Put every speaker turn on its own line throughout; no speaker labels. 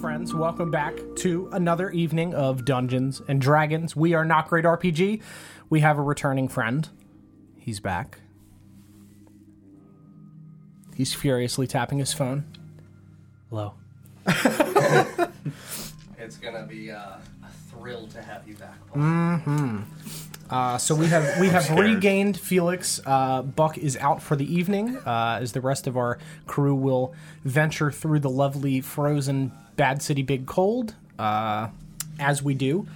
friends, welcome back to another evening of Dungeons and Dragons. We are not great RPG. We have a returning friend. He's back. He's furiously tapping his phone. Hello.
It's gonna be uh, a thrill to have you back, Paul.
Mm-hmm. Uh, so we have we have regained Felix. Uh, Buck is out for the evening, uh, as the rest of our crew will venture through the lovely frozen Bad City Big Cold, uh, as we do.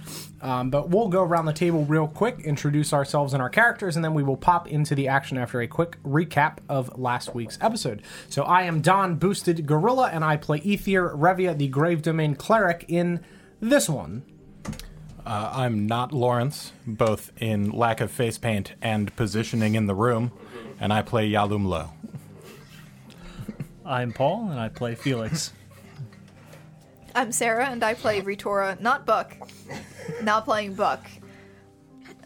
Um, but we'll go around the table real quick, introduce ourselves and our characters, and then we will pop into the action after a quick recap of last week's episode. So I am Don Boosted Gorilla, and I play Ethier Revia, the Grave Domain Cleric, in this one.
Uh, I'm not Lawrence, both in lack of face paint and positioning in the room, and I play Yalum Lo.
I'm Paul, and I play Felix.
I'm Sarah, and I play Retora, not Buck. not playing Buck.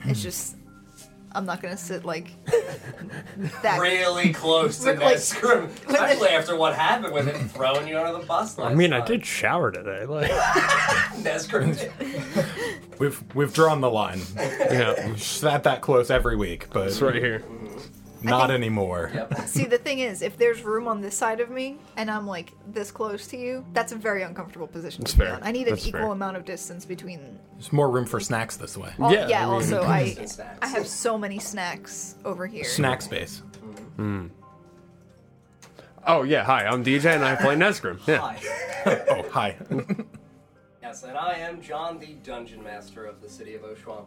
It's just, I'm not gonna sit like that.
Really close to
Like-
that scrim, especially after what happened with him throwing you under the bus. Last
I mean, I
time.
did shower today. Like,
That's great.
We've we've drawn the line.
yeah,
It's not that close every week, but
it's right here.
not anymore.
See, the thing is, if there's room on this side of me, and I'm like this close to you, that's a very uncomfortable position to be
fair.
on. I need an
That's
equal
fair.
amount of distance between.
There's more room for snacks this way.
All, yeah.
Yeah, I mean-
also, I
Snacks.
I have so many snacks over here.
Snack space.
Hmm. Oh yeah, hi, I'm DJ, and I play Nesgrim. Yeah,
Hi.
Oh, hi.
Yes, and I am John, the Dungeon Master of the City of Oshwamp.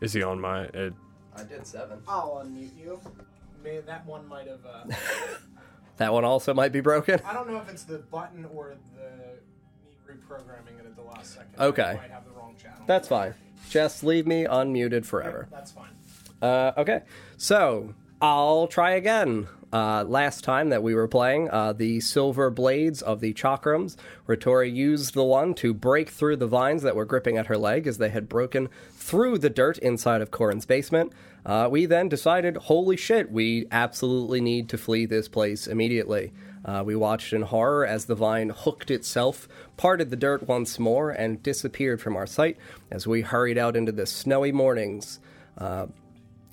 is he on my? Uh,
I did seven.
I'll unmute you. May, that one might have. Uh,
That one also might be broken.
I don't know if it's the button or the me reprogramming it at the last second.
Okay.
I might have the wrong channel.
That's fine. Just leave me unmuted forever.
That's fine.
Uh, okay, so I'll try again. Uh, last time that we were playing, uh, the silver blades of the chakrams, Retori used the one to break through the vines that were gripping at her leg as they had broken through the dirt inside of Corin's basement. Uh, we then decided, holy shit, we absolutely need to flee this place immediately. Uh, we watched in horror as the vine hooked itself, parted the dirt once more, and disappeared from our sight as we hurried out into the snowy mornings Uh,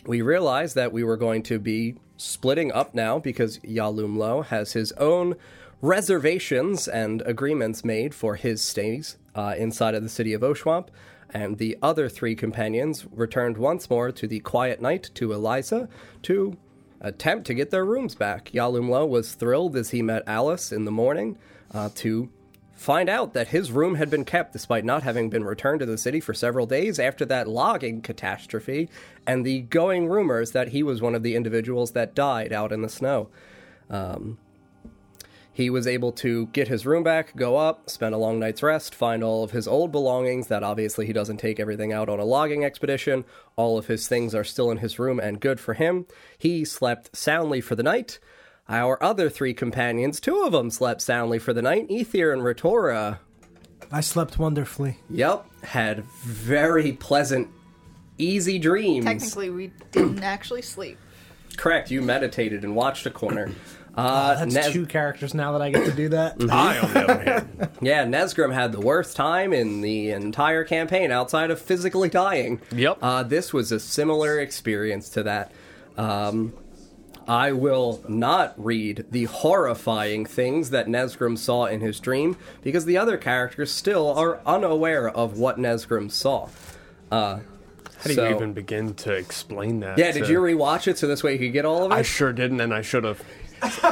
we realized that we were going to be splitting up now because Yalumlo has his own reservations and agreements made for his stays uh, inside of the city of Oshwamp. And the other three companions returned once more to the quiet night to Eliza to attempt to get their rooms back. Yalumlo was thrilled as he met Alice in the morning uh, to find out that his room had been kept despite not having been returned to the city for several days after that logging catastrophe and the going rumors that he was one of the individuals that died out in the snow. Um, He was able to get his room back, go up, spend a long night's rest, find all of his old belongings that obviously he doesn't take everything out on a logging expedition. All of his things are still in his room and good for him. He slept soundly for the night. Our other three companions, two of them slept soundly for the night. Ethier and Retora
I slept wonderfully.
Yep, had very pleasant, easy dreams.
Technically, we didn't actually sleep.
Correct, you meditated and watched a corner. Uh,
That's
Nez-
two characters now that I get to do that.
Mm-hmm.
I, on the other hand,
Yeah, Nesgrim had the worst time in the entire campaign outside of physically dying.
Yep.
Uh, this was a similar experience to that. Um, I will not read the horrifying things that Nesgrim saw in his dream because the other characters still are unaware of what Nesgrim saw. Uh,
how do
So-
you even begin to explain that?
Yeah, did
to-
you rewatch it so this way you could get all of it?
I sure didn't, and I should have.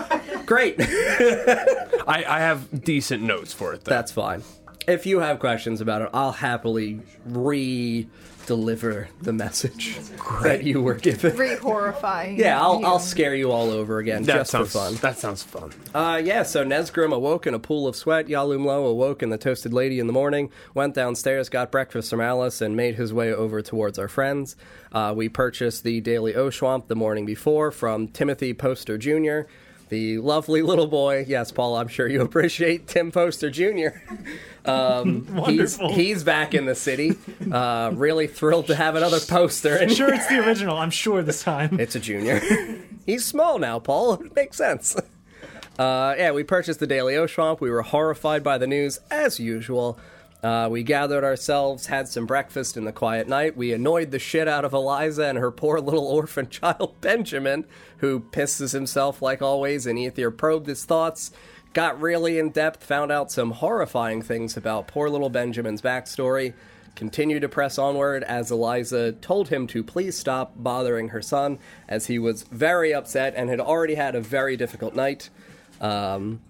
Great.
I, I have decent notes for it. Though.
That's fine. If you have questions about it, I'll happily re deliver the message that you were given.
Very horrifying.
Yeah, I'll,
you.
I'll scare you all over again
that
just
sounds
for fun.
That sounds fun.
Uh, yeah, so Nesgrim awoke in a pool of sweat. Yalumlo awoke in the Toasted Lady in the morning, went downstairs, got breakfast from Alice, and made his way over towards our friends. Uh, we purchased the Daily Oshwamp the morning before from Timothy Poster Jr. the lovely little boy. Yes, Paul, I'm sure you appreciate Tim Poster Jr. Um, he's,
Wonderful.
he's back in the city. Uh, really thrilled to have another poster. And
Sure, it's the original. I'm sure this time.
it's a junior. He's small now, Paul. It makes sense. Uh, yeah, we purchased the Daily O Swamp. We were horrified by the news, as usual. Uh, we gathered ourselves, had some breakfast in the quiet night. We annoyed the shit out of Eliza and her poor little orphan child, Benjamin, who pisses himself like always, and Ether probed his thoughts. Got really in depth, found out some horrifying things about poor little Benjamin's backstory. Continued to press onward as Eliza told him to please stop bothering her son, as he was very upset and had already had a very difficult night. Um,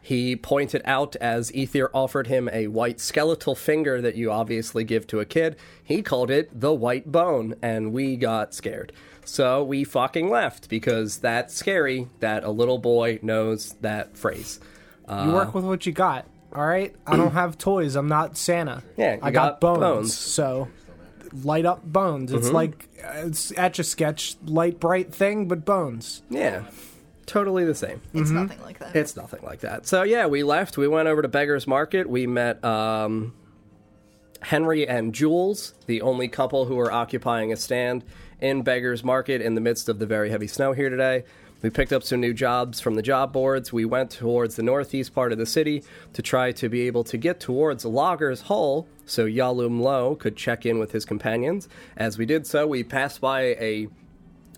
he pointed out as Ether offered him a white skeletal finger that you obviously give to a kid. He called it the white bone, and we got scared. So we fucking left because that's scary that a little boy knows that phrase. Uh,
You
Uh-huh.
work with what you got. All right, I don't have toys. I'm not Santa.
Yeah, you
I got,
got
bones,
bones. Mm-hmm.
So light up bones. It's like uh, it's etch a sketch, light bright thing, but bones. Mm-hmm.
Yeah, totally the same.
It's nothing like that.
It's nothing like that. So yeah, we left. We went over to Beggar's Market. We met um, Henry and Jules, the only couple who were occupying a stand in Beggar's Market in the midst of the very heavy snow here today. We picked up some new jobs from the job boards. We went towards the northeast part of the city to try to be able to get towards Logger's Hall so Yalum Lo could check in with his companions. As we did so, we passed by a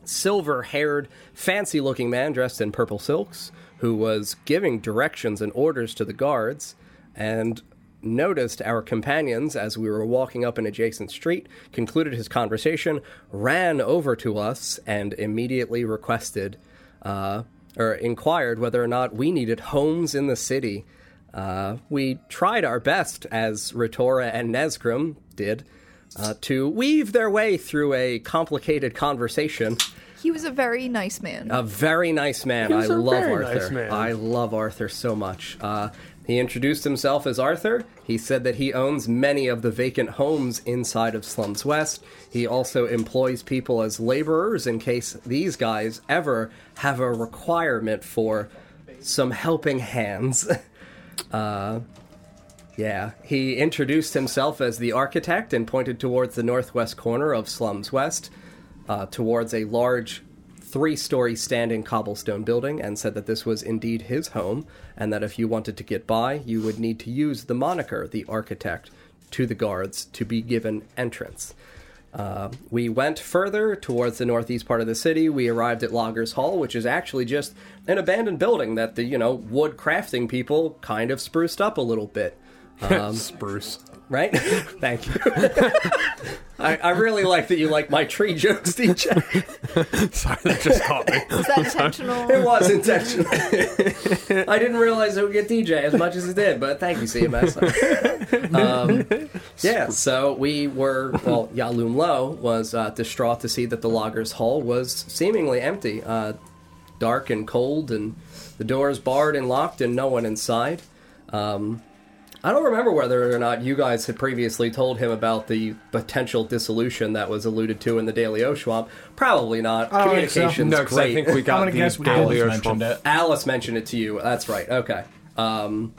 silver haired, fancy looking man dressed in purple silks who was giving directions and orders to the guards and noticed our companions as we were walking up an adjacent street, concluded his conversation, ran over to us, and immediately requested uh, or inquired whether or not we needed homes in the city. Uh, we tried our best, as Retora and Nesgrim did, uh, to weave their way through a complicated conversation.
he was a very nice man.
A very nice man. I
was a
love
very
Arthur.
nice man.
I love Arthur so much. Uh, he introduced himself as Arthur. He said that he owns many of the vacant homes inside of Slums West. He also employs people as laborers in case these guys ever have a requirement for some helping hands. Uh, Yeah, he introduced himself as the architect and pointed towards the northwest corner of Slums West, uh, towards a large three story standing cobblestone building, and said that this was indeed his home, and that if you wanted to get by, you would need to use the moniker, the architect, to the guards to be given entrance. Uh, we went further towards the northeast part of the city. We arrived at Loggers Hall, which is actually just an abandoned building that the, you know, wood crafting people kind of spruced up a little bit Um,
Spruce.
right? Thank you. I, I really like that you like my tree jokes, DJ.
Sorry, that just caught me.
Is that intentional?
It was intentional. I didn't realize it would get DJ as much as it did, but thank you, CMS. um, yeah, so we were, well, Yalum Lo was uh, distraught to see that the Loggers Hall was seemingly empty, uh, dark and cold, and the doors barred and locked, and no one inside. Um, I don't remember whether or not you guys had previously told him about the potential dissolution that was alluded to in the Daily Oshwamp. Probably not.
I don't think so.
Communications
No, because I
great.
think we got
gonna guess
the
we
daily
always
Oshwamp.
mentioned it.
Alice mentioned it to you. That's right. Okay. Um,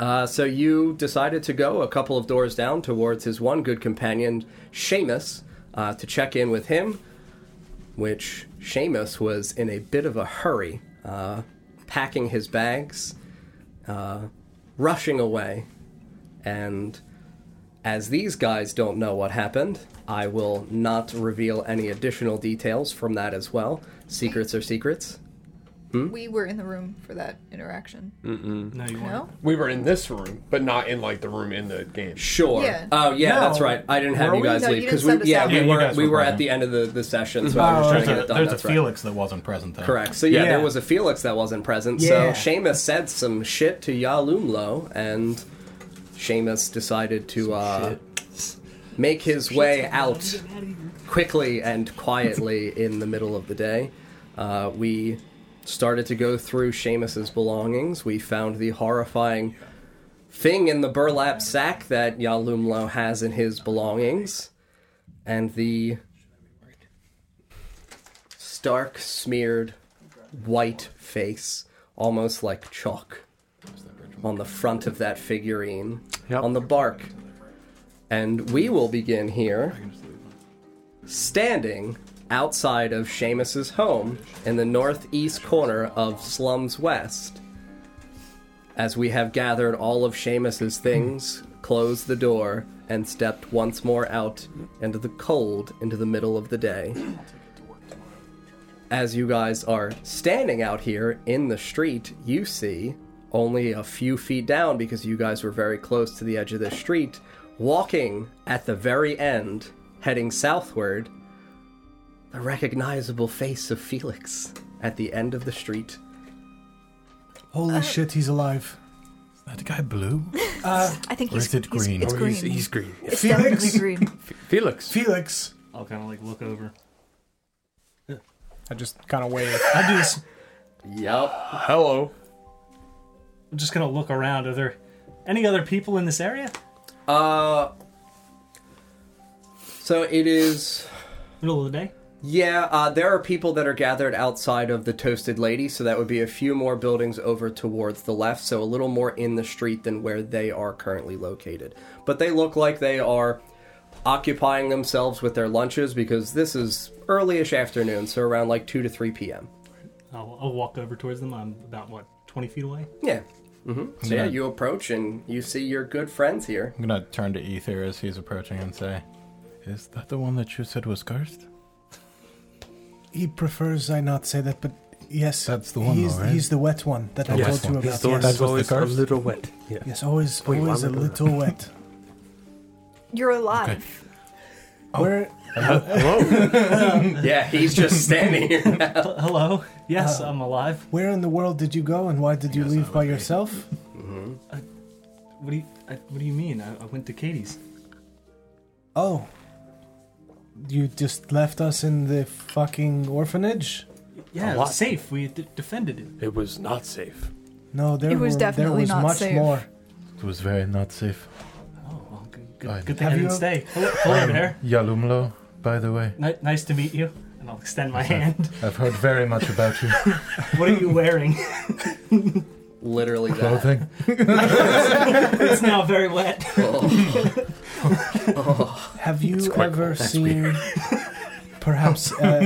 uh, so you decided to go a couple of doors down towards his one good companion, Seamus, uh, to check in with him, which Seamus was in a bit of a hurry, uh, packing his bags, uh, rushing away. And as these guys don't know what happened, I will not reveal any additional details from that as well. Secrets are secrets.
we were in the room for that interaction.
No, you
No?
We were in this room, but not in like the room in the game.
Sure.
Yeah.
Oh yeah,
No.
that's right. I didn't have
Were
you
we?
guys
No, you
leave
didn't
because we
send us
yeah
out. Oh.
Yeah,
we
you
were
guys
we
were
were at
present.
the end of the, the session, so I was
Oh, There's
just trying to get
a,
it done.
there's a
that's right.
Felix that wasn't present there.
Correct. So yeah,
Yeah.
there was a Felix that wasn't present.
Yeah.
So Seamus said some shit to Yalumlo, and Seamus decided to uh, make his way out quickly and quietly in the middle of the day. Uh, we started to go through Seamus's belongings. We found the horrifying thing in the burlap sack that Yalumlo has in his belongings, and the stark smeared white face, almost like chalk, on the front of that figurine,
Yep.
on the bark. And we will begin here, standing outside of Seamus's home in the northeast corner of Slums West. As we have gathered all of Seamus's things, closed the door, and stepped once more out into the cold into the middle of the day as you guys are standing out here in the street, you see only a few feet down because you guys were very close to the edge of the street, walking at the very end, heading southward, the recognizable face of Felix at the end of the street.
Holy
Uh,
shit, he's alive. Uh,
That Uh, guy blue?
I think
Or
he's
is it
he's-
green?
It's
Or
green.
He's, he's green.
it's
Felix?
definitely green.
Felix.
Felix.
I'll kind of like look over.
I just kind of wave. I do this.
Yup.
Hello.
I'm just gonna look around. Are there any other people in this area?
Uh. So it is.
Middle of the day.
Yeah, uh, there are people that are gathered outside of the Toasted Lady, so that would be a few more buildings over towards the left, so a little more in the street than where they are currently located. But they look like they are occupying themselves with their lunches because this is early-ish afternoon, so around like 2 to 3 p.m.
I'll, I'll walk over towards them. I'm about what 20 feet away.
Yeah. hmm So
Yeah.
yeah, you approach and you see your good friends here.
I'm gonna turn to Ether as he's approaching and say, Is that the one that you said was cursed?
He prefers I not say that, but yes,
That's the one,
He's,
though, right? Oh,
he's the wet one that I
Yes.
told you about.
He's
He's the one
yes.
That
that's
was the
always a
curse?
little wet. Yeah.
Yes, always,
Wait,
always
why
a
am I doing
little wet.
You're alive.
Oh.
Where?
Uh,
Yeah, he's just standing here.
H- Hello. Yes, I'm alive.
Uh, Where in the world did you go, and why did you leave by yourself?
Uh, What do you I, What do you mean? I, I went to Katie's.
Oh, you just left us in the fucking orphanage?
Yeah, it
lot.
was safe. We d- defended it.
It was not safe.
No, there
It was
were, there
definitely
was
not
much
safe.
more.
It was very not safe.
Oh, well, good.
Fine.
Good, good to
Have
have you
you-
stay. Hello, hello there.
Um, Yalumlo, by the way.
Ni- nice to meet you. And I'll extend my hand.
I've heard very much about you.
What are you wearing?
Literally that.
Clothing?
it's now very wet. Oh.
Have you
quite
ever
cold. That's
seen, perhaps? Uh,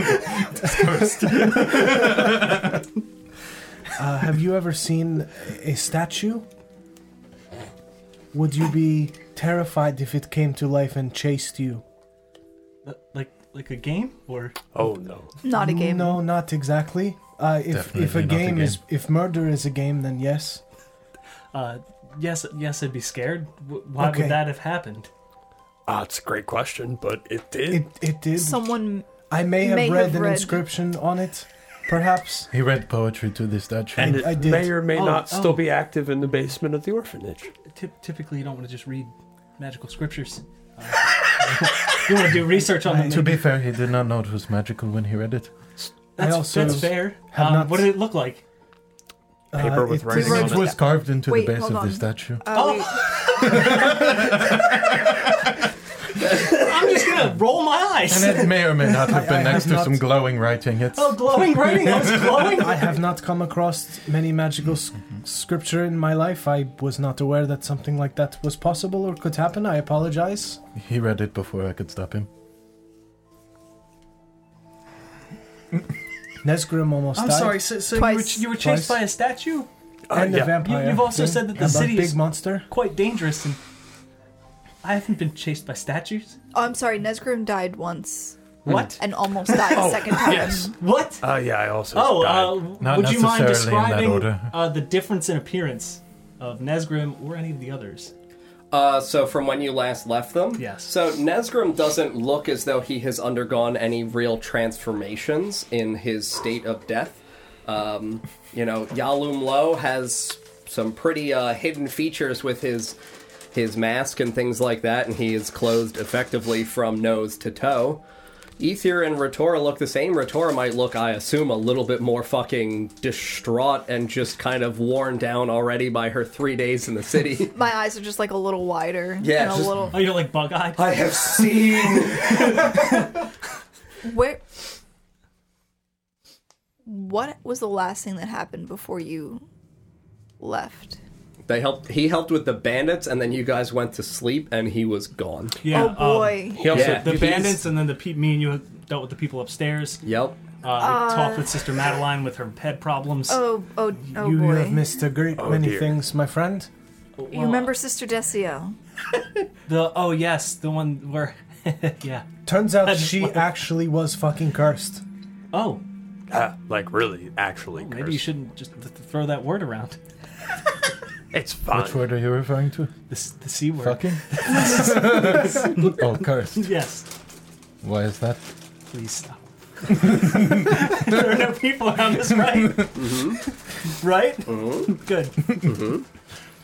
uh, have you ever seen a statue? Would you be terrified if it came to life and chased you?
like like a game or Mm-hmm.
Oh no.
Not a game.
No, not exactly. Uh, if if
Definitely
a
not a
game is
game.
if murder is a game, then yes.
uh yes yes I'd be scared. W- Why
Okay.
would that have happened?
Ah, it's a great question, but it did.
It it did.
Someone
I may have
may
read
have
an
read-
inscription on it, perhaps.
He read poetry to the statue.
and it
I did.
may or may
Oh,
not
oh.
still be active in the basement of the orphanage.
Typ typically, you don't want to just read magical scriptures. Uh, you want to do research on them.
to be fair, he did not know it was magical when he read it.
that's,
I also
that's fair.
have
Um,
not-
what did it look like?
Uh,
Paper with
it
writing
is-
on
It
Right.
was carved into
Wait,
the base
hold
of
on.
the statue.
Uh,
Oh. I'm just gonna roll my eyes.
And it may or may not have
I
been next
have
to
not-
some glowing writing. It's
Oh, glowing writing. I was glowing.
I have not come across many magical s- scripture in my life. I was not aware that something like that was possible or could happen. I apologize.
he read it before I could stop him.
Nesgrim almost
I'm
died.
sorry. So, so you, were,
Twice.
ch- you were chased
Twice.
by a statue?
Uh,
And a
yeah.
vampire.
You- you've also
thing
said that the
about
city
big
is-
monster.
Quite dangerous. And I haven't been chased by statues.
oh, I'm sorry. Nesgrim died once
What?
and almost died a second time.
yes.
What?
Uh, yeah, I also.
Oh,
died.
uh,
Not
would you mind
necessarily in that
describing
order.
uh, the difference in appearance of Nesgrim or any of the others?
Uh, so from when you last left them?
Yes.
So Nesgrim doesn't look as though he has undergone any real transformations in his state of death. Um, you know, Yalum Lo has some pretty uh, hidden features with his his mask and things like that, and he is clothed effectively from nose to toe. Ether and Retora look the same. Retora might look, I assume, a little bit more fucking distraught and just kind of worn down already by her three days in the city.
My eyes are just like a little wider.
Yeah,
and a
just-
little.
Oh, you're like bug eyed.
I have seen
Where? What was the last thing that happened before you left?
They helped. He helped with the bandits, and then you guys went to sleep, and he was gone.
Yeah.
oh boy.
He also,
Um, the
he's-
bandits, and then the pe- me and you dealt with the people upstairs.
Yep.
Uh, we talked with Sister Madeline with her head problems.
oh, oh, oh
you
boy.
have missed a great many
Oh, dear.
things, my friend.
you remember Sister Desio?
The oh yes, the one where yeah.
Turns out
That's
she
what-
actually was fucking cursed.
Oh,
Ah, like really, actually.
maybe you
cursed.
shouldn't just th- th- throw that word around.
It's fine.
Which word are you referring to?
The, s- the c word.
Fucking? oh, cursed.
Yes.
Why is that?
Please stop. there are no people around us, right?
Mm-hmm.
Right. Good.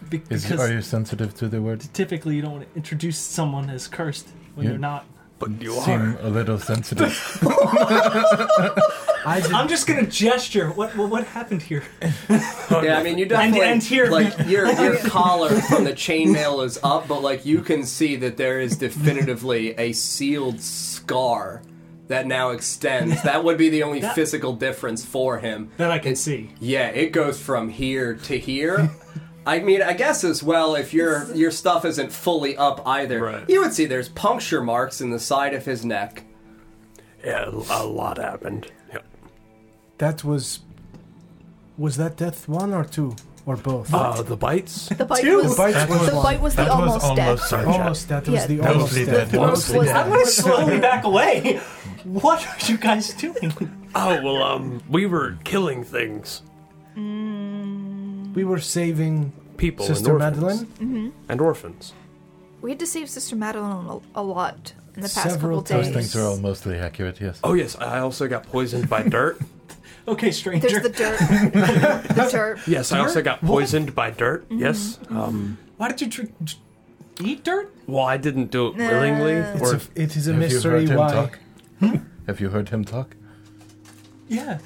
Be-
Is,
because
are you sensitive to the word?
typically you don't want to introduce someone as cursed when
Yeah.
they're not.
But you are.
Seem a little sensitive.
I did
I'm just gonna gesture. What what, what happened here?
Yeah, I mean, you definitely
and here-
like your your collar from the chainmail is up, but like you can see that there is definitively a sealed scar that now extends. That would be the only
That-
physical difference for him.
That I can see.
Yeah, it goes from here to here. I mean, I guess as well, if your your stuff isn't fully up either,
Right.
you would see there's puncture marks in the side of his neck.
Yeah, a lot happened. Yep.
That was. Was that death one or two? Or
Oh,
both?
Uh, the bites.
The bite
the
was
bite
the
was one.
bite was the
That
almost,
was
death.
almost
almost that was
Yeah.
the
Mostly
almost
death.
death.
Mostly
Was
I'm gonna slowly back away. What are you guys doing?
Oh well, um, we were killing things,
We were saving
people,
Sister
and orphans,
Madeline
and orphans.
Mm-hmm. We had to save Sister Madeline a, a lot in the past
Several
couple
times.
Those
days.
things are all mostly accurate, yes.
Oh yes, I also got poisoned by dirt.
Okay,
There's
stranger.
the dirt. the dirt. Mm-hmm.
Yes, I also got poisoned by dirt. Yes. Um,
Why did you drink, eat dirt?
well, I didn't do it willingly.
It's
or
a, it is a
Have you
mystery
heard him
why.
talk? Have you heard him talk?
Yeah,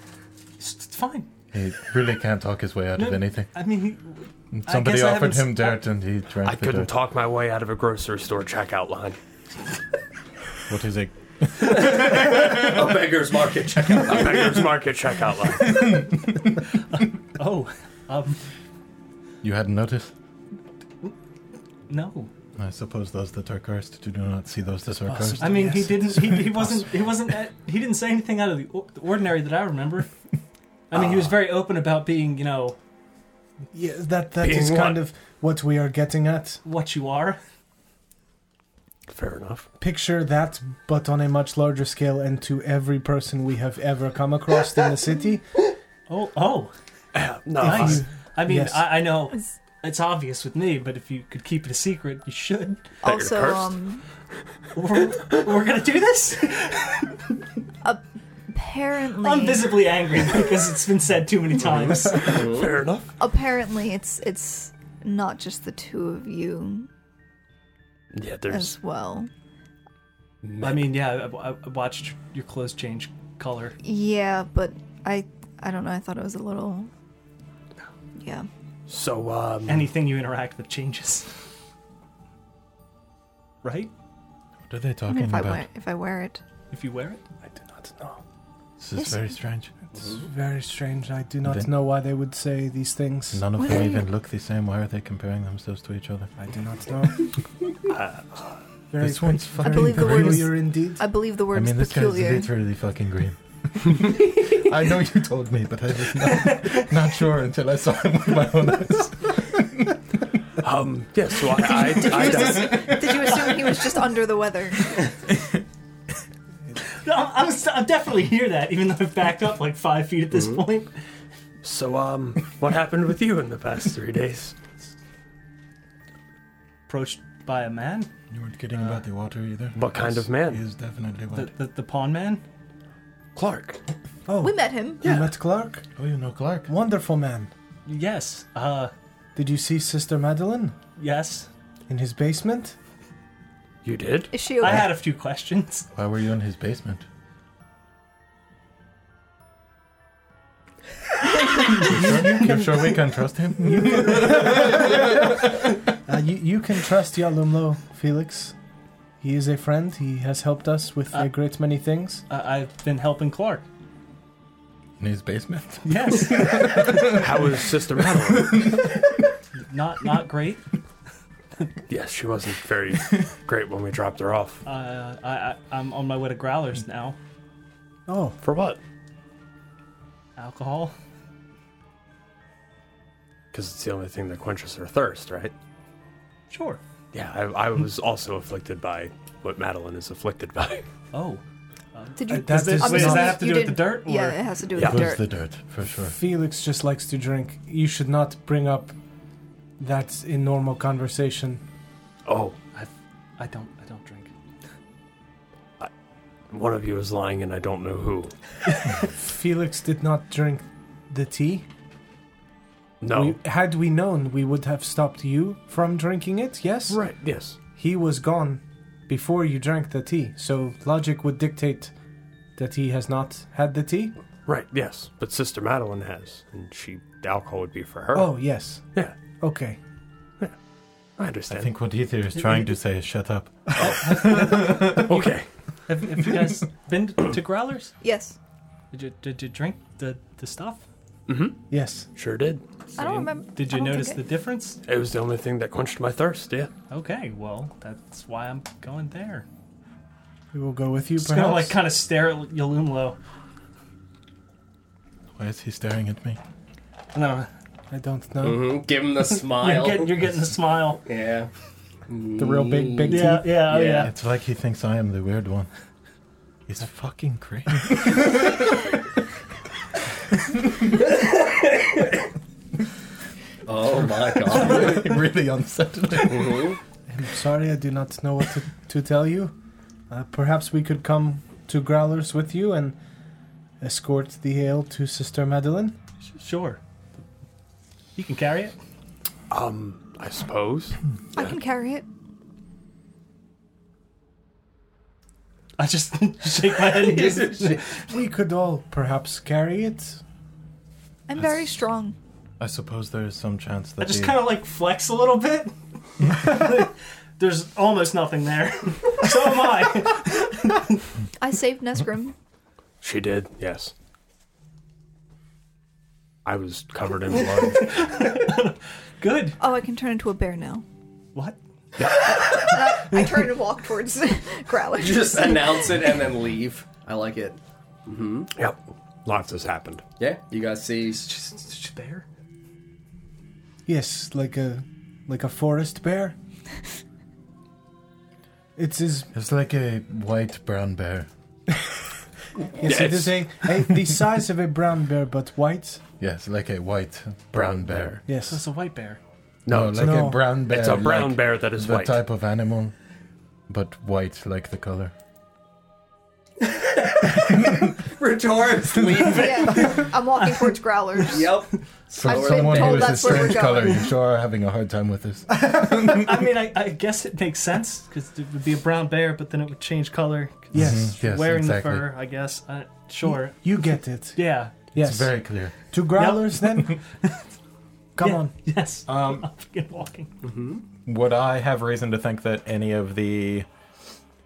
it's, it's fine.
He really can't talk his way out of anything.
I mean, I
Somebody
guess I
offered
haven't
him
s-
dirt and he drank
I
the
couldn't
dirt.
talk my way out of a grocery store checkout line.
What is it?
A beggar's market check.
A beggar's market checkout line.
Oh, um,
You hadn't noticed?
no.
I suppose those that are cursed do not see those that are cursed.
I mean, he
Yes.
didn't. He, he wasn't. He wasn't. At, he didn't say anything out of the, or- the ordinary that I remember. I mean, he was very open about being, you know,
Yeah, that that
Being
is kind
what?
of what we are getting at.
what you are.
Fair enough.
Picture that, but on a much larger scale, and to every person we have ever come across in the city.
Oh, oh,
No,
nice.
I-
I mean,
yes.
I, I know it's obvious with me, but if you could keep it a secret, you should.
That you're
Also,
cursed?
um,
We're, we're gonna do this.
apparently,
I'm visibly angry because it's been said too many times.
fair enough.
apparently, it's it's not just the two of you
Yeah, there's
as well.
I mean, yeah, I, I I watched your clothes change color.
Yeah, but I I don't know. I thought it was a little. Yeah.
so um.
Anything you interact with changes. Right?
What are they
I
talking
mean, if I
about?
wear if I wear it,
If you wear it.
I do not know.
This is very strange.
It's very strange. I do not
Then-
know why they would say these things.
None of
What
them
are
even look the same. Why are they comparing themselves to each other?
I do not know. very
this one's
pe-
fucking
very
believe the word is-
peculiar indeed.
I believe the
I
word
mean,
is
this guy's
peculiar.
literally fucking green. I know you told me, but I was not, not sure until I saw him with my own eyes.
Um, yeah, so I, I, I, don't-
Did you assume he was just under the weather?
No, I'm, I'm, st- I definitely hear that, even though I've backed up like five feet at this point.
Mm-hmm. So, um, what happened with you in the past three days?
Approached by a man,
You weren't kidding about the water either.
What kind of man?
He is definitely
the,
white.
the, the pawn man.
Clark.
Oh,
We met him.
you met Clark.
Oh, you know Clark?
Wonderful man.
Yes. Uh,
Did you see Sister Madeline
yes.
in his basement?
You did?
Is she okay?
I had a few questions.
Why were you in his basement? you, sure, you sure we can trust him?
Uh, you, you can trust Yalumlo, Felix. He is a friend. He has helped us with a great many things.
Uh, I've been helping Clark.
in his basement.
Yes.
How is Sister Madeline?
not not great.
yes, she wasn't very great when we dropped her off.
Uh, I, I I'm on my way to Growlers now.
Oh,
For what?
Alcohol.
Because it's the only thing that quenches her thirst, right?
Sure.
Yeah, I, I was also afflicted by what Madeline is afflicted by.
Oh.
Did you?
that does
I'm
wait, does
assuming
that
have to
you
do with the
didn't-
dirt,
Yeah,
or-
it has to do with
Yeah.
the
It
dirt.
It was the dirt, for sure.
Felix just likes to drink. You should not bring up that in normal conversation.
Oh,
I I don't I don't drink.
one of you is lying and I don't know who.
Felix did not drink the tea.
No.
We, had we known, we would have stopped you from drinking it, yes?
right, yes.
He was gone before you drank the tea, so logic would dictate that he has not had the tea.
Right, yes. But Sister Madeline has, and she the alcohol would be for her.
Oh, yes.
yeah.
Okay.
I
I
understand.
think what Ether is trying to say is shut up.
Oh.
okay.
Have, have you guys been to Growlers?
Yes.
Did you did you drink the the stuff?
Yes.
Mm-hmm. Sure did.
I don't remember.
Did
I
you
don't think
notice
I-
the difference?
It was the only thing that quenched my thirst, yeah.
Okay, well that's why I'm going there.
We will go with you,
Just gonna
perhaps.
like kind of stare at Yalumlo.
Why is he staring at me?
No,
I don't know.
Mhm, Give him the
you're
smile.
getting you're getting the smile.
yeah.
The real big, big
Yeah,
tea.
yeah, oh,
Yeah.
yeah.
It's like he thinks I am the weird one. He's fucking crazy.
Oh my god.
really unsettling.
I'm sorry, I do not know what to, to tell you. Uh, perhaps we could come to Growlers with you and escort the ale to Sister Madeline.
Sure. You can carry it.
Um, I suppose.
I can carry it.
I just shake my head. And just,
We could all perhaps carry it.
I'm very strong.
I suppose there is some chance that
I just
he-
kind of like flex a little bit. There's almost nothing there. So am I.
I saved Nesgrim.
She did, yes. I was covered in blood.
Good.
Oh, I can turn into a bear now.
What?
I turn and walk towards Growlithe.
Just announce it and then leave. I like it. Mm-hmm.
yep. Lots has happened.
Yeah, you guys see
Bear?
Yes, like a like a forest bear. It's is
It's like a white brown bear.
yes, it is a, a the size of a brown bear but white.
Yes, like a white brown bear.
So it's
Yes.
a white bear.
No,
it's
like
no.
a brown bear.
It's a brown
like
bear that is
the
white.
type of animal, but white like the color.
Retort. Leave.
Yeah, I'm walking towards Growlers.
yep.
For
I've been
someone
told
who is a
that's where we're
strange color,
going.
you sure are having a hard time with this.
I mean, I, I guess it makes sense because it would be a brown bear, but then it would change color. 'cause
Yes.
yes,
wearing
exactly.
the fur, I guess. I, sure.
Mhm. You get it.
Yeah.
Yes.
It's very clear.
to growlers then. Come
Yeah.
on. Mm-hmm.
Yes.
Um,
I'm fucking walking.
Would I have reason to think that any of the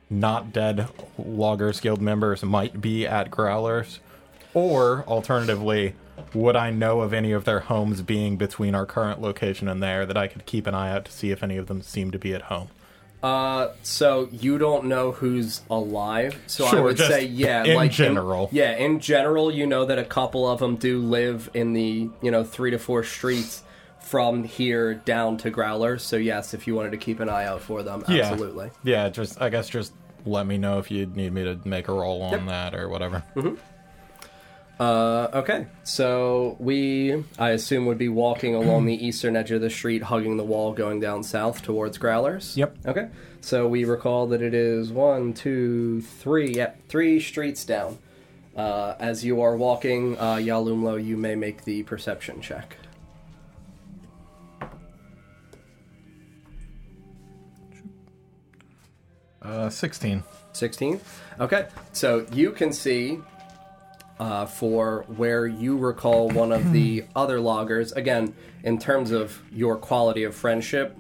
not dead Loggers Guild members might be at Growlers? Or, alternatively, would I know of any of their homes being between our current location and there that I could keep an eye out to see if any of them seem to be at home?
Uh, so you don't know who's alive. So I
Sure,
would
just
say, yeah,
in
like
general.
yeah, in general, you know that a couple of them do live in the you know three to four streets from here down to Growler. So yes, if you wanted to keep an eye out for them, absolutely.
Yeah, yeah just I guess just let me know if you'd need me to make a roll on that or whatever.
Mm-hmm. Uh, okay, so we I assume would be walking along the eastern edge of the street, hugging the wall, going down south towards Growlers.
Yep.
Okay, so we recall that it is one, two, three. Yep, three streets down. Uh, as you are walking, uh, Yalumlo, you may make the perception check.
Uh, 16.
16. Okay, so you can see uh, for where you recall one of the other loggers. Again, in terms of your quality of friendship,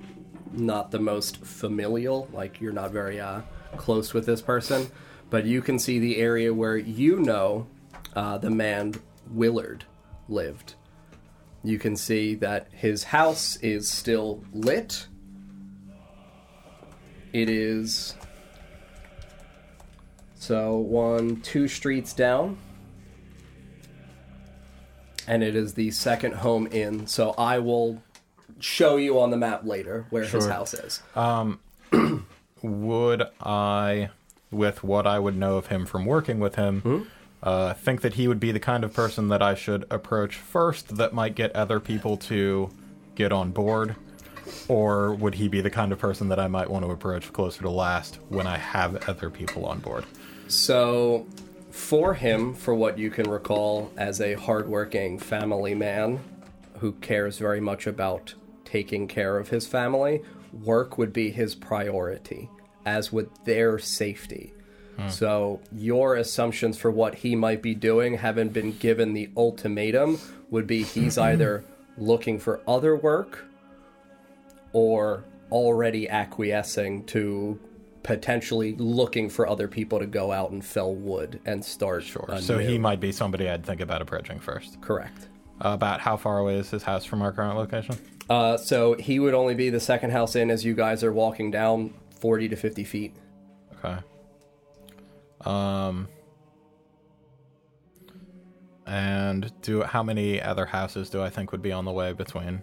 not the most familial, like you're not very uh, close with this person, but you can see the area where you know uh, the man Willard lived. You can see that his house is still lit. It is. So, one, two streets down. And it is the second home in. So, I will show you on the map later where his
Sure.
house is.
Um, would I, with what I would know of him from working with him, uh, think that he would be the kind of person that I should approach first that might get other people to get on board? Or would he be the kind of person that I might want to approach closer to last when I have other people on board?
So, for him, for what you can recall as a hardworking family man who cares very much about taking care of his family, work would be his priority, as would their safety. So, your assumptions for what he might be doing, having been given the ultimatum, would be he's either looking for other work or already acquiescing to potentially looking for other people to go out and fell wood and start.
Sure.
a
so
new-
he might be somebody I'd think about approaching first.
correct.
About how far away is his house from our current location?
Uh, so he would only be the second house in as you guys are walking down forty to fifty feet.
Okay. Um. And do how many other houses do I think would be on the way between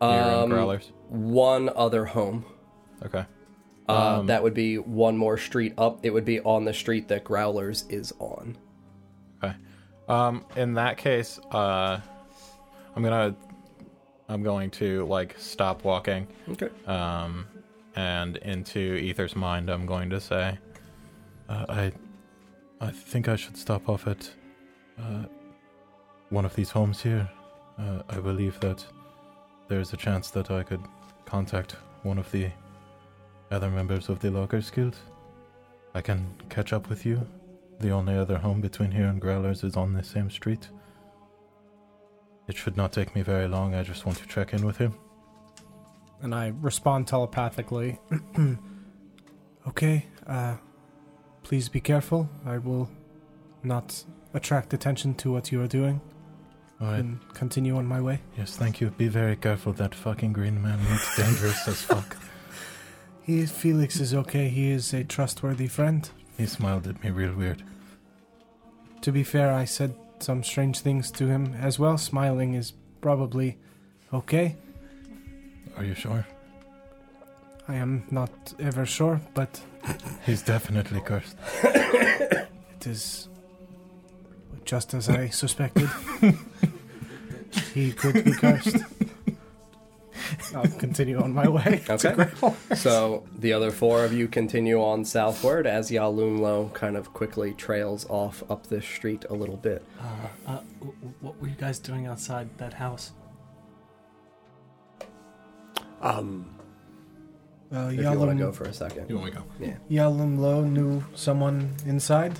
here and Growlers?
Um, One other home.
Okay. Um,
Uh, that would be one more street up. It would be on the street that Growlers is on.
Okay. Um. In that case, uh, I'm gonna, I'm going to like stop walking.
Okay.
Um, and into Ether's mind, I'm going to say, uh, I, I think I should stop off at, uh, one of these homes here. Uh, I believe that there is a chance that I could contact one of the other members of the Loggers Guild. I can catch up with you. The only other home between here and Growlers is on the same street. It should not take me very long. I just want to check in with him.
And I respond telepathically. Hmm. okay, uh, please be careful. I will not attract attention to what you are doing
All right.
and continue on my way.
Yes, thank you. Be very careful. That fucking green man looks dangerous as fuck.
He, Felix is okay. He is a trustworthy friend.
He smiled at me real weird.
To be fair, I said some strange things to him as well. Smiling is probably okay.
Are you sure?
I am not ever sure, but
He's definitely cursed.
It is just as I suspected. he could be cursed. I'll continue on my way.
Okay. so the other four of you continue on southward as Yalunlo kind of quickly trails off up this street a little bit.
Uh, w- w- what were you guys doing outside that house?
Um,
Uh,
If you want to go
Yalum,
for a second.
want me to go?
Yalum Lo knew someone inside.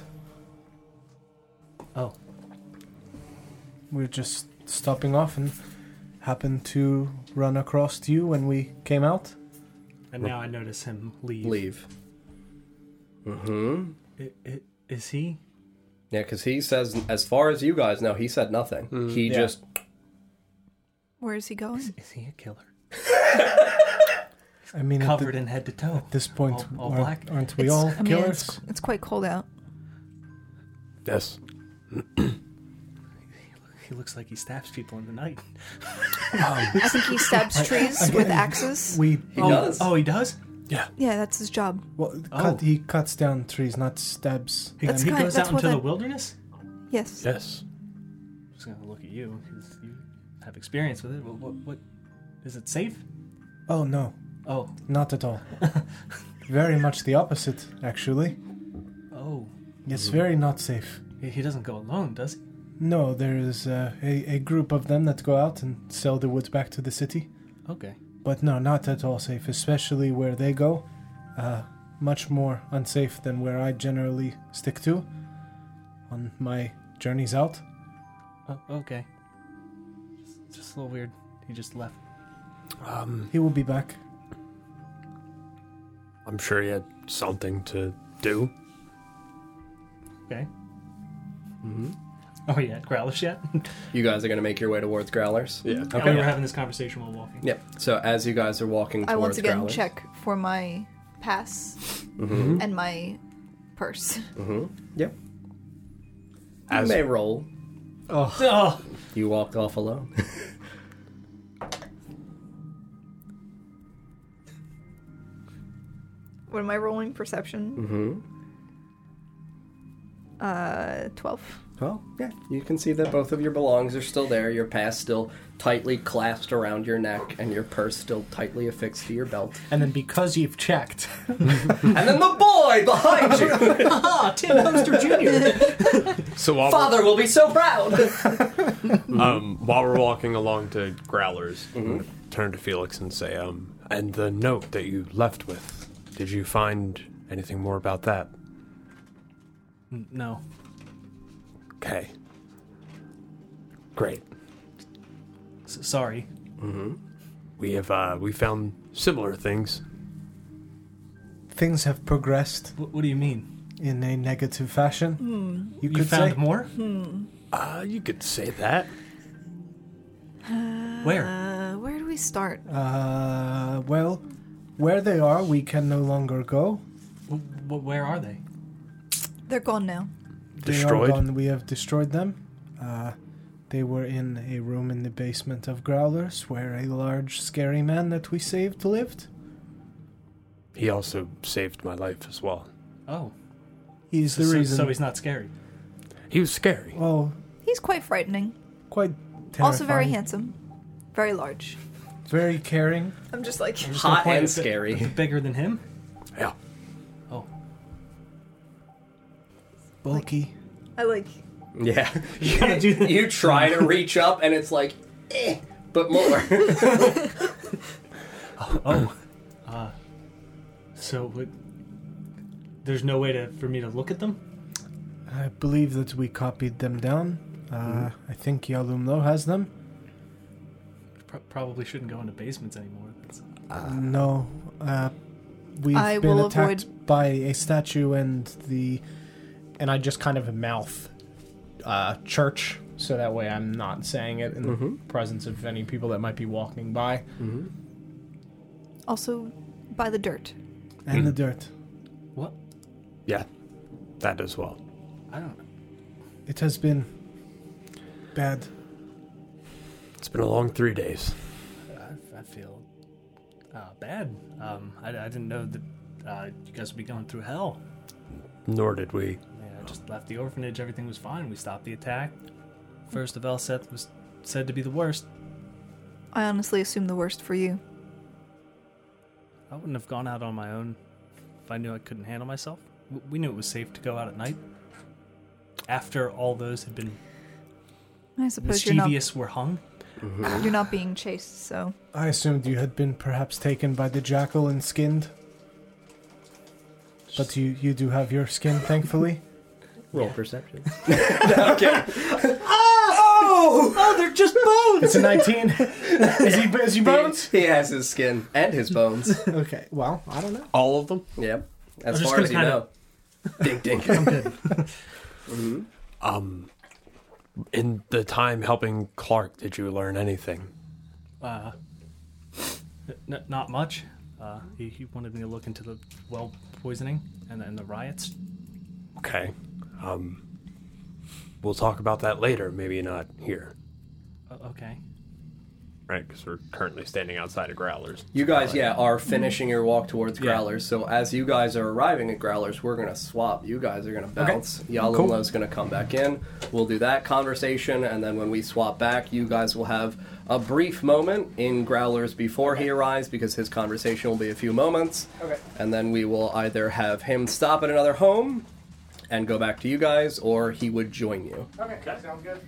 Oh,
We were just stopping off and happened to run across you when we came out.
and now I notice him leave.
Leave. Mm-hmm.
I- I- is he?
Yeah, because he says, as far as you guys know, he said nothing.
Mm-hmm.
He just
Where is he going?
Is he a killer?
I mean, at
Covered
th-
in head to toe.
this point,
All- all
aren't,
black.
aren't we
It's-
all
I mean,
killers?
it's, it's quite cold out.
yes.
He looks like he stabs people in the night.
I think he stabs trees with axes.
we
He
all-
does.
Oh, he does.
Yeah, that's his job.
well,
Oh.
cut, he cuts down trees, not stabs.
He,
That's
he
kind-
goes
that's
out into
what
the
that-
wilderness.
Yes.
Yes.
I'm just gonna look at you because you have experience with it. What, what? What? Is it safe?
Oh no,
Oh,
Not at all. very much the opposite, actually.
oh.
It's very not safe.
He, he doesn't go alone, does he?
No, there is uh, a, a group of them that go out and sell the wood back to the city.
Okay.
But no, not at all safe, especially where they go. Uh, much more unsafe than where I generally stick to on my journeys out.
Oh, okay. It's just a little weird. He just left.
Um,
He will be back.
I'm sure he had something to do.
Mm-hmm.
Okay. Oh yeah, Growlish yet?
You guys are going to make your way towards Growlers. Yeah.
And we were having this conversation while walking.
Yep. So as you guys are walking towards
I once again
Growlers,
check for my pass and my purse.
Mm-hmm. Yep. You
As-
may roll.
Oh,
You walked off alone.
What am I rolling? Perception. Mm-hmm. Uh, twelve.
Well, yeah, you can see that both of your belongings are still there. Your pass still tightly clasped around your neck, and your purse still tightly affixed to your belt.
And then because you've checked,
And then the boy behind you.
ah, Tim Poster Jr.
So while
Father will be so proud.
we're, um, while we're walking along to Growlers, I'm gonna turn to Felix and say, um, and the note that you left with, did you find anything more about that?
no,
Okay. Great. Mm-hmm.
S- sorry.
We have uh, we found similar things.
Things have progressed
Wh- what do you mean?
in a negative fashion. You
You
could
found
say.
more?
Uh, you could say that.
Where?
Uh, where do we start?
Uh, well, where they are, we can no longer go.
Wh- wh- where are they?
They're gone now.
They are
Destroyed?
gone. We have destroyed them. Uh, they were in a room in the basement of Growlers, where a large, scary man that we saved lived.
He also saved my life as well.
Oh,
He's
so,
the
so,
reason.
so he's not scary.
He was scary.
oh,
He's quite frightening.
quite. Terrifying.
Also very handsome, very large.
Very caring.
I'm just like
I'm just gonna
Hot
point
and
at the-
scary.
at the Bigger than him?
Yeah.
Oh,
Bulky.
I like
Yeah. You,
gotta do that.
you try to reach up, and it's like, eh, but more. Oh,
Uh, so what? There's no way to for me to look at them.
I believe that we copied them down. Uh, I think Yalumlo has them.
Pro- probably shouldn't go into basements anymore. That's-
No, uh, we've
I
been
will
attacked by a statue and the.
and I just kind of mouth uh, church, so that way I'm not saying it in the presence of any people that might be walking by.
also by the dirt.
and
Hmm.
the dirt.
What?
Yeah. That as well.
I don't.
It has been bad.
It's been a long three days.
uh, I, I feel uh, bad. Um, I, I didn't know that uh, you guys would be going through hell.
Nor did we.
I, mean, I just left the orphanage. Everything was fine. We stopped the attack. First of all, Seth was said to be the worst.
I honestly assume the worst for you.
I wouldn't have gone out on my own if I knew I couldn't handle myself. W- We knew it was safe to go out at night. After all those had been
I suppose you're not Mm-hmm.
mischievous were hung.
you're not being chased, so
I assumed you had been perhaps taken by the jackal and skinned. But you, you do have your skin, thankfully.
Roll perception.
Oh, they're just bones.
It's a 19. is he is he bones?
He has his skin and his bones.
Okay. Well, I don't know.
All of them?
Yep. As
I'm just
far as you
gonna
know. Dink dink.
Um in the time helping Clark, did you learn anything?
uh, n- not much. Uh, he, he wanted me to look into the well poisoning and, and the riots.
Okay. Um we'll talk about that later, maybe not here.
O- okay.
Right, because we're currently standing outside of Growlers.
You guys, yeah, are finishing your walk towards Growlers. So as you guys are arriving at Growlers, we're gonna swap. You guys are gonna bounce. Okay. Yalumlo's gonna come back in. We'll do that conversation, and then when we swap back, you guys will have a brief moment in Growlers before he arrives because his conversation will be a few moments.
Okay.
And then we will either have him stop at another home and go back to you guys, or he would join you.
Okay, sounds good.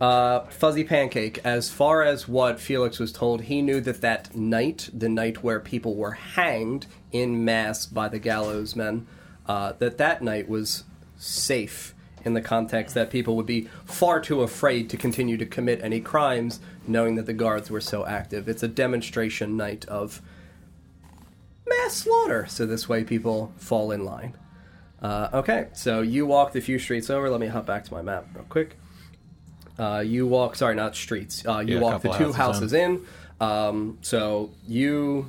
Uh, Fuzzy Pancake, as far as what Felix was told, he knew that that night, the night where people were hanged in mass by the gallows men, uh, that that night was safe in the context that people would be far too afraid to continue to commit any crimes, knowing that the guards were so active. It's a demonstration night of mass slaughter, so this way people fall in line. Uh, okay, so you walked a few streets over. Let me hop back to my map real quick. Uh, you walk, sorry, not streets. Uh, you
Yeah, a
walk the
couple
two houses
houses
in. Um, so you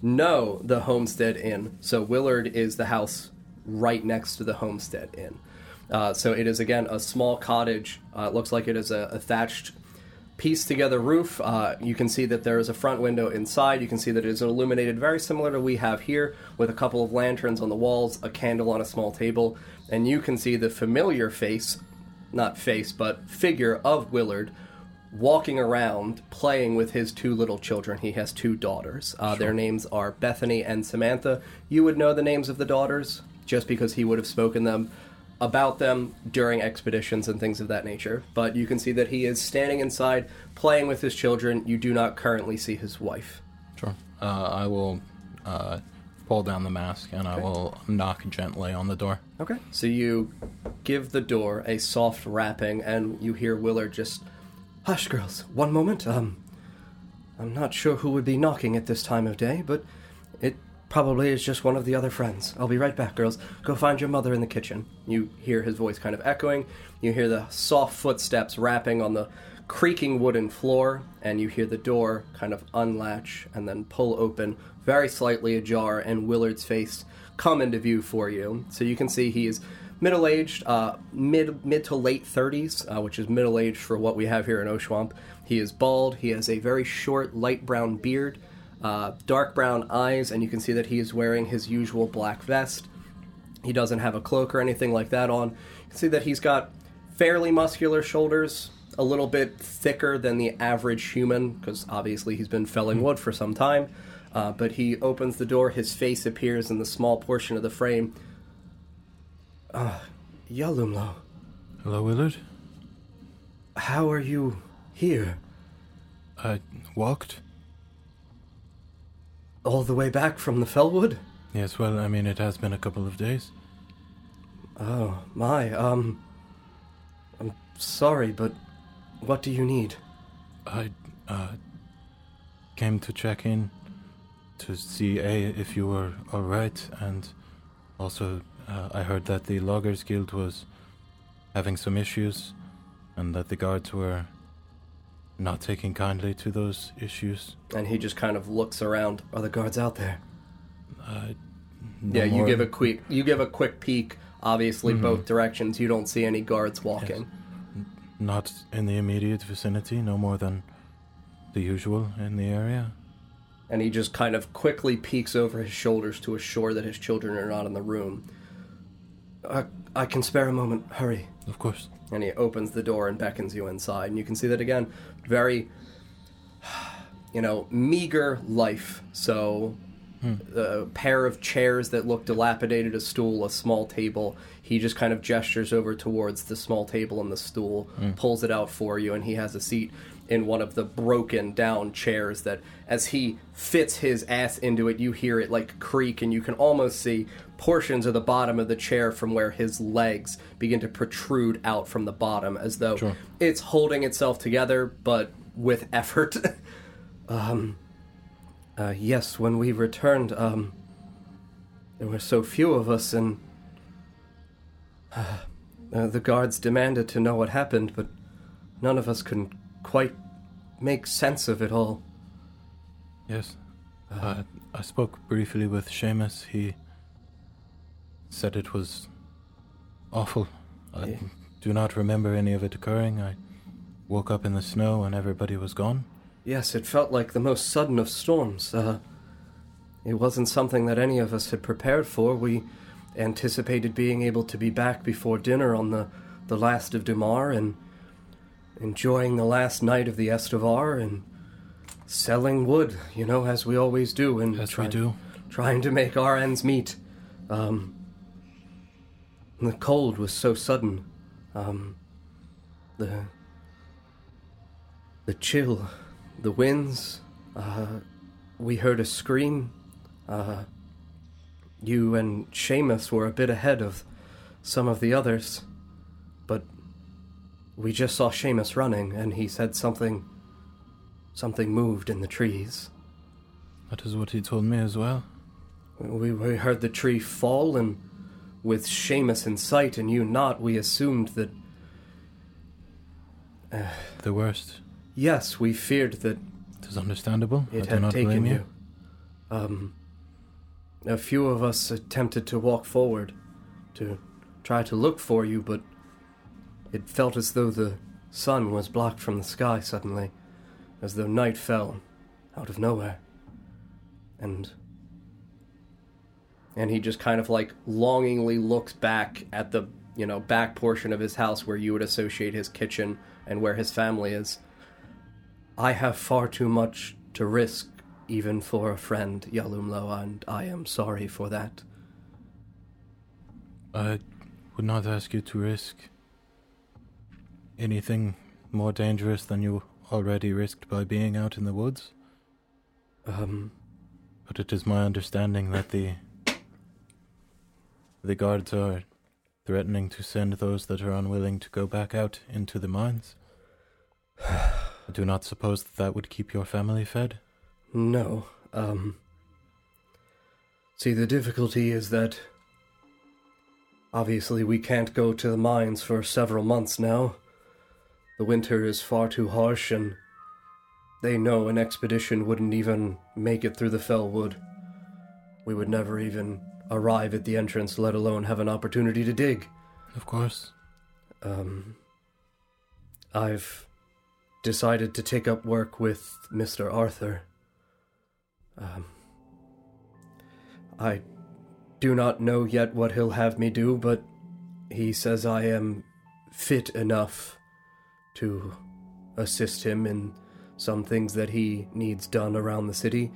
know the Homestead Inn. So Willard is the house right next to the Homestead Inn. Uh, so it is again a small cottage. Uh, it looks like it is a, a thatched, pieced together roof. Uh, you can see that there is a front window inside. You can see that it is illuminated very similar to we have here, with a couple of lanterns on the walls, a candle on a small table, and you can see the familiar face, not face, but figure of Willard walking around playing with his two little children. He has two daughters. Uh, Their names are Bethany and Samantha. You would know the names of the daughters just because he would have spoken them about them during expeditions and things of that nature. But you can see that he is standing inside playing with his children. You do not currently see his wife.
Sure. Uh, I will uh, pull down the mask and I will knock gently on the door.
Okay. So you give the door a soft rapping, and you hear Willard just, "Hush, girls, one moment. Um, I'm not sure who would be knocking at this time of day, but it probably is just one of the other friends. I'll be right back, girls. Go find your mother in the kitchen." You hear his voice kind of echoing. You hear the soft footsteps rapping on the creaking wooden floor, and you hear the door kind of unlatch and then pull open, very slightly ajar, and Willard's face come into view for you. So you can see he is middle aged, uh, mid mid to late thirties, uh, which is middle aged for what we have here in Oshwamp. He is bald. He has a very short, light brown beard, uh, dark brown eyes, and you can see that he is wearing his usual black vest. He doesn't have a cloak or anything like that on. You can see that he's got fairly muscular shoulders, a little bit thicker than the average human, because obviously he's been felling wood for some time. Uh, but he opens the door, his face appears in the small portion of the frame. Uh, Yalumlo,
Hello, Willard.
how are you here?
I walked?
All the way back from the Fellwood?
Yes, well, I mean, it has been a couple of days.
Oh, my, um. I'm sorry, but what do you need?
I uh, came to check in to see A, if you were alright, and also uh, I heard that the Loggers Guild was having some issues, and that the guards were not taking kindly to those issues.
And he just kind of looks around. Are the guards out there?
Uh,
Yeah, you
more- Mm-hmm.
give a quick you give a quick peek. Obviously, both directions. You don't see any guards walking.
Not in the immediate vicinity, no more than the usual in the area.
And he just kind of quickly peeks over his shoulders to assure that his children are not in the room. I, I can spare a moment. Hurry.
Of course.
And he opens the door and beckons you inside. And you can see that again. Very, you know, meager life. So, a pair of chairs that look dilapidated, a stool, a small table. He just kind of gestures over towards the small table and the stool, pulls it out for you, and he has a seat in one of the broken down chairs that, as he fits his ass into it, you hear it like creak, and you can almost see portions of the bottom of the chair from where his legs begin to protrude out from the bottom as though it's holding itself together, but with effort. Um, Uh, yes, when we returned, um, there were so few of us, and uh, the guards demanded to know what happened, but none of us could quite make sense of it all.
Yes. Uh, I spoke briefly with Seamus. He said it was awful. I
Yeah.
do not remember any of it occurring. I woke up in the snow and everybody was gone.
Yes, it felt like the most sudden of storms. Uh, it wasn't something that any of us had prepared for. We anticipated being able to be back before dinner on the, the last of Dumar and enjoying the last night of the Estevar and selling wood, you know, as we always do. And
As
try-
we do.
trying to make our ends meet. Um, the cold was so sudden. Um, the the chill, the winds. Uh, we heard a scream. Uh, you and Seamus were a bit ahead of some of the others, but we just saw Seamus running, and he said something. Something moved in the trees.
That is what he told me as well.
We, we heard the tree fall and
With Seamus in sight and you not, we assumed that
The worst
yes, we feared that
is understandable.
it had taken you. Um, a few of us attempted to walk forward to try to look for you, but it felt as though the sun was blocked from the sky suddenly, as though night fell out of nowhere. And. And he just kind of like longingly looks back at the, you know, back portion of his house where you would associate his kitchen and where his family is. I have far too much to risk, even for a friend, Yalumloa, and I am sorry for that.
I would not ask you to risk anything more dangerous than you already risked by being out in the woods.
Um,
But it is my understanding that the the guards are threatening to send those that are unwilling to go back out into the mines. I do not suppose that that would keep your family fed.
no. Um, see, the difficulty is that obviously we can't go to the mines for several months now. The winter is far too harsh, and they know an expedition wouldn't even make it through the fell wood. We would never even arrive at the entrance, let alone have an opportunity to dig.
Of course.
Um, I've decided to take up work with Mr. Arthur. Um, I do not know yet what he'll have me do, but he says I am fit enough to assist him in some things that he needs done around the city.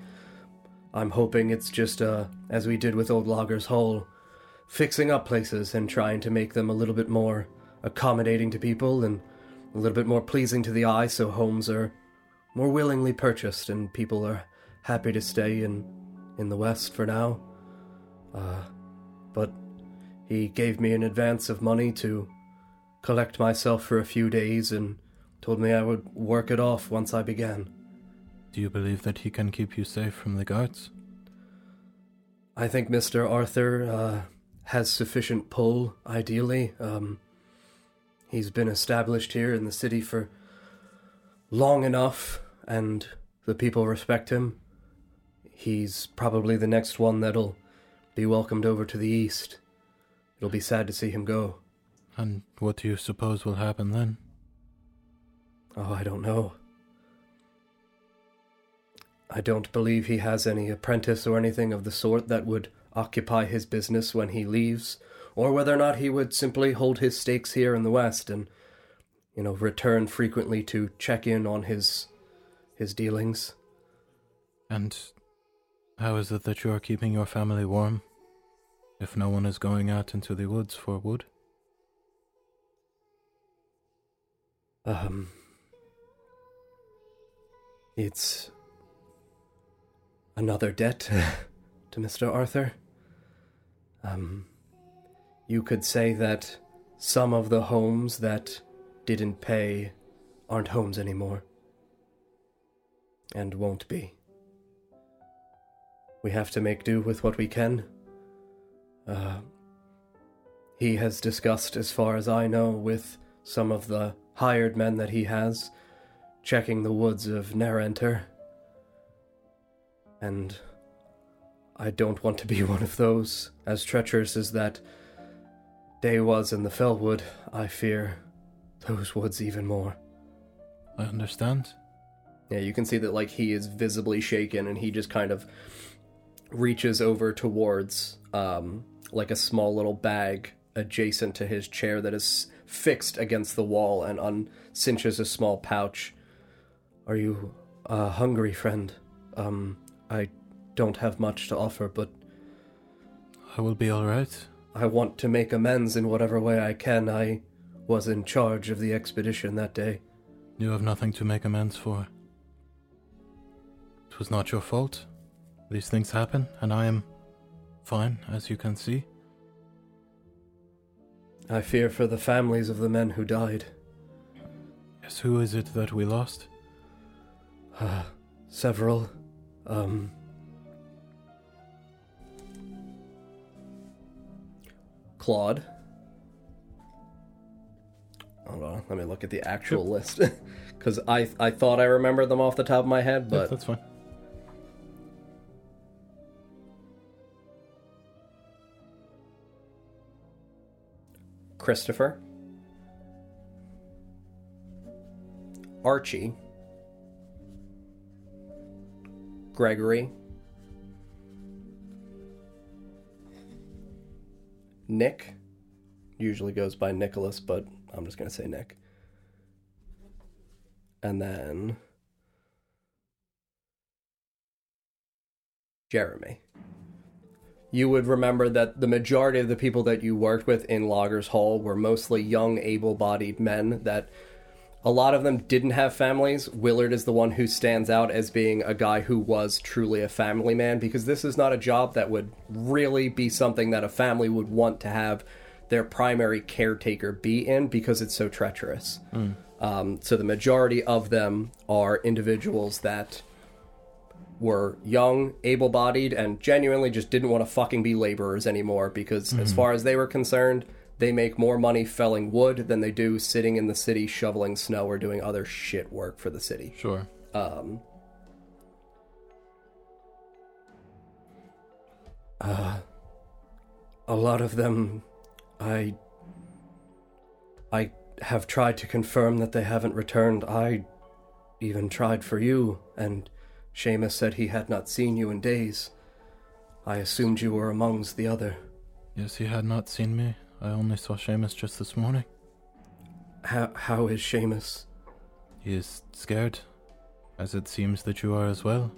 I'm hoping it's just, uh, as we did with Old Logger's Hall, fixing up places and trying to make them a little bit more accommodating to people and a little bit more pleasing to the eye so homes are more willingly purchased and people are happy to stay in in the west for now uh, but he gave me an advance of money to collect myself for a few days and told me I would work it off once I began
Do you believe that he can keep you safe from the guards?
I think Mr. Arthur uh, has sufficient pull, ideally. Um, he's been established here in the city for long enough, and the people respect him. He's probably the next one that'll be welcomed over to the east. It'll be sad to see him go.
And what do you suppose will happen then?
Oh, I don't know. I don't believe he has any apprentice or anything of the sort that would occupy his business when he leaves, or whether or not he would simply hold his stakes here in the West and, you know, return frequently to check in on his his dealings.
And how is it that you are keeping your family warm if no one is going out into the woods for wood?
Um, it's another debt to Mr. Arthur. Um, you could say that some of the homes that didn't pay aren't homes anymore. And won't be. We have to make do with what we can. Uh, he has discussed, as far as I know, with some of the hired men that he has, checking the woods uh, of Narenter. And I don't want to be one of those. As treacherous as that day was in the Fellwood, I fear those woods even more.
I understand.
Yeah, you can see that like he is visibly shaken and he just kind of reaches over towards um like a small little bag adjacent to his chair that is fixed against the wall and uncinches a small pouch. Are you uh hungry, friend? Um I don't have much to offer, but
I will be all right.
I want to make amends in whatever way I can. I was in charge of the expedition that day.
You have nothing to make amends for. It was not your fault. These things happen, and I am fine, as you can see.
I fear for the families of the men who died.
Yes, who is it that we lost?
Uh, several. Um. Claude. Hold on, let me look at the actual list because I I thought I remembered them off the top of my head, but
That's fine.
Christopher, Archie, Gregory, Nick, usually goes by Nicholas, but I'm just going to say Nick. And then Jeremy you would remember that the majority of the people that you worked with in Loggers Hall were mostly young, able bodied men that a lot of them didn't have families. Willard is the one who stands out as being a guy who was truly a family man because this is not a job that would really be something that a family would want to have their primary caretaker be in because it's so treacherous. Um, so the majority of them are individuals that were young, able bodied, and genuinely just didn't want to fucking be laborers anymore because, as far as they were concerned, they make more money felling wood than they do sitting in the city shoveling snow or doing other shit work for the city. Um,
Sure.
A lot of them, I. I have tried to confirm that they haven't returned. I even tried for you, and Seamus said he had not seen you in days. I assumed you were amongst the other.
Yes, he had not seen me. I only saw Seamus just this morning.
How, how is Seamus?
He is scared, as it seems that you are as well,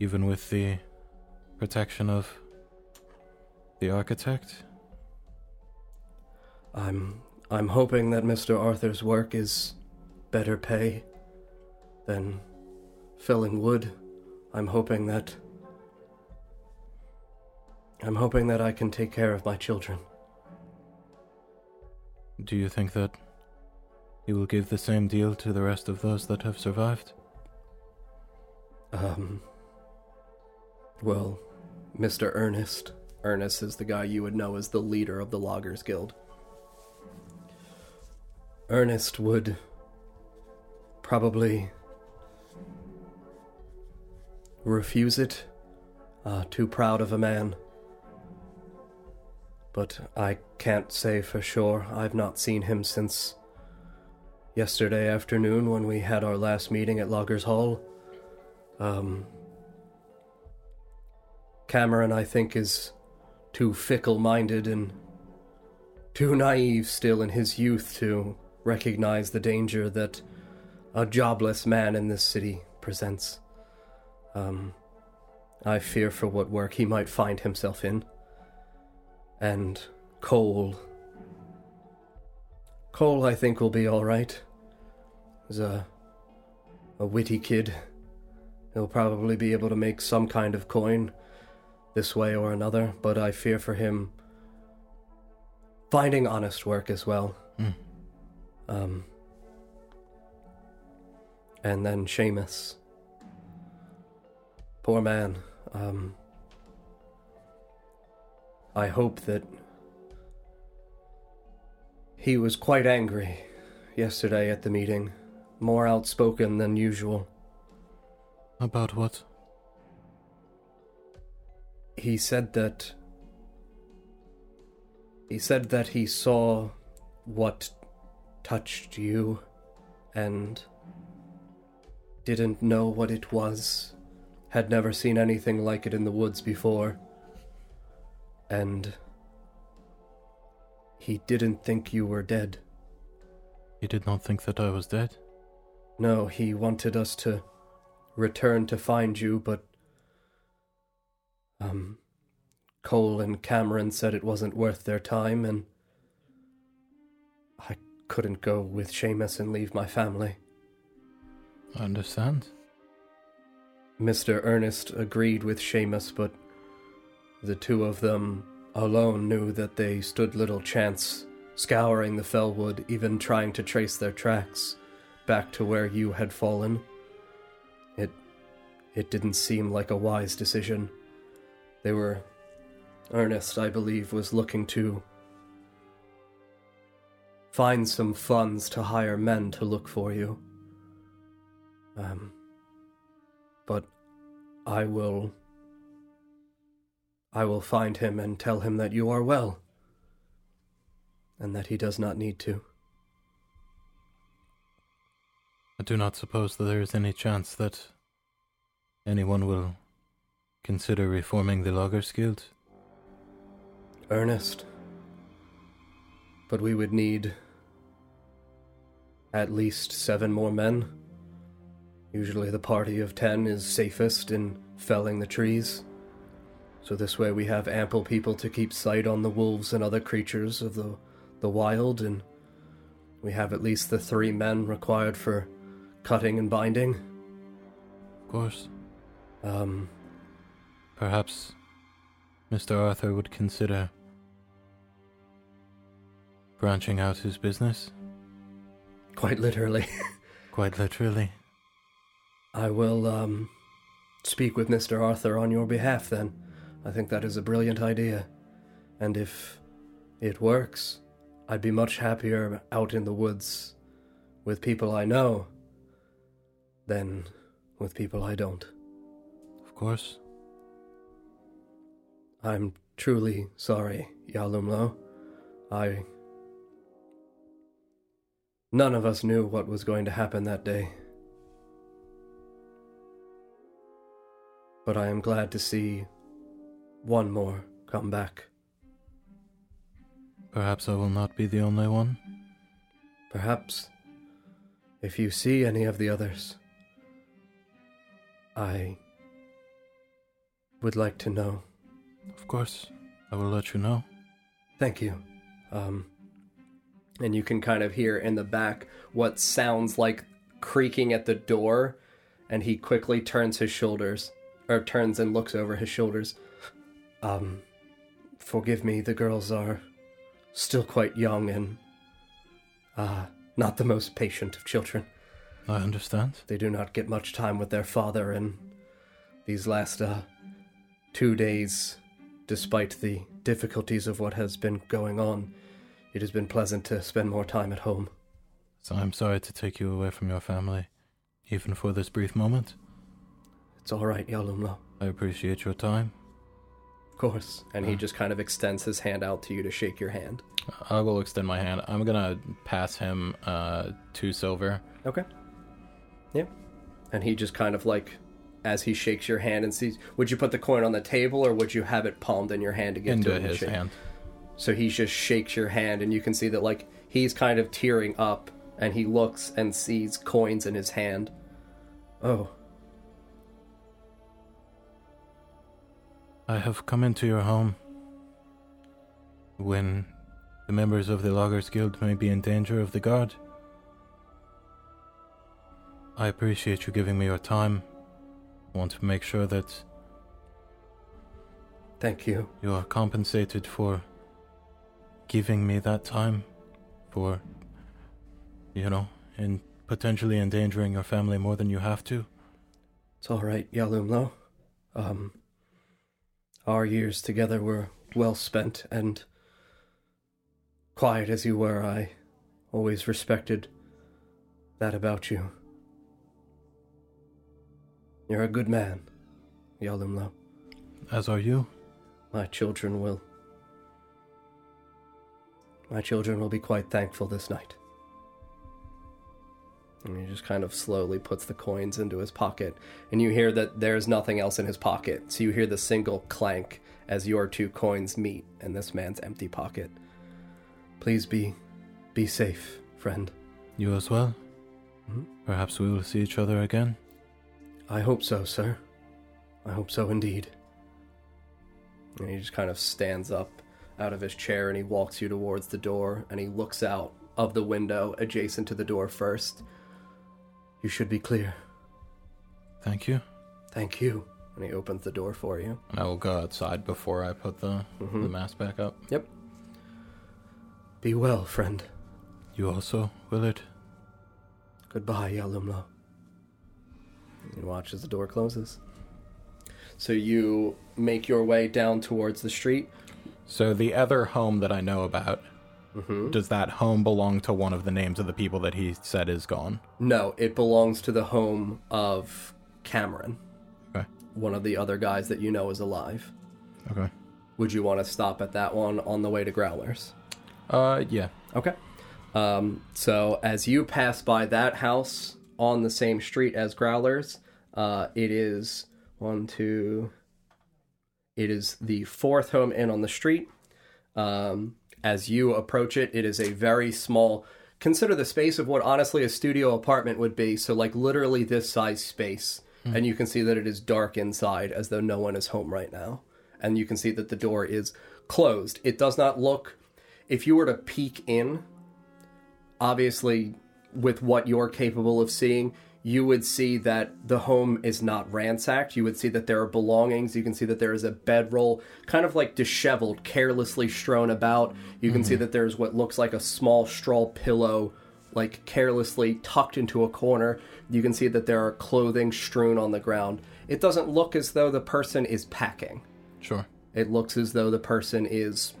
even with the protection of the architect.
I'm I'm hoping that Mr. Arthur's work is better pay than felling wood. I'm hoping that I'm hoping that I can take care of my children.
Do you think that he will give the same deal to the rest of those that have survived?
Um well, Mr. Ernest. Ernest is the guy you would know as the leader of the Loggers Guild. Ernest would probably refuse it. Uh, too proud of a man. But I can't say for sure. I've not seen him since yesterday afternoon when we had our last meeting at Loggers Hall. Um, Cameron, I think, is too fickle minded and too naive still in his youth to recognize the danger that a jobless man in this city presents. Um, I fear for what work he might find himself in. And Cole. Cole, I think, will be alright. He's a, a witty kid. He'll probably be able to make some kind of coin this way or another, but I fear for him finding honest work as well. Um, and then Seamus. Poor man. Um, I hope that he was quite angry yesterday at the meeting, more outspoken than usual.
About what?
he said that he said that he saw what touched you and didn't know what it was had never seen anything like it in the woods before and he didn't think you were dead
He did not think that I was dead.
No, he wanted us to return to find you, but um Cole and Cameron said it wasn't worth their time and I couldn't go with Seamus and leave my family.
I understand.
Mr. Ernest agreed with Seamus, but the two of them alone knew that they stood little chance scouring the fellwood, even trying to trace their tracks back to where you had fallen. It it didn't seem like a wise decision. They were Ernest, I believe, was looking to
find some funds to hire men to look for you. Um, but I will. I will find him and tell him that you are well, and that he does not need to.
I do not suppose that there is any chance that anyone will consider reforming the Loggers Guild.
Ernest. But we would need at least seven more men. Usually the party of ten is safest in felling the trees. So this way we have ample people to keep sight on the wolves and other creatures of the, the wild, and we have at least the three men required for cutting and binding.
Of course,
Um,
perhaps Mr. Arthur would consider branching out his business,
quite literally.
quite literally.
I will um, speak with Mr. Arthur on your behalf then. I think that is a brilliant idea. And if it works, I'd be much happier out in the woods with people I know than with people I don't.
Of course,
I'm truly sorry, Yalumlo. I. None of us knew what was going to happen that day. But I am glad to see one more come back.
perhaps I will not be the only one.
Perhaps, if you see any of the others, I would like to know.
Of course, I will let you know.
Thank you. Um, and you can kind of hear in the back what sounds like creaking at the door, and he quickly turns his shoulders, or turns and looks over his shoulders. Um, forgive me, the girls are still quite young and uh, not the most patient of children.
I understand.
They do not get much time with their father in these last uh, two days, despite the difficulties of what has been going on. It has been pleasant to spend more time at home.
So I'm sorry to take you away from your family, even for this brief moment.
It's all right, Yalumla.
I appreciate your time.
Of course. And he just kind of extends his hand out to you to shake your hand.
I will extend my hand. I'm gonna pass him uh, two silver.
Okay. Yeah. And he just kind of like, as he shakes your hand and sees, would you put the coin on the table or would you have it palmed in your hand to get to
into
it and
his
shake?
hand.
So he just shakes your hand, and you can see that, like, he's kind of tearing up, and he looks and sees coins in his hand. Oh,
I have come into your home when the members of the Loggers Guild may be in danger of the guard. I appreciate you giving me your time. want to make sure that
thank you.
you are compensated for giving me that time for you know, and potentially endangering your family more than you have to.
It's all right, Yalumlo. Um, our years together were well spent, and quiet as you were, I always respected that about you. You're a good man, Yalumlo.
As are you.
My children will. My children will be quite thankful this night. And he just kind of slowly puts the coins into his pocket, and you hear that there's nothing else in his pocket. So you hear the single clank as your two coins meet in this man's empty pocket. Please be be safe, friend.
You as well?
Mhm.
Perhaps we will see each other again.
I hope so, sir. I hope so indeed. And he just kind of stands up out of his chair and he walks you towards the door and he looks out of the window adjacent to the door first. You should be clear.
Thank you.
Thank you. And he opens the door for you.
And I will go outside before I put the the mask back up.
Yep. Be well, friend.
You also, Willard.
Goodbye, Yalumlo. And watch as the door closes. So you make your way down towards the street.
So the other home that I know about Does that home belong to one of the names of the people that he said is gone?
No, it belongs to the home of Cameron,
Okay.
one of the other guys that you know is alive.
Okay.
Would you want to stop at that one on the way to Growlers?
Uh, yeah.
Okay. Um, so as you pass by that house on the same street as Growlers, uh, it is one, two. It is the fourth home in on the street. Um, as you approach it, it is a very small. Consider the space of what honestly a studio apartment would be. So like literally this size space, and you can see that it is dark inside, as though no one is home right now. And you can see that the door is closed. It does not look if you were to peek in, obviously with what you're capable of seeing, you would see that the home is not ransacked. You would see that there are belongings. You can see that there is a bedroll, kind of like disheveled, carelessly strewn about. You can see
Mm-hmm.
that there's what looks like a small straw pillow, like carelessly tucked into a corner. You can see that there are clothing strewn on the ground. It doesn't look as though the person is packing.
Sure.
It looks as though the person is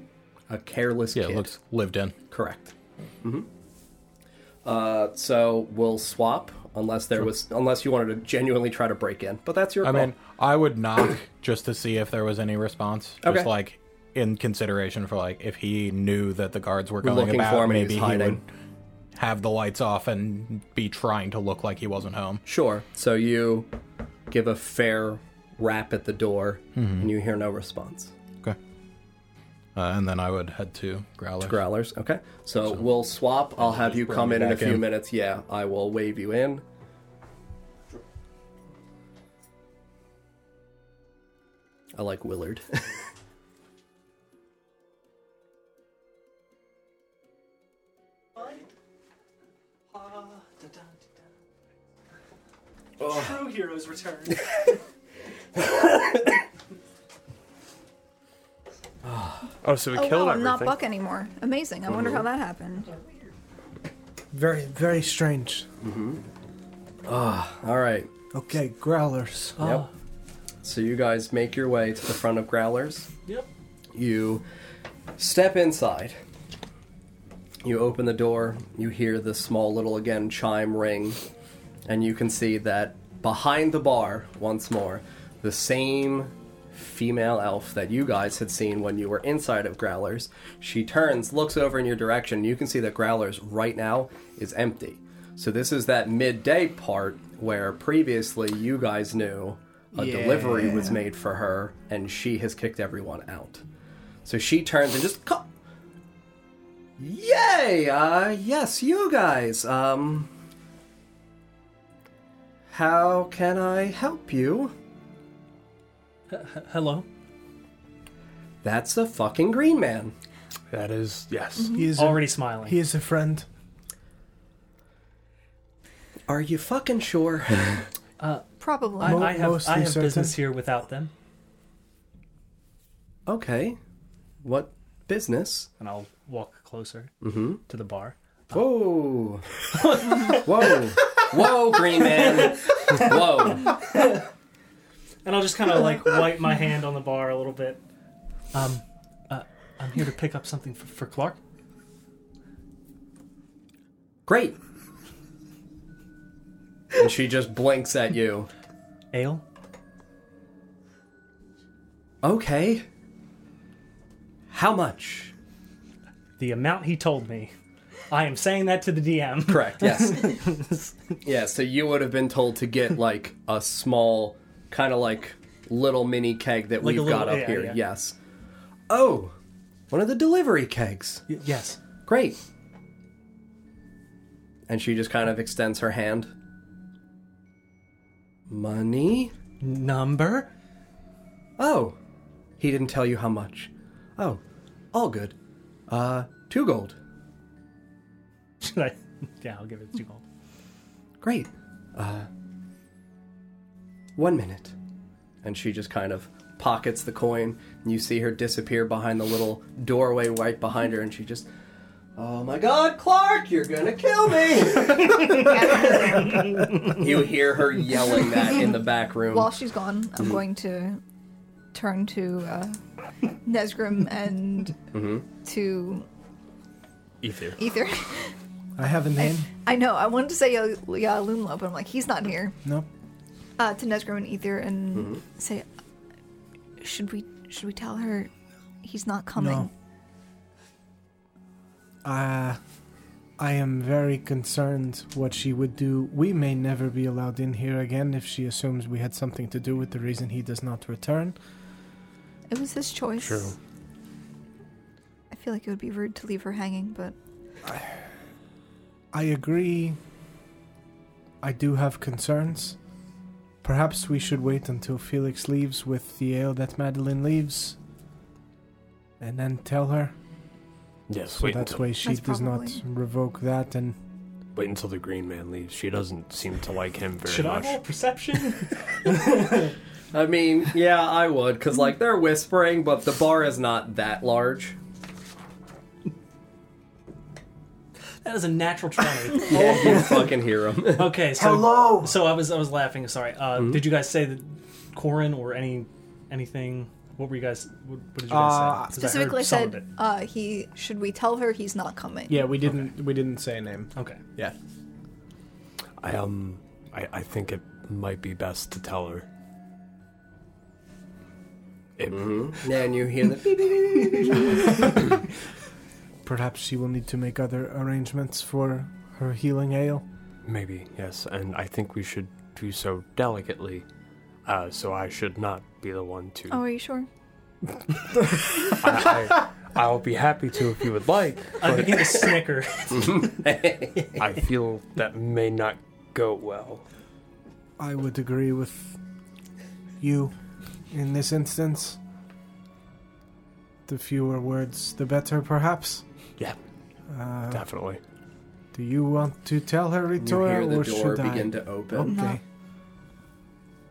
a careless
Yeah,
kid.
it looks lived in.
Correct. Mm-hmm. Uh, so we'll swap unless there was unless you wanted to genuinely try to break in, but that's your
I
call.
mean, I would knock just to see if there was any response. Just
Okay.
like in consideration for like if he knew that the guards were going
looking
about,
for him and
maybe
he's
he would
hiding.
have the lights off and be trying to look like he wasn't home.
sure. So you give a fair rap at the door, and you hear no response.
Okay. Uh, and then I would head to Growler.
Growlers. Okay. So, we'll swap. I'll have you come in in a
back
few
in.
minutes. Yeah, I will wave you in. I like Willard.
True heroes return.
Oh, so we
Oh,
killed
wow, I'm
everything.
not Buck anymore. Amazing. I wonder how that happened.
Very, very strange.
Mm-hmm.
Ah, All right.
Okay, growlers.
Yep. So you guys make your way to the front of Growlers.
Yep.
You step inside. You open the door. You hear the small little again chime ring, and you can see that behind the bar once more, the same female elf that you guys had seen when you were inside of Growlers. She turns, looks over in your direction. You can see that Growlers right now is empty. So this is that midday part where previously you guys knew a delivery was made for her and she has kicked everyone out. So she turns and just co- Yay! Uh yes, you guys. Um How can I help you?
Hello.
That's a fucking green man.
That is yes.
He is
Mm-hmm. Already smiling.
A, he is a friend.
Are you fucking sure?
Probably.
Uh, I, I have
Mostly
I have business
certain.
here without them,
okay. What business? Mm-hmm.
and I'll walk closer to the bar.
Whoa. Whoa. Whoa, green man. Whoa.
And I'll just kind of like wipe my hand on the bar a little bit. Um, uh, I'm here to pick up something for, for Clark.
Great. And she just blinks at you.
Ale.
Okay. How much?
The amount he told me. I am saying that to the DM.
Correct, yes. yeah, so you would have been told to get like a small, kind of like little mini keg that
Like a
we've got
little-
up
yeah,
here.
yeah.
Yes. Oh, one of the delivery kegs.
Y- yes.
Great. And she just kind of extends her hand. Money?
Number.
Oh, he didn't tell you how much. Oh, all good. Uh, two gold.
Should I? Yeah, I'll give it two gold.
Great. Uh, one minute. And she just kind of pockets the coin, and you see her disappear behind the little doorway right behind her, and she just, Oh my god, Clark, you're gonna kill me! you hear her yelling that in the back room. Mm-hmm.
While she's gone, I'm going to
Mm-hmm.
turn to uh, Nesgrim and to
Ether.
Ether.
I have a name.
I know. I wanted to say uh, yeah, Lunlo, but I'm like, he's not here.
Nope.
Uh, to Nesgrim and Ether and
Mm-hmm.
say, should we should we tell her he's not coming?
No. Uh, I am very concerned what she would do. We may never be allowed in here again if she assumes we had something to do with the reason he does not return.
It was his choice.
True.
I feel like it would be rude to leave her hanging, but
I agree. I do have concerns. Perhaps we should wait until Felix leaves with the ale that Madeline leaves. And then tell her.
Yes,
So
wait,
that
until,
way she
That's
does not
probably-
revoke that and
wait until the green man leaves. She doesn't seem to like him very
Should
much.
I roll perception?
I mean, yeah, I would, because, like, they're whispering, but the bar is not that large.
that is a natural twenty.
Yeah, you fucking hear them.
Okay, so hello. So I was I was laughing. Sorry. Uh,
Mm-hmm.
Did you guys say that Corin or any anything? What were you guys? What, what did you guys say?
Uh,
'Cause heard
Ah, specifically I
some of
said, uh, he should we tell her he's not coming?
Yeah, we didn't we didn't say a name.
it. Okay.
Yeah.
I um, I, I think it might be best to tell her. It,
and Mm-hmm. you hear the beep, beep,
perhaps she will need to make other arrangements for her healing ale.
Maybe yes, and I think we should do so delicately. Uh, so I should not be the one to.
Oh, are you sure?
I, I, I'll be happy to if you would like,
I
but
begin to snicker.
I feel that may not go well.
I would agree with you in this instance. The fewer words, the better, perhaps.
Yeah,
Uh,
definitely.
do you want to tell her,
You hear
Ritora,
the door
or should I?
begin to open.
okay.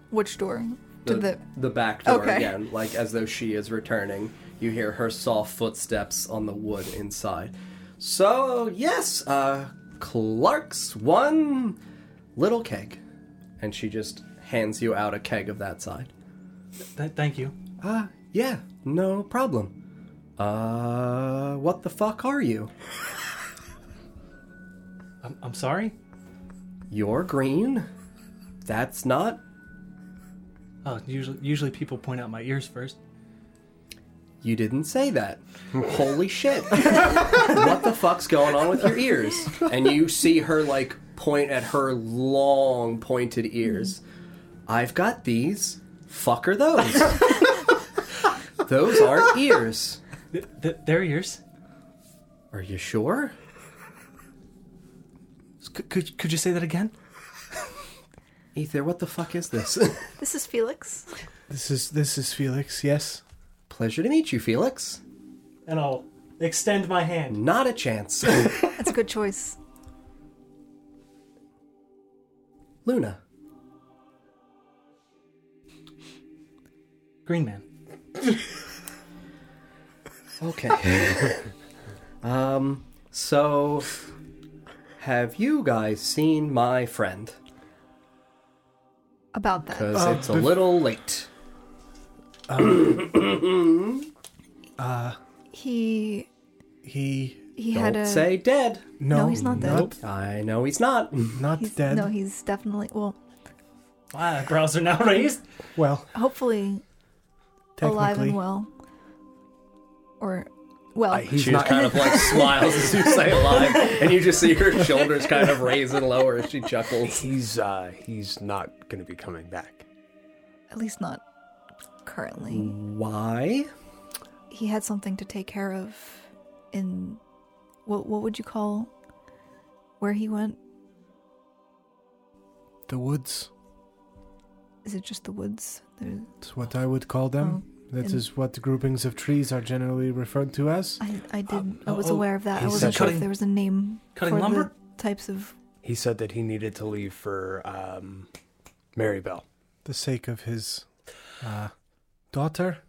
Which door? To the
the back door
Okay.
again, like as though she is returning. You hear her soft footsteps on the wood inside. So yes, uh, Clark's one little keg, and she just hands you out a keg of that side.
Th- thank you.
Ah, yeah, no problem. Uh, what the fuck are you?
I'm, I'm sorry.
You're green. That's not.
Oh, usually usually people point out my ears first.
You didn't say that. Holy shit. what the fuck's going on with your ears? And you see her like point at her long pointed ears. I've got these. Fuck are those? those aren't ears.
Th- th- their ears.
Are you sure?
C- could could you say that again?
Ether, what the fuck is this?
this is Felix.
This is this is Felix. Yes.
Pleasure to meet you, Felix.
And I'll extend my hand.
Not a chance.
That's a good choice.
Luna.
Green man.
Okay. um, so have you guys seen my friend?
About that.
Because
Uh,
it's a little late.
Um, uh,
He
He
he
Don't
had a
say dead.
no.
he's not dead.
Nope.
I know he's not.
Not
he's,
dead.
No, he's definitely well,
My eyebrows are now raised.
well,
hopefully
technically.
alive and well. Or well,
She's kind of like smiles as you say alive, and you just see her shoulders kind of raise and lower as she chuckles.
He's uh, he's not gonna be coming back.
at least not currently.
Why?
He had something to take care of in what what would you call where he went?
The woods.
Is it just the woods? There's,
It's what I would call them. That is
in-
what groupings of trees are generally referred to as.
I I didn't I
oh,
was
oh,
aware of that. I
he's
wasn't sure if
cutting-
there was a name
cutting
for
lumber?
the types of
He said that he needed to leave for um, Marybelle.
The sake of his uh, daughter.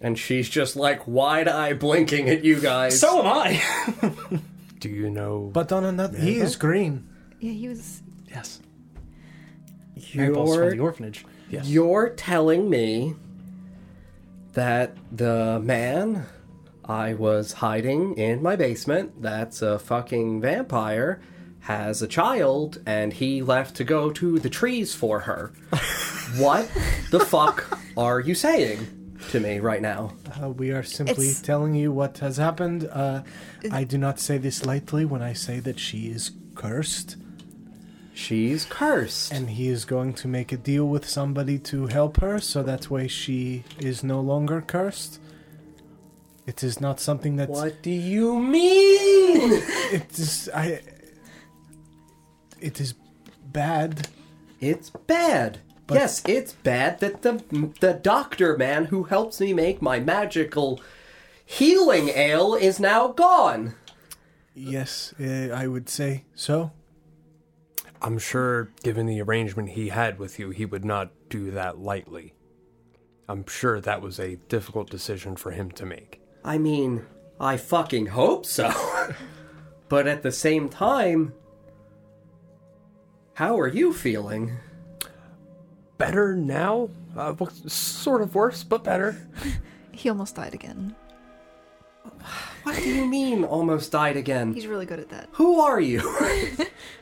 And she's just like wide eye blinking at you guys.
So am I.
Do you know?
But on another, he is green.
Yeah, he was
yes. Maribel's from the
you're,
orphanage.
yes.
you're telling me that the man I was hiding in my basement. That's a fucking vampire has a child and he left to go to the trees for her. what the fuck are you saying to me right now?
Uh, we are simply
It's-
telling you what has happened. Uh, I do not say this lightly when I say that she is cursed,
She's cursed.
and he is going to make a deal with somebody to help her so that way she is no longer cursed. It is not something that
what do you mean?
it is. I. It is bad.
It's bad. yes, it's bad that the the doctor man who helps me make my magical healing ale is now gone.
Yes, uh, I would say so.
I'm sure, given the arrangement he had with you, he would not do that lightly. I'm sure that was a difficult decision for him to make.
I mean, I fucking hope so. but at the same time, how are you feeling?
Better now? Uh, well, sort of worse, but better.
He almost died again.
What do you mean almost died again?
He's really good at that.
Who are you?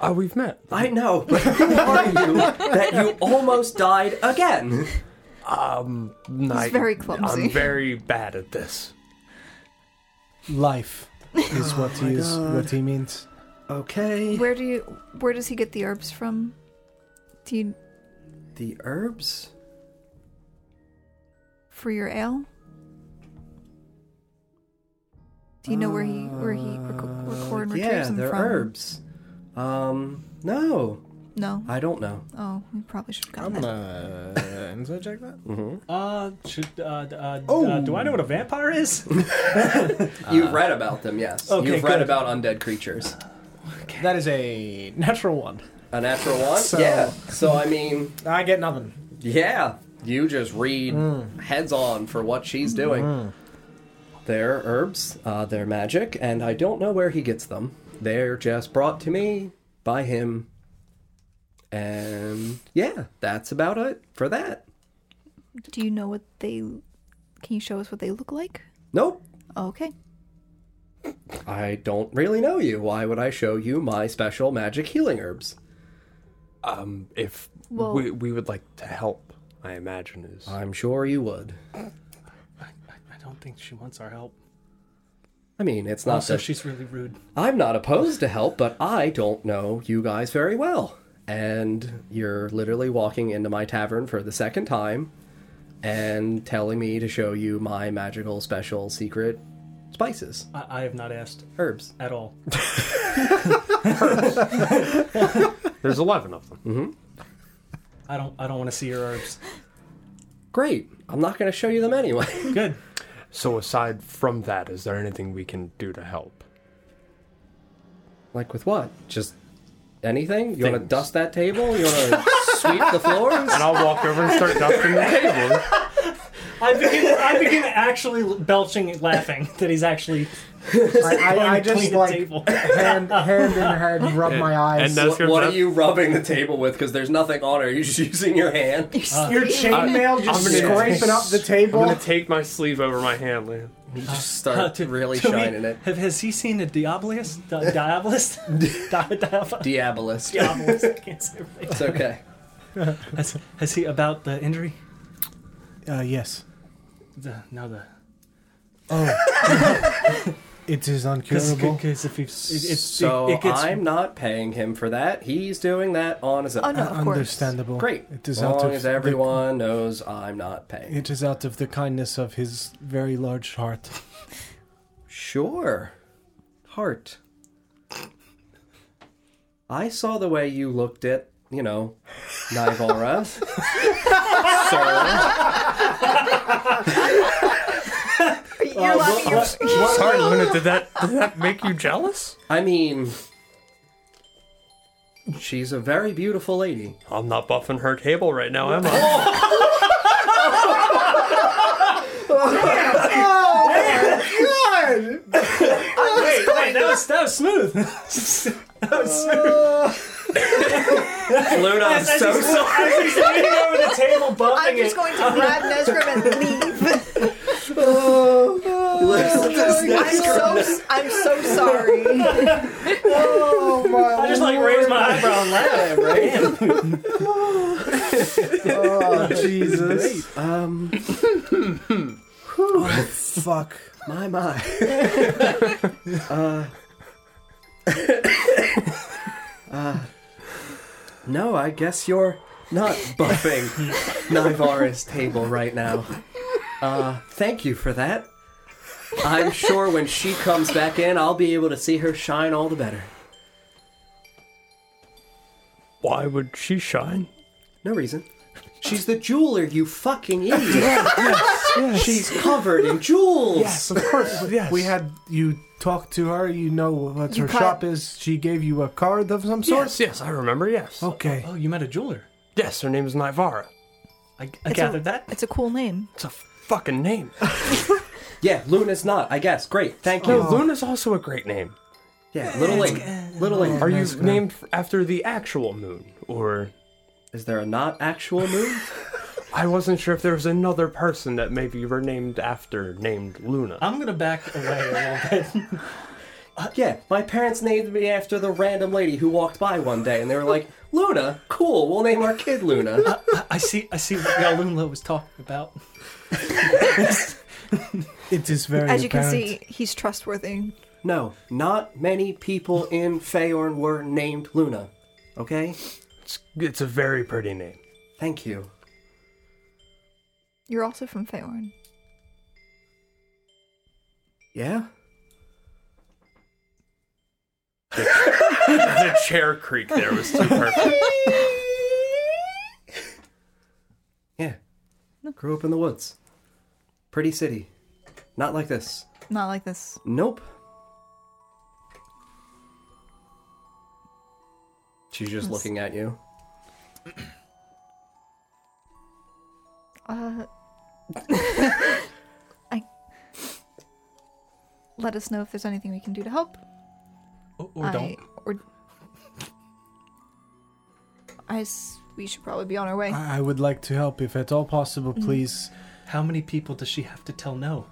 Uh, we've met.
I know, but who are you that you almost died again?
Um, Night.
very clumsy.
I'm very bad at this.
Life is
Oh
what
Oh
he is. What he means.
Okay.
Where do you? Where does he get the herbs from? Do you
The herbs?
for your ale? Do you know where he where he
Uh,
reco- record and retrieves
Uh, yeah,
them
they're
from?
herbs. Um, no,
No.
I don't know.
Oh, we probably should have gotten
I'm
that.
gonna Enzo check that.
Mm-hmm.
Uh, should, uh, uh,
Oh.
uh, do I know what a vampire is?
Uh,
You've read about them, yes.
okay,
You've read
good.
about undead creatures.
That is a natural one.
A natural one?
So-
Yeah. So, I mean,
I get nothing. Mm.
yeah, you just read heads on for what she's doing. They're herbs, uh, they're magic, and I don't know where he gets them. They're just brought to me by him. And yeah, that's about it for that.
Do you know what they? Can you show us what they look like?
Nope.
Okay.
I don't really know you. Why would I show you my special magic healing herbs?
Um, if
Well-
we, we would like to help, I imagine is.
I'm sure you would.
I, I, I don't think she wants our help.
I mean, it's not
Also,
that
she's really rude.
I'm not opposed to help, but I don't know you guys very well. And you're literally walking into my tavern for the second time and telling me to show you my magical special secret spices,
I, I have not asked
herbs.
at all.
There's 11 of them. Mm-hmm.
I don't. I don't want to see your herbs.
Great. I'm not going to show you them anyway.
Good.
So, aside from that, is there anything we can do to help?
like with what? Just anything? You want to
Things.
dust that table? You want to sweep the floors?
And I'll walk over and start dusting the table.
I begin. I begin actually belching, and laughing that he's actually.
I, I, I just
Clean the
like
table.
hand, hand in hand, rub my eyes.
And that's
What,
your
what are
best-
you rubbing the table with? Because there's nothing on it. You're just using your hand.
Your chainmail just
Uh, I'm gonna-
scraping up the
I'm
table.
gonna take my sleeve over my hand, Liam.
You just start
Uh, to-
really
to me-
shining it.
Have, has he seen a Diabolist? Di- Diabolist? Di- Diab-
Diabolist.
Diabolist. I can't say her name.
It's okay.
has, has he about the injury?
Uh, yes.
The, no, the
It is uncurable.
because if he's it, it's
so
it, it gets
I'm not paying him for that. He's doing that on his own.
Oh no, of course.
Understandable.
Great.
It
As
is out
long
of
as
the-
everyone knows I'm not paying.
it is out of the kindness of his very large heart.
Sure. Heart. I saw the way you looked at, you know, Nivora. Sir.
You're
Uh,
Uh,
laughing. You're,
Sorry, Luna, did that, did that make you jealous?
I mean, she's a very beautiful lady.
I'm not buffing her table right now, am I?
Oh,
wait, wait, that was that was smooth.
Luna, I'm so sorry.
I was just leaning over the table,
I'm
bumping
just
it.
going to grab Nesgrim and leave.
Oh,
Listen to
so, I'm so sorry.
Oh,
I just like raised my eyebrow and laughed.
Oh, Jesus. Um. fuck.
My my. Uh, uh, no, I guess you're not buffing Nivara's table right now. Uh, thank you for that. I'm sure when she comes back in, I'll be able to see her shine all the better.
Why would she shine?
No reason. She's the jeweler, you fucking idiot. She's covered in jewels.
Yes, of course. yes. We had you talk to her. You know what
You
her
cut-
shop is. She gave you a card of some sort.
Yes, yes, I remember. Yes,
Okay.
Oh, you met a jeweler.
yes, her name is Nivara.
I, I gathered that.
It's a cool name.
It's a fucking name.
Yeah, Luna's not, I guess. Great, thank you.
No, Luna's Oh, also a great name.
Yeah, little late. Little late.
Are you named f- after the actual moon, or
Is there a not actual moon?
I wasn't sure if there was another person that maybe you were named after named Luna.
I'm gonna back away a little bit.
Uh, yeah, my parents named me after the random lady who walked by one day, and they were like, "Luna, cool. We'll name our kid Luna."
I see. I see what Yalunla was talking about.
It is very
As you can
apparent.
see, he's trustworthy.
no, not many people in Feyorn were named Luna. Okay,
It's, it's a very pretty name.
thank you.
You're also from Feorn.
Yeah.
The chair creak there was too perfect.
Yeah. Grew up in the woods. Pretty city. Not like this.
Not like this.
Nope. She's just looking at you.
Uh. I. Let us know if there's anything we can do to help.
Or, or
I,
don't.
Or. I. s- We should probably be on our way.
I I would like to help if at all possible,
Mm.
please.
How many people does she have to tell no?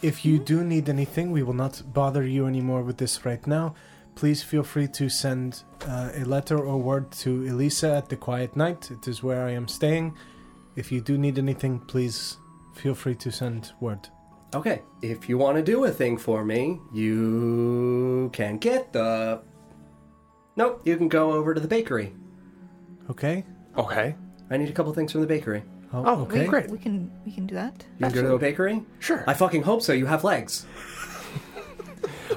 If you do need anything, we will not bother you anymore with this right now. Please feel free to send uh, a letter or word to Elisa at the Quiet Night. It is where I am staying. If you do need anything, please feel free to send word.
Okay, if you want to do a thing for me, you can get the. Nope, you can go over to the bakery.
Okay?
Okay.
I need a couple things from the bakery.
Oh, okay,
we,
great.
We can. We can do that.
You can go to a bakery?
Sure.
I fucking hope so. You have legs.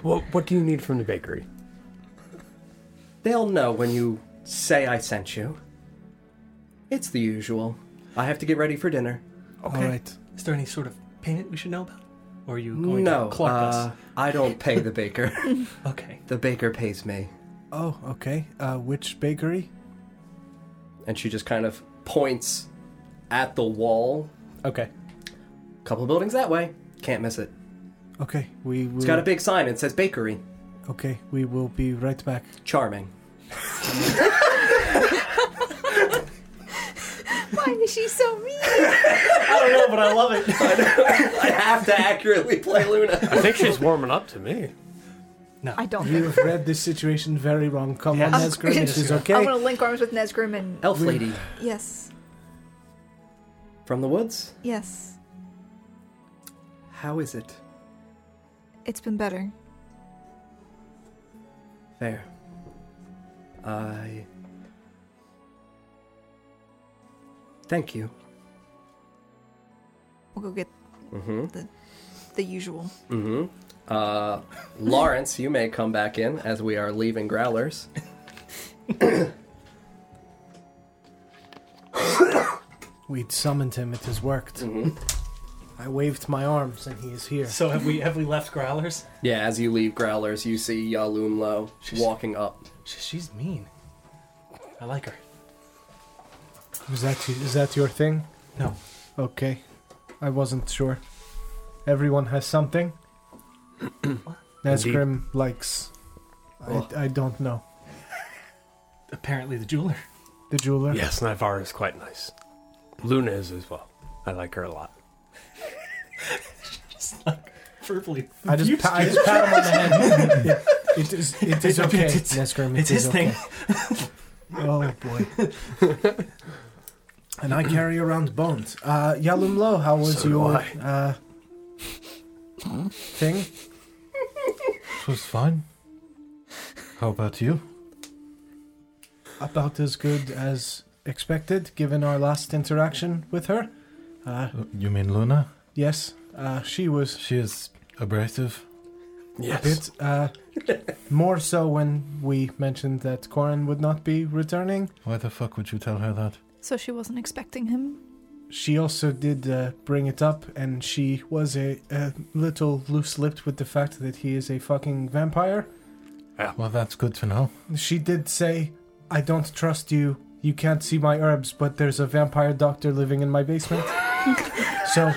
What, what do you need from the bakery?
They'll know when you say I sent you. It's the usual. I have to get ready for dinner.
All right.
Is there any sort of payment we should know about? Or are you going
no,
to clock
uh,
us?
I don't pay the baker.
Okay.
the baker pays me.
Oh, okay. Uh, which bakery?
And she just kind of points at the wall.
Okay.
A couple buildings that way. Can't miss it.
Okay. We will.
It's got a big sign. It says bakery.
Okay. We will be right back.
Charming.
Why is she so mean?
I don't know, but I love it.
I have to accurately play Luna.
I think she's warming up to me.
I don't.
You
Think.
have read this situation very wrong. Come
Yes.
on, Nesgrim. This is okay.
I want to link arms with Nesgrim and.
Elf lady
Yes.
from the woods.
Yes.
How is it?
It's been better.
Fair. I. Thank you.
We'll go get
Mm-hmm.
the usual.
Mm-hmm. Uh, Lawrence, you may come back in as we are leaving Growlers.
We summoned him. It has worked. I waved my arms, and he is here.
So have we have we left Growlers?
Yeah, as you leave Growlers, you see Yalumlo walking up.
She, she's mean. I like her.
Is that is that your thing?
No.
Okay, I wasn't sure. Everyone has something. Nesgrim likes. I,
Ugh.
I don't know.
Oh. Apparently the jeweler.
The jeweler.
Yes, Nivara is quite nice. Luna is as well. I like her a lot.
verbally.
I just, pa- I just pat him on the head. it, it is, it is okay,
It's-
Nesgrim.
It's his thing.
Oh boy.
And I carry around bones. Uh, Yalumlo, how was
So do
your
I.
uh, thing?
It was fine. How about you?
About as good as expected, given our last interaction with her. Uh,
You mean Luna?
yes, uh, she was
She is abrasive.
a bit uh, more so when we mentioned that Corin would not be returning.
Why the fuck would you tell her that?
So she wasn't expecting him.
She also did uh, bring it up, and she was a, a little loose-lipped with the fact that he is a fucking vampire.
Well, that's good to know.
She did say, I don't trust you. You can't see my herbs, but there's a vampire doctor living in my basement. so,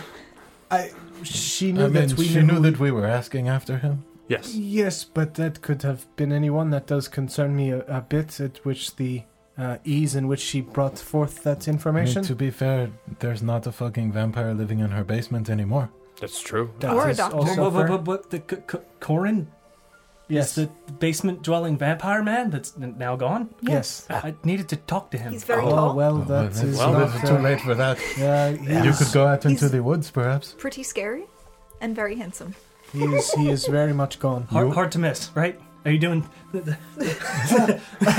I. She
I
knew
mean,
that we
she
knew.
knew that we were asking after him.
Yes.
Yes, but that could have been anyone. That does concern me a, a bit, at which the uh, ease in which she brought forth that
I mean,
information.
to be fair, there's not a fucking vampire living in her basement anymore.
That's true.
That
Or a
is
doctor.
also
What, what,
fair.
what, what, the C- C- Corin?
Yes,
Is the basement dwelling vampire man that's n- now gone?
yes.
I needed to talk to him.
He's very
Oh,
tall,
well,
Oh,
that
that's
is
well,
not. uh,
it's too late for that.
Yeah,
You
he's-
could go out into
He's-
the woods, perhaps.
pretty scary, and very handsome.
he is. He is very much gone.
hard, hard to miss, right? Are you doing. The, the,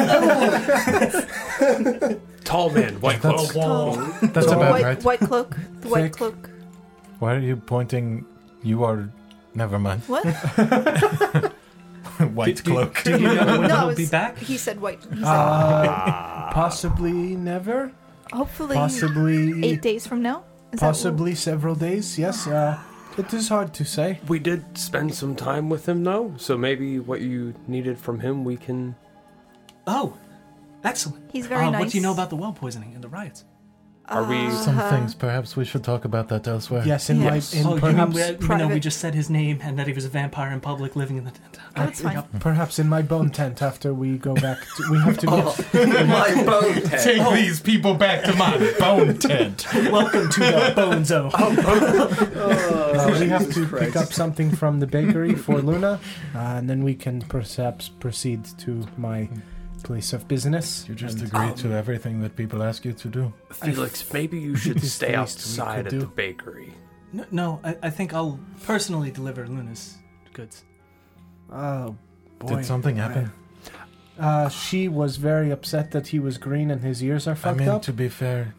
Tall man, white
That's-
cloak.
Tall,
That's
tall
about
white,
right.
white cloak. The white
Thick.
cloak.
Why are you pointing? You are. Never mind.
What?
White cloak.
do you know when
No, I
he'll
was-
be back?
He said white. He said,
Uh, possibly never.
hopefully
Possibly.
eight days from now. Is that- Ah,
Possibly several days. Yes. Uh, it is hard to say.
We did spend some time with him, though, so maybe what you needed from him, we can.
Oh, excellent.
He's very
uh,
nice.
What do you know about the well poisoning and the riots?
Are we?
Some things. Perhaps we should talk about that elsewhere.
Yes. In
Uh-huh. Yes.
my. In
oh, you mean
perhaps.
we, you know, we
private-
just said his name and that he was a vampire in public living in the tent.
That's fine.
Perhaps in my bone tent after we go back. To, we have to go.
Oh,
Oh,
My bone tent. Oh,
these people back to my bone tent.
Welcome to the Bone Zone.
Oh,
Uh, we have to pick up something from the bakery for Luna, uh, and then we can perhaps proceed to my place of business.
You just
And-
agree to everything that people ask you to do.
Felix, maybe you should
It's
stay
the least we
outside
could
at
do.
the bakery.
No, no I, I think I'll personally deliver Luna's goods.
Oh boy.
Did something happen?
Uh, she was very upset that he was green and his ears are
I
fucked
mean,
up.
to be fair,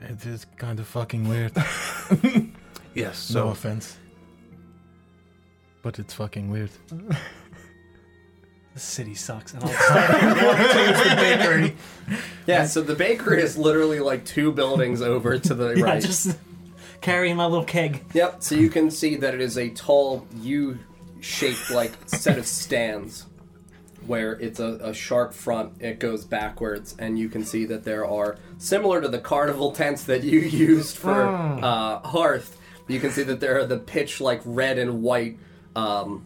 it is kind of fucking weird.
Yes.
no
So
offense. But it's fucking weird.
The city sucks, and I'll start
the bakery.
Yeah, so the bakery is literally like two buildings over to the
yeah,
right.
just carrying my little keg.
Yep, so you can see that it is a tall U shaped like set of stands where it's a, a sharp front, it goes backwards, and you can see that there are similar to the carnival tents that you used for
Hmm.
uh, Hearth, you can see that there are the pitch like red and white um,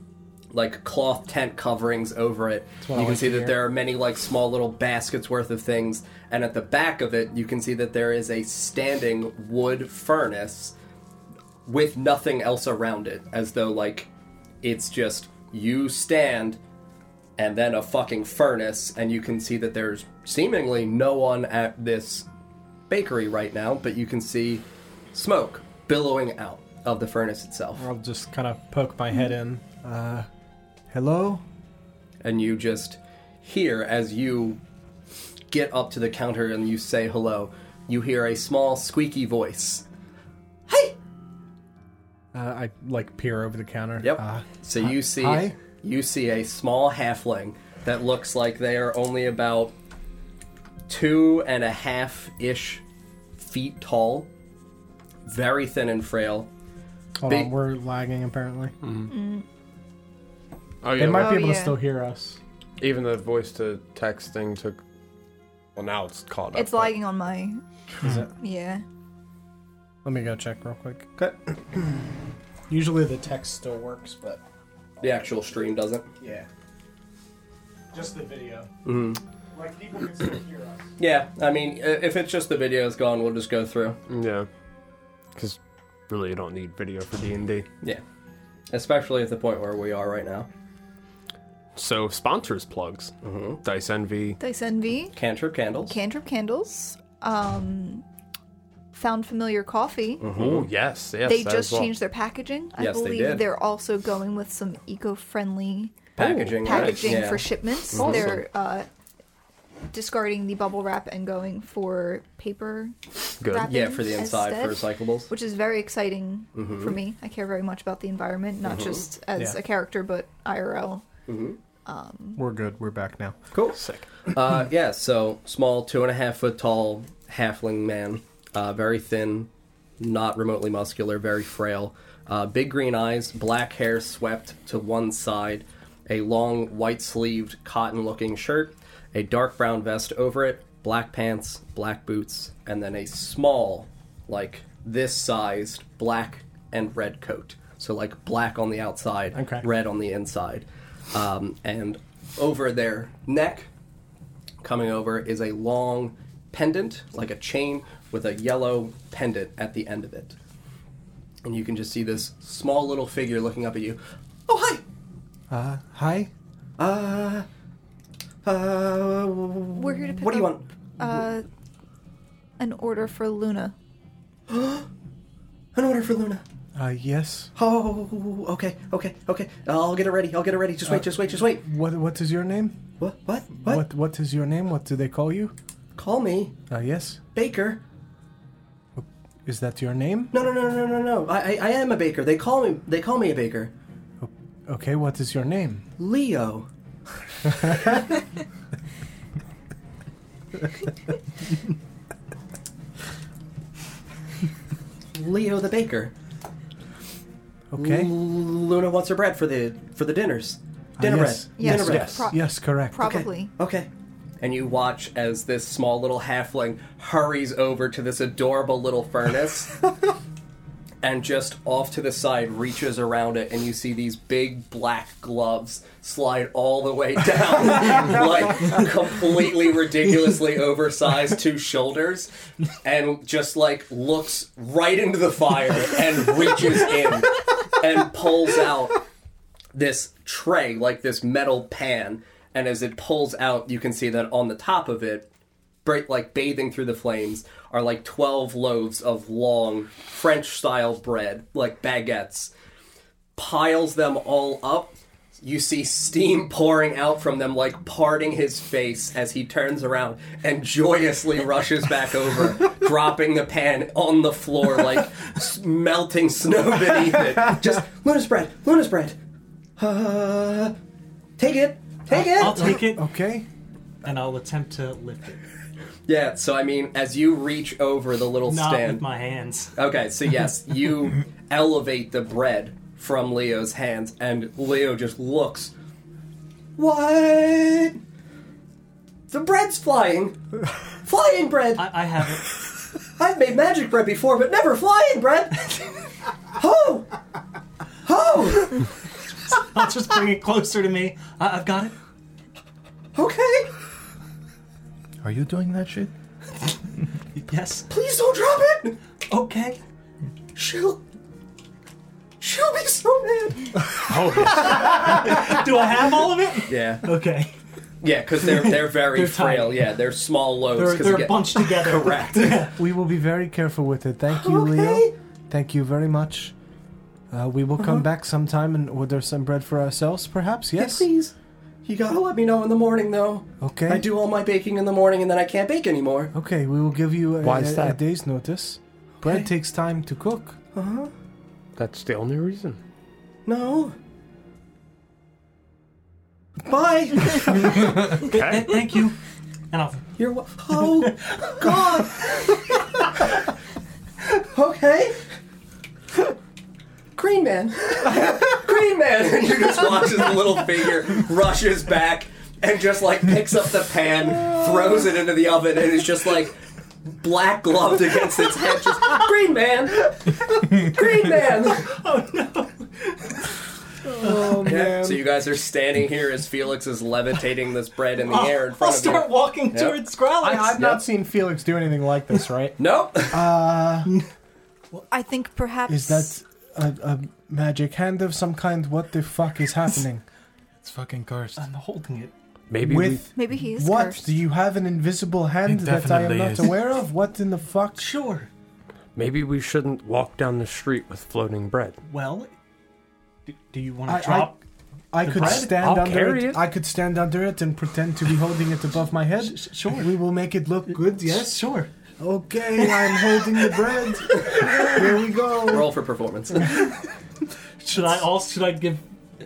like cloth tent coverings over it. You can see that there are many like small little baskets worth of things, and at the back of it you can see that there is a standing wood furnace with nothing else around it, as though like it's just you stand and then a fucking furnace, and you can see that there's seemingly no one at this bakery right now, but you can see smoke billowing out of the furnace itself.
I'll just kind of poke my head in.
Uh, Hello?
And you just hear as you get up to the counter and you say hello, you hear a small squeaky voice. Hey!
Uh, I like peer over the counter.
Yep.
Uh,
so you see
hi?
you see a small halfling that looks like they are only about two and a half ish feet tall, very thin and frail.
hold
Big-
on, we're lagging apparently.
oh,
They
yeah,
might be
Oh,
able to
Mm. yeah.
still hear us.
even the voice to text thing took. Well, now it's caught up.
It's
but-
lagging on my.
Is it?
Yeah.
Let me go check real quick. Usually the text still works, but
The actual stream doesn't.
yeah. Just the video.
Mm.
Like people can still hear us.
Yeah, I mean, i- if it's just the video is gone, we'll just go through.
Yeah. Because really don't need video for D and D.
Yeah. Especially at the point where we are right now.
So sponsors plugs. Dice Envy.
Dice Envy,
Mm-hmm. Cantrip candles.
Cantrip Candles, um, Found Familiar Coffee.
Mm-hmm.
Oh yes, yes.
They
that
just
as well.
changed their packaging. I
Yes, they
believe
did.
are also going with some eco-friendly
packaging. right?
packaging
Yeah.
for shipments. They're uh, discarding the bubble wrap and going for paper
Good.
wrapping
Yeah, for the inside for
instead,
recyclables. Mm-hmm.
which is very exciting for me. I care very much about the environment, not just as
Yeah.
a character, but IRL. um,
We're good. We're back now.
Mm-hmm. Cool. Sick. Uh, yeah, so small, two and a half foot tall halfling man, uh, very thin, not remotely muscular, very frail. Uh, big green eyes, black hair swept to one side, a long white sleeved cotton looking shirt, a dark brown vest over it, black pants, black boots, and then a small, like this sized, black and red coat. So, like black on the outside,
Okay.
red on the inside. Um, and over their neck, coming over is a long pendant, like a chain with a yellow pendant at the end of it. And you can just see this small little figure looking up at you. Oh, hi!
Uh, hi.
Uh,
We're here to pick
what do you
up
want?
Uh, an order for Luna.
An order for Luna.
Uh, yes.
Oh, okay, okay, okay. I'll get it ready. I'll get it ready. Just wait,
Uh.
just wait, just wait.
What What is your name?
What? What? What?
What is your name? What do they call you?
Call me
Uh, yes.
Baker.
Is that your name?
No, no, no, no, no, no. I, I, I am a baker. They call me. They call me a baker.
Okay. What is your name?
Leo. Leo the baker.
Okay. Ah,
Luna wants her bread for the for the dinners. Dinner
yes.
bread.
Yes,
Dinner bread.
pro-
yes. Correct.
Okay,
probably.
Okay. And you watch as this small little halfling hurries over to this adorable little furnace and just off to the side reaches around it and you see these big black gloves slide all the way down like completely ridiculously oversized two shoulders and just like looks right into the fire and reaches in and pulls out this tray, like this metal pan, and as it pulls out, you can see that on the top of it, bra- like bathing through the flames, are like 12 loaves of long French style bread, like baguettes. Piles them all up. You see steam pouring out from them, like parting his face as he turns around and joyously rushes back over, dropping the pan on the floor like s- melting snow beneath it. Just Luna's bread, Luna's bread. Uh, take it. Take it.
I'll take it
Okay.
and I'll attempt to lift it.
yeah, so I mean, as you reach over the little
Not
stand.
with my hands.
okay, so yes, you elevate the bread from Leo's hands, and Leo just looks. What? The bread's flying. flying bread.
I, I have it.
I've made magic bread before, but never flying bread. Ho! Ho!
I'll just bring it closer to me. I, I've got it.
Okay.
Are you doing that shit?
Yes.
Please don't drop it.
Okay.
She'll. She'll be so mad.
Oh,
Do I have all of it?
Yeah.
Okay.
Yeah, because they're they're very
They're tiny.
frail. Yeah, they're small loaves.
They're,
'cause
they're
again-
bunched together.
Correct.
We will be very careful with it. Thank you,
Okay.
Leo. Thank you very much. Uh, we will
Uh-huh.
come back sometime and order some bread for ourselves, perhaps. Yes.
Please, you gotta let me know in the morning, though.
Okay.
I do all my baking in the morning, and then I can't bake anymore.
Okay. We will give you a,
Why is
a- a
that?
day's notice. Bread
Okay.
takes time to cook.
That's the only reason.
No. Bye.
Th- Thank you. And I'll.
You're wa- oh God. okay. Green man. Green man. And you just watch as the little figure rushes back and just like picks up the pan, throws it into the oven, and is just like black gloved against its head. Just green man. Green man. Oh no. So you guys are standing here as Felix is levitating this bread in the air in
I'll
front of you.
start walking towards Growlix.
I, I've not seen Felix do anything like this, right?
Nope.
Uh,
I think perhaps.
Is that a, a magic hand of some kind? What the fuck is happening?
It's fucking cursed.
I'm holding it.
Maybe we-
With
Maybe he is
what?
cursed.
Do you have an invisible hand
It
that I am
definitely
not
is.
aware of? What in the fuck?
Sure.
maybe we shouldn't walk down the street with floating bread.
Well, do, do you want
I- I-
to drop?
I
The
could
bread?
stand
I'll
under
carry
it.
it.
I could stand under it and pretend to be holding it above my head.
Sh- sh- sure.
We will make it look good. Yes.
Sure.
Okay, I'm holding the bread. Here we go.
Roll for performance.
Should I also? Should I give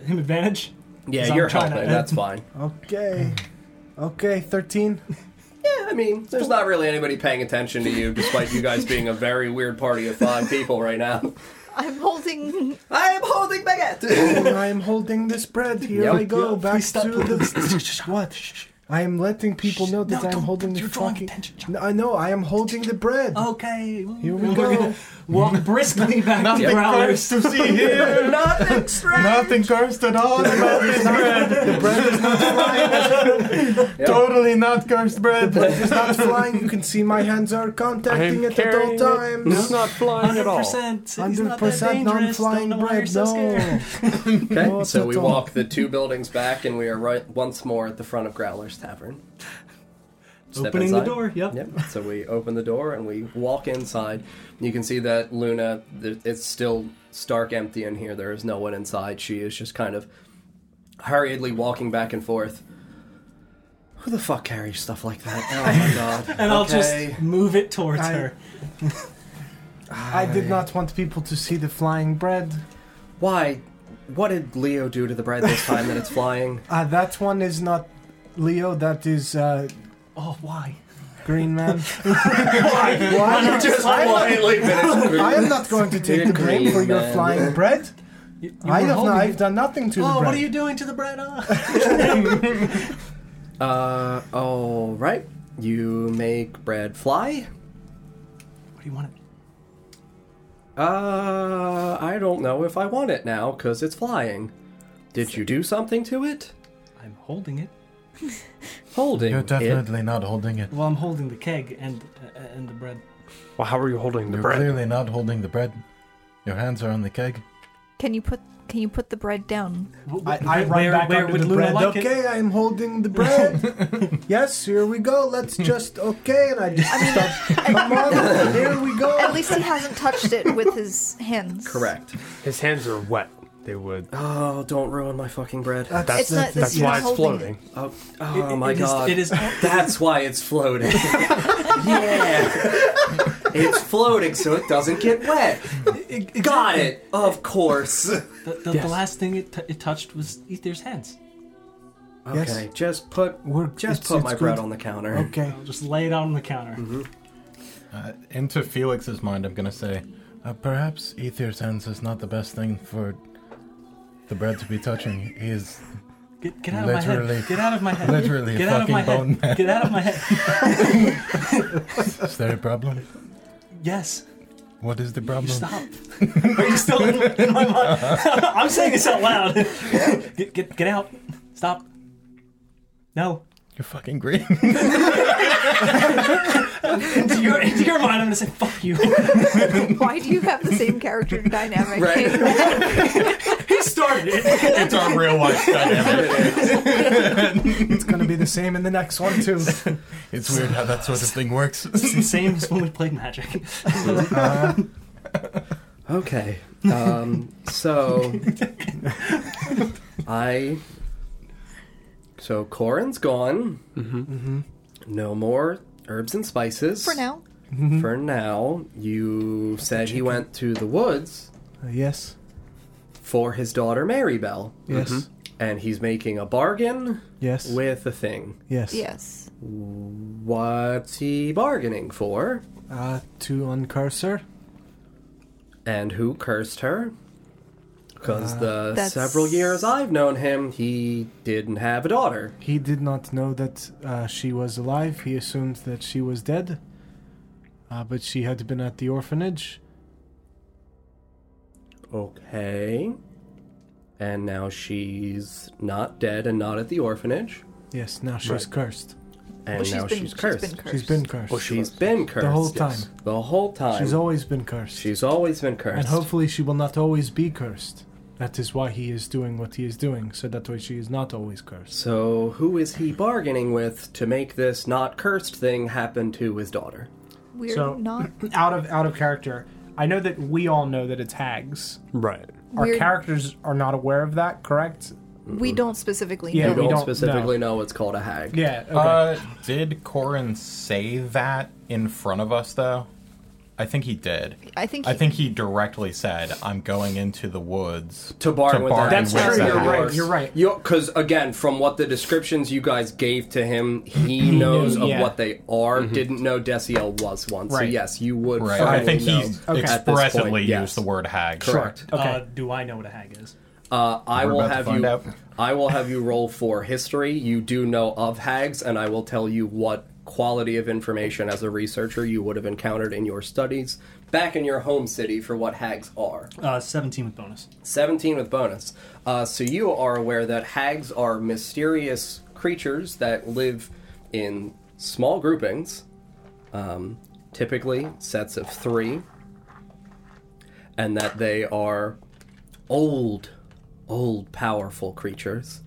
him advantage?
yeah,
I'm
you're
trying
helping.
to-
That's fine.
Okay. Okay, 13.
Yeah, I mean, there's not really anybody paying attention to you, despite you guys being a very weird party of five people right now.
I'm holding.
I am holding baguette.
I am Oh, holding this bread. Here
Yep.
I go.
Please
Back
stop
to
holding-
the. what? I am letting people know that
no,
I am
don't-
holding the
you're drawing
fucking.
attention, John.
No, I know. I am holding the bread.
Okay.
Here we go.
Walk briskly back to Growlers.
to see here.
Nothing strange.
Nothing cursed at all about this bread.
The bread is not flying.
totally not cursed bread.
It's not flying. You can see my hands are contacting it at all times.
It's not flying at
Hundred
all.
percent.
Hundred percent non-flying bread. No.
Okay,
Not
so we
at all.
walk the two buildings back, and we are right once more at the front of Growler's Tavern. Step
Opening the
inside.
door. Yep.
Yep. So we open the door and we walk inside. You can see that Luna, th- it's still stark empty in here. There is no one inside. She is just kind of hurriedly walking back and forth. Who the fuck carries stuff like that? Oh my god.
And I'll
Okay.
just move it towards
I-
her.
I did not want people to see the flying bread.
Why? What did Leo do to the bread this time that it's flying?
Ah, that one is not Leo. That is uh,
Oh, why?
Green Man.
Why? Just quietly finish.
I am not going to take the blame for your
Green Man.
flying bread.
You- you
I
were
have not,
holding
I've
it.
done nothing to the
Oh,
bread.
what are you doing to the bread? Ah.
Uh, all right. You make bread fly.
what do you want?
Uh, I don't know if I want it now because it's flying. Did you do something to it?
I'm holding it.
Holding
You're
it.
definitely not holding it.
Well, I'm holding the keg and uh, and the bread.
Well, how are you holding the
You're
bread?
clearly not holding the bread. Your hands are on the keg.
Can you put? Can you put the bread down?
Wh- wh-
I, I run
where-
back
where
under
would
the
Luna
bread.
like it?
okay, I am holding the bread. yes, here we go. Let's
Hmm.
just okay, and I just stop. Come on, here we go.
At least he hasn't touched it with his hands.
Correct.
His hands are wet. They would.
Oh, don't ruin my fucking bread.
That's,
It's not-
that's
you're
why
not
it's
holding it.
floating.
Oh, oh
It-
my
it is-
god.
it is.
That's why it's floating. yeah. it's floating so it doesn't get wet.
it-
Got
exactly.
it. Of course.
The, the, the last thing it, t- it touched was Ether's hands.
Yes.
Okay, just put
We're
just
it's-
put
it's
my bread
good.
on the counter. Mm-hmm.
Okay.
I'll just lay it out on the counter.
Uh, into Felix's mind, I'm gonna say, uh, perhaps Ether's hands is not the best thing for the bread to be touching. He is
Get, get out of my
Literally-
head. Get out of my head.
literally
Get out of
fucking
my
bone
head.
man.
Get out of my head.
Is there a problem?
Yes.
What is the
You
problem?
stop. Are you still in, in my mind? I'm saying this out loud. Get, get, get out. Stop. No.
You're fucking green.
Into your, into your mind, I'm going to say, fuck you.
Why do you have the same character dynamic?
Right.
he started it.
it's our real life dynamic.
It's gonna be the same in the next one too.
It's weird how that sort of thing works.
It's the same as when we played Magic.
Okay. Um, so I so Corin's gone. Mm-hmm. No more herbs and spices
For now,
Mm-hmm.
For now, you said he went to the woods
Uh, yes.
for his daughter Marybelle,
Yes.
and he's making a bargain
Yes.
with a thing.
yes.
yes.
What's he bargaining for?
Uh, to uncurse her.
And who cursed her? Because
Uh,
the
That's-
several years I've known him, he didn't have a daughter.
He did not know that uh, she was alive. He assumed that she was dead. Uh, but she had been at the orphanage.
Okay. And now she's not dead and not at the orphanage.
Yes, now she's cursed.
and
Well, she's
now
been-
she's cursed.
She's been cursed.
She's been cursed.
Well, she's been cursed
whole
yes.
time.
The whole time.
She's always been cursed.
She's always been cursed.
And hopefully she will not always be cursed. That is why he is doing what he is doing, so that way she is not always cursed.
so, who is he bargaining with to make this not cursed thing happen to his daughter?
We're
So-
not.
Out of out of character. I know that we all know that it's hags.
Right.
Our
We're-
characters are not aware of that, correct?
Mm-hmm.
We don't specifically.
Yeah,
know.
You
we
don't,
don't
specifically know. what's called a hag.
Yeah. Okay.
Uh, did Corin say that in front of us, though? I think he did.
I think.
I think he directly said, "I'm going into the woods
To bargain with
bargain
the hag.
That's
with
true.
the
You're
hag."
right. You're right.
Because, again, from what the descriptions you guys gave to him, he knows of
yeah.
what they are. Didn't know Desiel was one. So,
Right.
yes, you would.
Mm-hmm. Right.
firmly
I think
know
he
at this point,
expressively used
yes.
the word hag.
Correct.
Uh, do I know what a hag is?
Uh, I
We're
will
about to
have
find
you.
out.
I will have you roll for history. You do know of hags, and I will tell you what quality of information as a researcher you would have encountered in your studies back in your home city for what hags are.
Uh, 17 with bonus.
17 with bonus. Uh, so you are aware that hags are mysterious creatures that live in small groupings, um, typically sets of three, and that they are old, old, powerful creatures,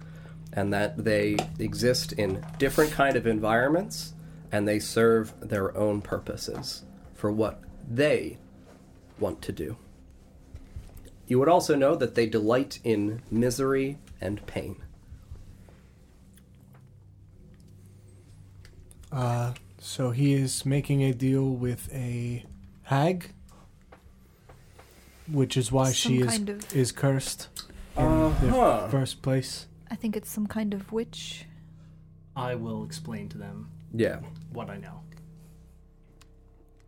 and that they exist in different kind of environments, and they serve their own purposes for what they want to do. You would also know that they delight in misery and pain.
Uh, So he is making a deal with a hag, which is why
Some
she is
kind of-
is cursed in
Uh-huh.
the first place.
I think it's some kind of witch.
I will explain to them
Yeah.
what I know.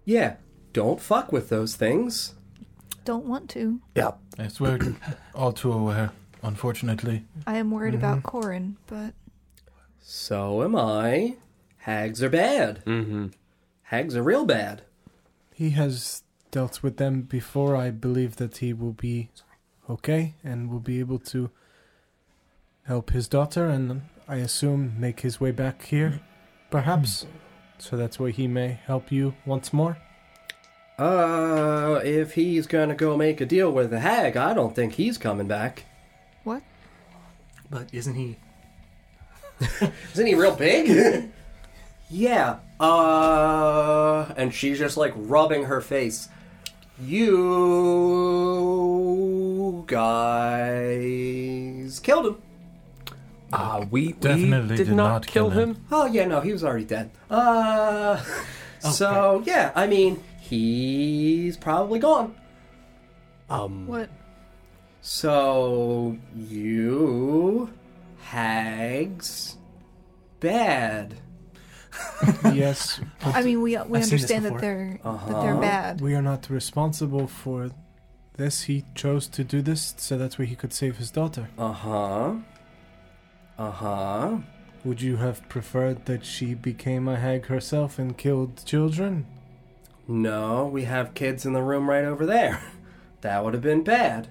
Yeah. Don't fuck with those things.
Don't want to.
Yeah.
Yes, we're all too aware, unfortunately.
I am worried about Corin, but
So am I. Hags are bad. Mm-hmm. Hags are real bad.
He has dealt with them before. I believe that he will be okay and will be able to help his daughter and um, I assume make his way back here, perhaps. So that's why he may help you once more.
Uh, if he's gonna go make a deal with a hag, I don't think he's coming back.
what?
But isn't he?
Isn't he real big? yeah. Uh, and she's just like rubbing her face. You guys killed him.
Uh, we
Definitely
did,
did
not,
not
kill
kill
him.
Oh yeah, no, he was already dead. Uh, so yeah, I mean, he's probably gone.
Um,
What?
So you hags bad.
yes,
I mean, we we
I've seen this
understand that
before.
they're that
Uh-huh.
they're bad.
we are not responsible for this. He chose to do this so that way he could save his daughter.
Uh-huh. Uh-huh.
Would you have preferred that she became a hag herself and killed children?
No, we have kids in the room right over there. That would have been bad.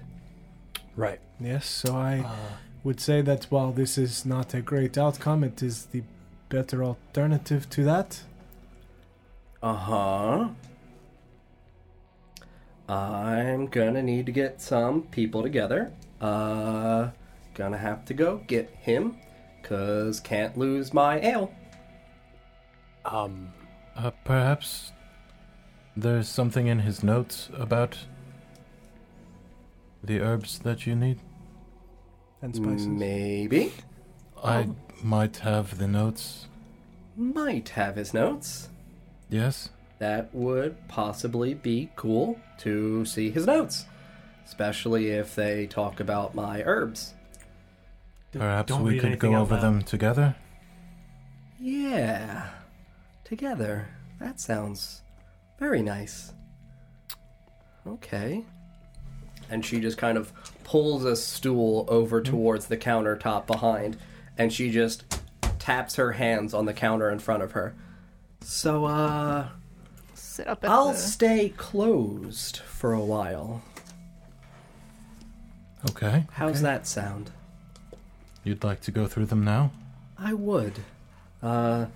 Right.
Yes, so I
Uh,
would say that while this is not a great outcome, it is the better alternative to that.
Uh-huh. I'm gonna need to get some people together. Uh gonna have to go get him cuz can't lose my ale.
Um,
Uh, perhaps there's something in his notes about the herbs that you need.
And spices.
Maybe
I might have the notes.
might have his notes.
Yes.
That would possibly be cool to see his notes, especially if they talk about my herbs.
Perhaps
don't
we
read
could
anything
go
out
over
loud.
them together.
Yeah. Together. That sounds very nice. Okay. And she just kind of pulls a stool over towards the countertop behind, and she just taps her hands on the counter in front of her. So, uh,
Sit up at
I'll
the-
stay closed for a while.
Okay.
How's that sound?
You'd like to go through them now?
I would. Uh,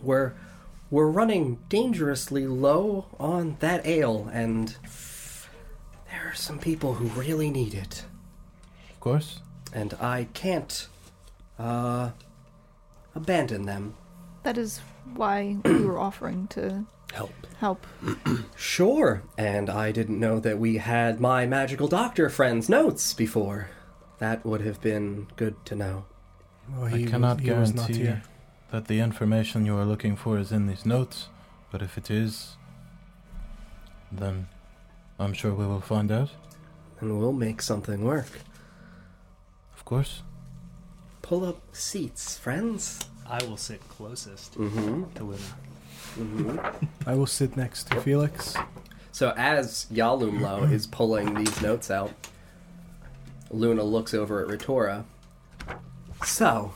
we're we're running dangerously low on that ale, and there are some people who really need it,
Of course.
and I can't uh, abandon them.
That is why we were offering to
Help.
help.
Sure. And I didn't know that we had my magical doctor friend's notes before. That would have been good to know.
Well,
I
he
cannot
was, he was not
guarantee
here.
that the information you are looking for is in these notes, but if it is, then I'm sure we will find out.
And we'll make something work.
Of course.
Pull up seats, friends.
I will sit closest
Mm-hmm.
to Luna.
I will sit next to Felix.
So as Yalumlo is pulling these notes out, Luna looks over at Retora. So,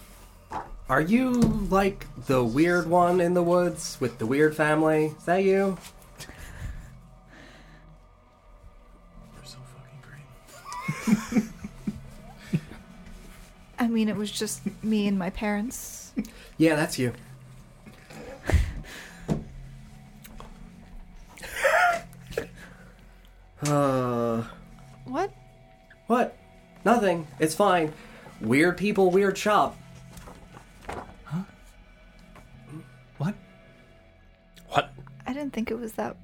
are you like the weird one in the woods with the weird family? Is that you?
I mean, it was just me and my parents.
Yeah, that's you. uh,
What?
what? Nothing. It's fine. Weird people, weird shop.
What?
What?
I didn't think it was that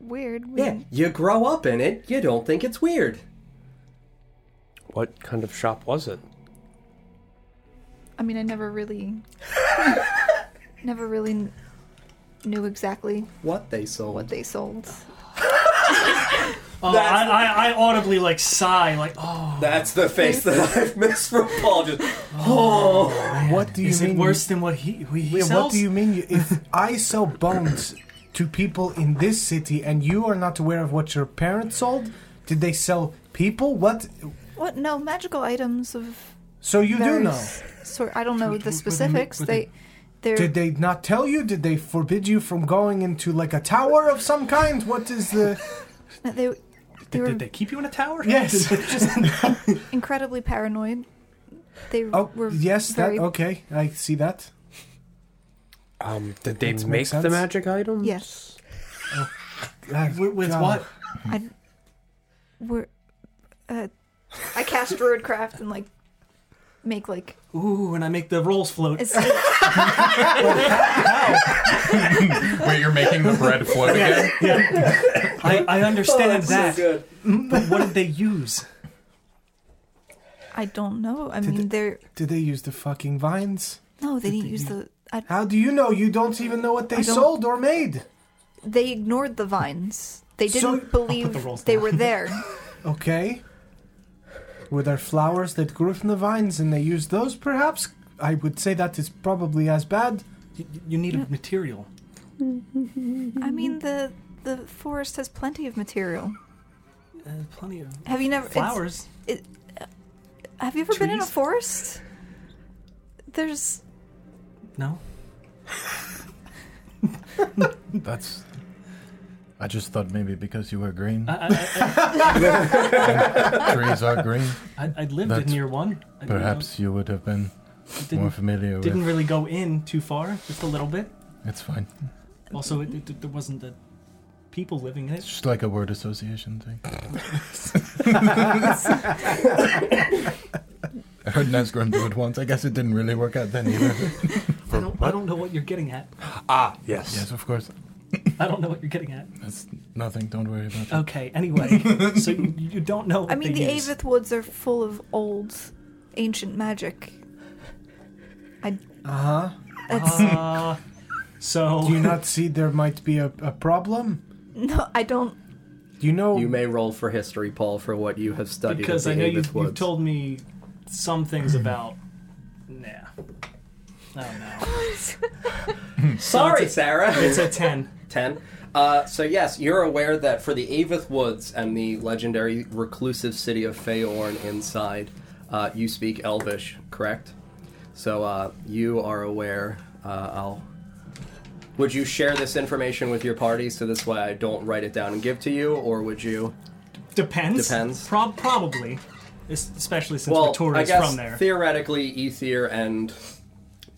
weird. We-
Yeah, you grow up in it, you don't think it's weird.
What kind of shop was it?
I mean, I never really, never really kn- knew exactly
What they sold.
what they sold.
Oh, I, I, I audibly like sigh, like oh,
That's the face that I've missed from Paul. Just, oh.
What do you
is
mean?
it worse than what he what he
Yeah,
sells?
what do you mean? you- If I sell bones to people in this city and you are not aware of what your parents sold, did they sell people? What?
What? No, magical items of
So you do
various
know.
Sort. I don't know the
with a-
specifics.
with
They,
a-
they're.
Did they not tell you? Did they forbid you from going into like a tower of some kind? What is the?
Uh, they, they were
Did they keep you in a tower?
Yes.
incredibly paranoid. They
Oh,
were
yes.
very,
That okay. I see that.
Um, did they
That
make
makes
the
sense.
magic items?
Yes.
God,
With, with
Ah, God.
what?
I were uh, I cast druidcraft and like make like
Ooh, and I make the rolls float.
it's,
Wait, you're making the bread float again?
I, I understand that.
Oh, good.
but what did they use?
I don't know. I mean, they're
Did they use the fucking vines?
no, they didn't use the. I,
How do you know? You don't even know what they
don't-
sold or made.
they ignored the vines. They
So-
didn't believe
the rolls
they
down.
were there.
Okay. Were there flowers that grew from the vines and they used those, perhaps? I would say that is probably as bad.
You, you needed material.
I mean, the the forest has plenty of material.
Uh, plenty of
Have you never it's- uh,
flowers.
Have you ever been in a
Trees?
forest? There's
No.
That's. I just thought maybe because you were green,
I, I,
trees are green.
I, I, I lived
That's
near one. I,
Perhaps you would have been
you know,
more
didn't,
familiar
didn't
with.
really go in too far, just a little bit.
It's fine.
Also, it, it, there wasn't the people living in
It's
it.
just like a word association thing. I heard Nazgrim do it once. I guess it didn't really work out then either.
I don't, I don't know what you're getting at.
Ah, yes.
yes, of course.
I don't know what you're getting at.
That's nothing. Don't worry about it.
Okay, anyway, so you, you don't know. What
I mean, the
they use.
Avith Woods are full of old ancient magic. I
Uh huh.
that's
Uh, so
Do you not see there might be a, a problem?
no, I don't
Do you know?
You may roll for history, Paul, for what you have studied.
because I
at the
know
Avis
you've, you've
Woods.
told me some things about. Nah, I don't know.
Sorry, Sarah.
It's a ten.
10. Uh, so, yes, you're aware that for the Avith Woods and the legendary reclusive city of Feorn inside, uh, you speak Elvish, correct? So, uh, you are aware. Uh, I'll. Would you share this information with your party so this way I don't write it down and give to you, or would you?
Depends.
Depends.
Prob- probably, Es- especially since
Well,
Vittori's
I guess
from there.
theoretically, Ether and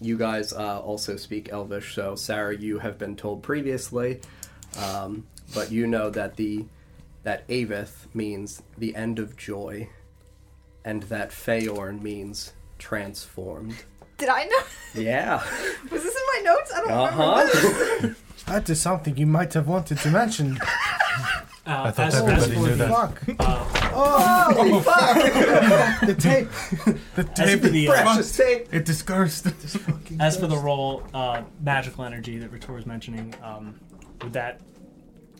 You guys uh, also speak Elvish, so Sarah, you have been told previously, um, but you know that the that Avith means the end of joy, and that Feorn means transformed.
Did I know?
Yeah.
Was this in my notes? I don't
Uh
remember.
huh.
That is something you might have wanted to mention.
Uh,
I thought
as- as
everybody
for
knew
the-
that.
Fuck. Oh,
Holy fuck!
The tape. The
As
tape.
for the, uh,
Precious tape.
It discursed.
As for the role, uh, magical energy that Ritor was mentioning, um, would that?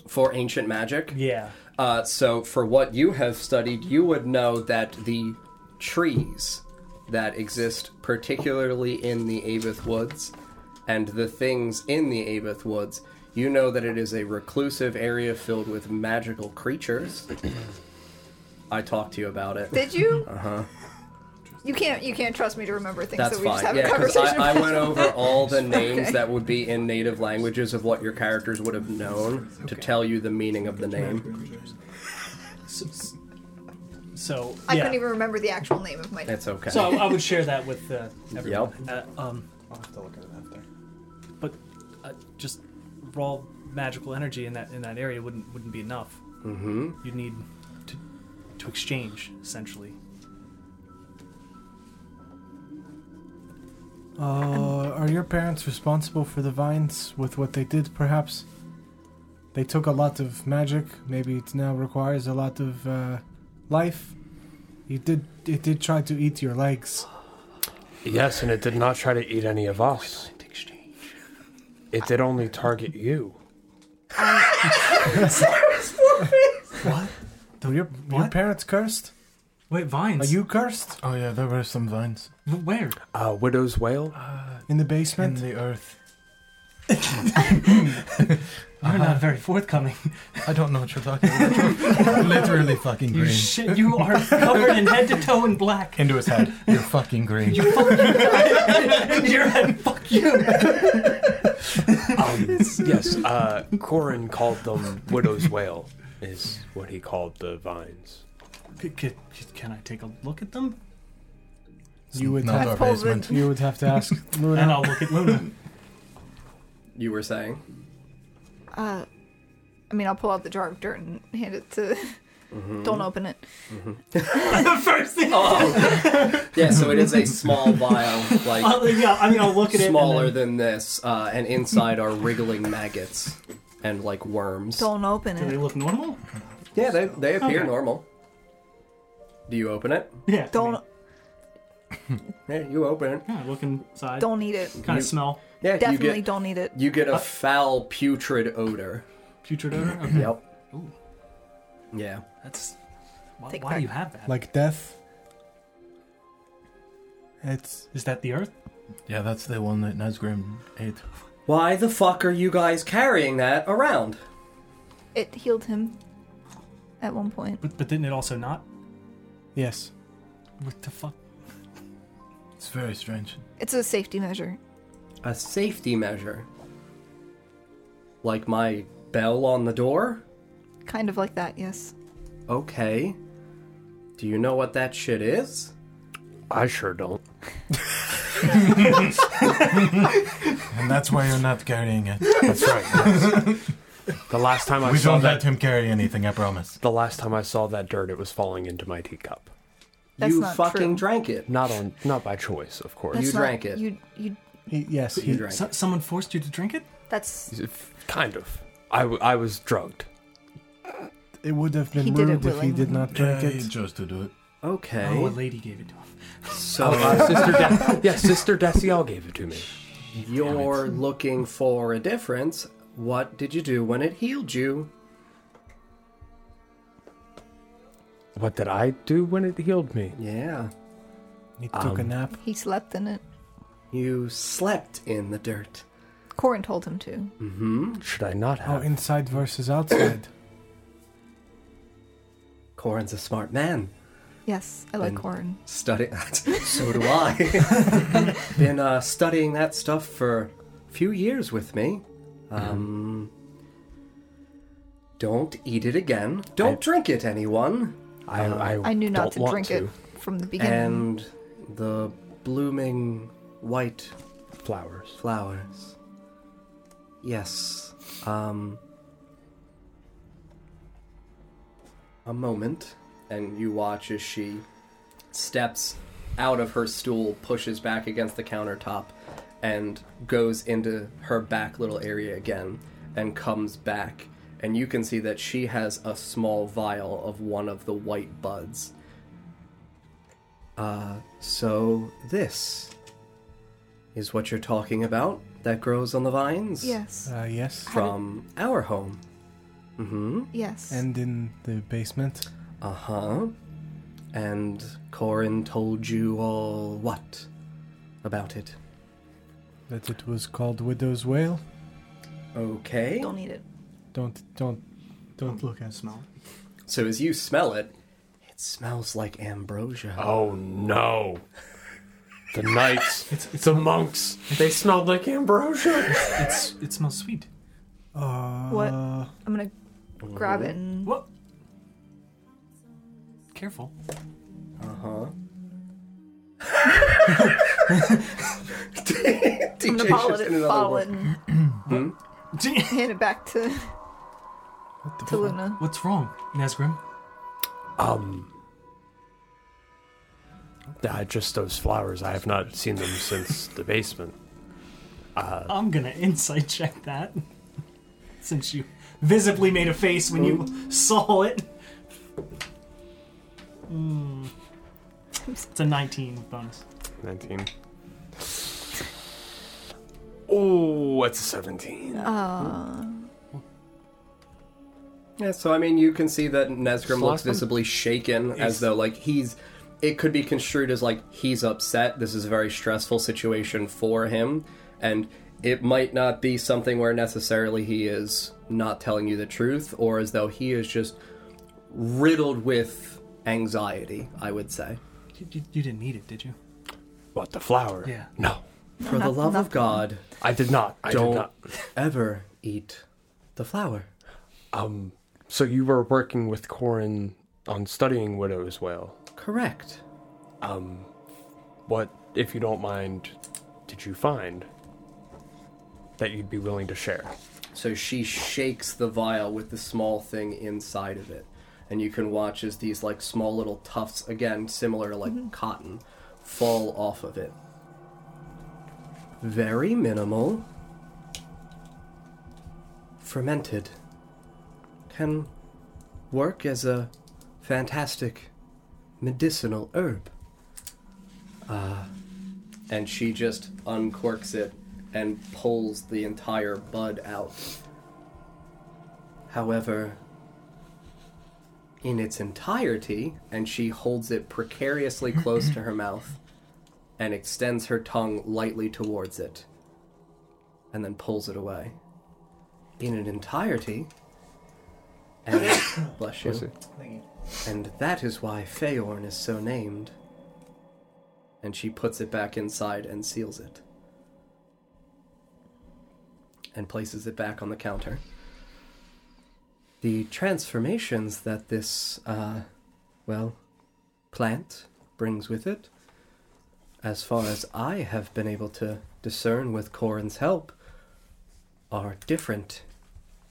For ancient magic.
Yeah.
Uh, so, for what you have studied, you would know that the trees that exist, particularly in the Avith Woods, and the things in the Avith Woods, you know that it is a reclusive area filled with magical creatures. I talked to you about it. Uh-huh.
Did you? Uh huh. You can't. You can't trust me to remember things.
That's
so we just have
fine. Yeah,
a
because
conversation.
I, I went over all the names
Okay.
that would be in native languages of what your characters would have known to tell you the meaning of the name.
S- So
I
yeah.
couldn't even remember the actual name of my.
It's okay.
So I, I would share that with uh, everyone. Uh, um,
I'll have to look at it after.
but uh, just raw magical energy in that in that area wouldn't wouldn't be enough. Mm-hmm. You need to to exchange essentially.
Uh, are your parents responsible for the vines with what they did, perhaps? They took a lot of magic. Maybe it now requires a lot of uh, life. It did. It did try to eat your legs.
Yes, and it did not try to eat any of us. It did only target you.
Were your, were your
What?
parents cursed?
Wait,
Are
vines.
you cursed?
Oh yeah, there were some vines
where?
Uh, Widow's Whale?
In the
in
basement?
the earth.
You're
Uh-huh.
not very forthcoming.
I don't know what you're talking about. Literally fucking
You
green.
shit. You are covered in head to toe in black.
Into his head.
you're fucking green.
You're fuck you.
Um, yes, uh, Corin called them Widow's Whale, is what he called the vines.
C- c- can I take a look at them?
you would
Not our
have.
That's Paul's
basement.
You would have to ask.
And
Luna.
I'll look at Luna.
You were saying?
Uh, I mean, I'll pull out the jar of dirt and hand it to.
Mm-hmm.
Don't open it.
the first thing. I'll,
Oh. Yeah, so it is a small vial, like
I'll- yeah, I mean, I'll look at it. and
smaller than
then-
this, uh, and inside are wriggling maggots and like worms.
Don't open
Do they
it.
look normal?
Yeah, they, they appear
Okay.
normal. Do you open it?
Yeah. I
Don't.
mean,
Yeah, you open it.
yeah, look inside.
Don't eat it.
Kind
you-
of smell Uh,
Yeah,
Definitely
you get
don't eat it.
you get a foul putrid odor.
putrid odor. Okay.
Yep.
Ooh.
Yeah.
That's why,
Take
why
back.
do you have that? Is
like death. It's
that the Earth?
Yeah, that's the one that Nazgrim ate.
Why the fuck are you guys carrying that around?
It healed him. At one point.
But but didn't it also not?
yes.
What the fuck?
It's very strange.
It's a safety measure.
A safety measure. Like my bell on the door?
Kind of like that, yes.
Okay. Do you know what that shit is?
I sure don't.
And that's why you're not carrying it.
That's right. yes. The last time I
We
saw
don't let
that,
him carry anything, I promise.
the last time I saw that dirt, it was falling into my teacup.
That's
you
not true.
fucking drank it.
Not on, not by choice, of course.
That's
You
not-
drank it.
You you.
He, yes.
You
He,
drank
So,
it.
someone forced you to drink it?
That's
Kind of. I, w- I was drugged.
it would have been
He did it
rude if he did
willingly.
not drink
Yeah,
it.
he chose to do it.
Okay.
Oh, a lady gave it to him.
so
Oh,
Uh, Sister De- yeah, Sister Desiel gave it to me.
you're looking for a difference. What did you do when it healed you?
What did I do when it healed me?
Yeah. Um,
He took a nap.
he slept in it.
You slept in the dirt.
Corin told him to.
Mm-hmm.
Should I not
Oh,
have?
inside versus outside.
Corin's a smart man.
Yes, I like
And-
Corin.
Study. so do I. Been uh, studying that stuff for a few years with me. Um. Don't eat it again. Don't drink it, anyone.
I, I,
I knew not
don't
to
want
drink
to.
it from the beginning.
And the blooming white
flowers.
Flowers. Yes. Um. A moment, and you watch as she steps out of her stool, pushes back against the countertop, and goes into her back little area again, and comes back. And you can see that she has a small vial of one of the white buds. Uh, so this is what you're talking about that grows on the vines?
Yes.
Uh, yes.
From our home. Mm-hmm.
yes.
And in the basement.
Uh huh. And Corin told you all what about it?
That it was called Widow's Wail.
Okay.
don't eat it.
Don't, don't, don't look at smell.
So as you smell it, it smells like ambrosia.
Oh no. The knights, the monks, they smelled like ambrosia.
It's it smells sweet.
Uh,
What? I'm gonna grab it and
What? Careful.
I'm gonna bottle it, bottle it and hand it back to to Luna.
What's wrong, Nazgrim?
Um. Uh, just those flowers. I have not seen them since the basement. Uh,
I'm gonna insight check that. Since you visibly made a face when you saw it. Mm. It's a 19 bonus.
19. Oh, that's a 17.
Uh,
Yeah, so I mean, you can see that Nesgrim looks
lost him?
visibly shaken, as though like he's. It could be construed as like he's upset. This is a very stressful situation for him, and it might not be something where necessarily he is not telling you the truth, or as though he is just riddled with anxiety. I would say,
You, you- you didn't need it, did you?
What, the flower?
Yeah.
No,
for the love of God,
I did not. I did
don't
not.
ever eat the flower.
Um, so you were working with Corin on studying Widow's Wail.
Correct.
Um, what, if you don't mind, did you find that you'd be willing to share?
So she shakes the vial with the small thing inside of it. And you can watch as these like small little tufts, again, similar to like cotton, fall off of it. Very minimal. Fermented. Can work as a fantastic medicinal herb. Uh, and she just uncorks it and pulls the entire bud out. However, in its entirety, and she holds it precariously close to her mouth and extends her tongue lightly towards it and then pulls it away. In an entirety, and bless you. And that is why Feorn is so named and she puts it back inside and seals it and places it back on the counter. The transformations that this, uh, well, plant brings with it, as far as I have been able to discern with Corin's help, are different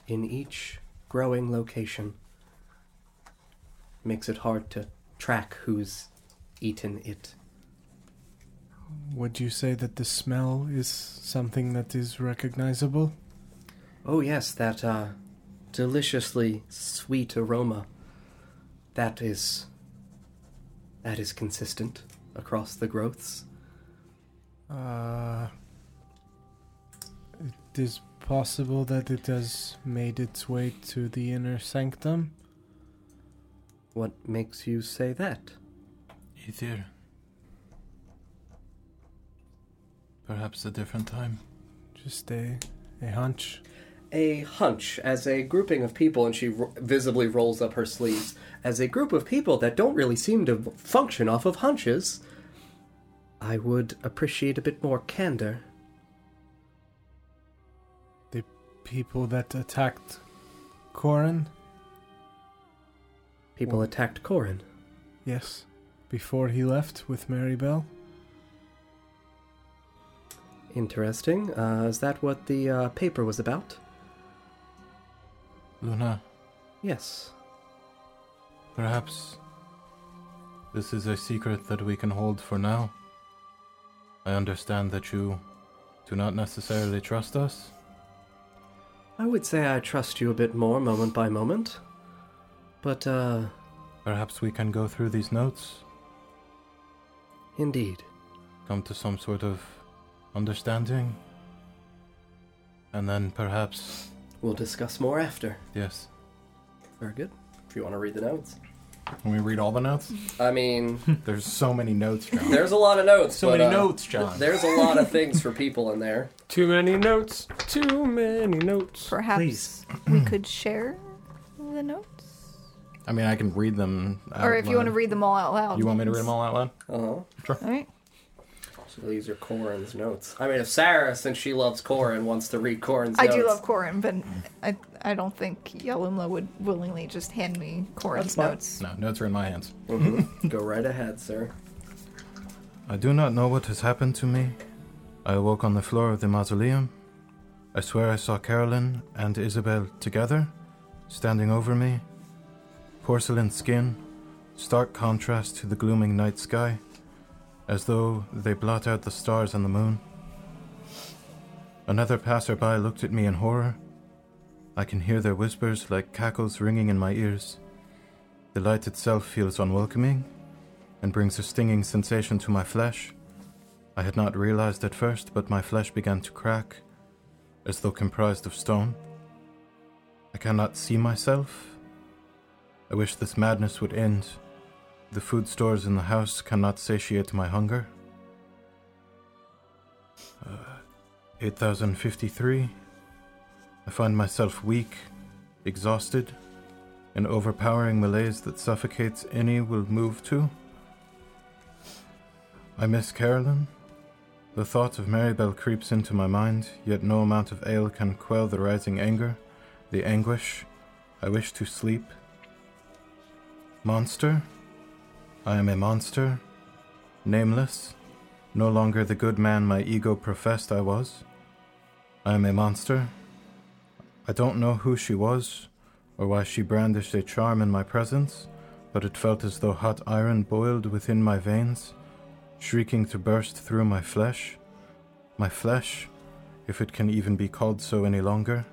in each growing location. Makes it hard to track who's eaten it.
Would you say that the smell is something that is recognizable?
Oh, yes, that uh, deliciously sweet aroma. That is. That is consistent across the growths.
Uh, it is possible that it has made its way to the inner sanctum.
What makes you say that?
Ether. Perhaps a different time.
Just a, a hunch.
a hunch as a grouping of people, and she r- visibly rolls up her sleeves. As a group of people that don't really seem to function off of hunches, I would appreciate a bit more candor.
The people that attacked Corin,
People attacked Corin.
yes, before he left with Mary Bell.
Interesting. Uh, is that what the uh, paper was about?
Luna,
Yes.
perhaps this is a secret that we can hold for now. I understand that you do not necessarily trust us.
I would say I trust you a bit more moment by moment. But, uh,
Perhaps we can go through these notes,
indeed.
come to some sort of understanding, and then perhaps,
We'll discuss more after.
yes.
Very good. If you want to read the notes.
Can we read all the notes?
I mean,
There's so many notes, John.
there's a lot of notes.
so
but,
many
uh,
notes,
th-
John.
There's a lot of things for people in there.
Too many notes. Too many notes.
Perhaps
Please.
we could share the notes,
I mean, I can read them. out
or if you want to
loud.
read them all out loud.
You want me to read them all out loud?
Uh-huh.
All right.
So these are Corin's notes. I mean, if Sarah, since she loves Corin, wants to read Corin's
I
notes.
do love Corin, but I I don't think Yalumla would willingly just hand me Corin's notes.
No, notes are in my hands.
Mhm. Go right ahead, sir.
I do not know what has happened to me. I awoke on the floor of the mausoleum. I swear I saw Carolyn and Isabel together, standing over me. Porcelain skin, stark contrast to the glooming night sky, as though they blot out the stars and the moon. Another passerby looked at me in horror. I can hear their whispers like cackles ringing in my ears. The light itself feels unwelcoming and brings a stinging sensation to my flesh. I had not realized at first, but my flesh began to crack, as though comprised of stone. I cannot see myself. I wish this madness would end. The food stores in the house cannot satiate my hunger. Uh, 8053. I find myself weak, exhausted, an overpowering malaise that suffocates any will move to. I miss Carolyn. The thought of Maribel creeps into my mind, yet no amount of ale can quell the rising anger, the anguish. I wish to sleep. Monster. I am a monster. Nameless. No longer the good man my ego professed I was. I am a monster. I don't know who she was, or why she brandished a charm in my presence, but it felt as though hot iron boiled within my veins shrieking to burst through my flesh. My flesh, if it can even be called so any longer.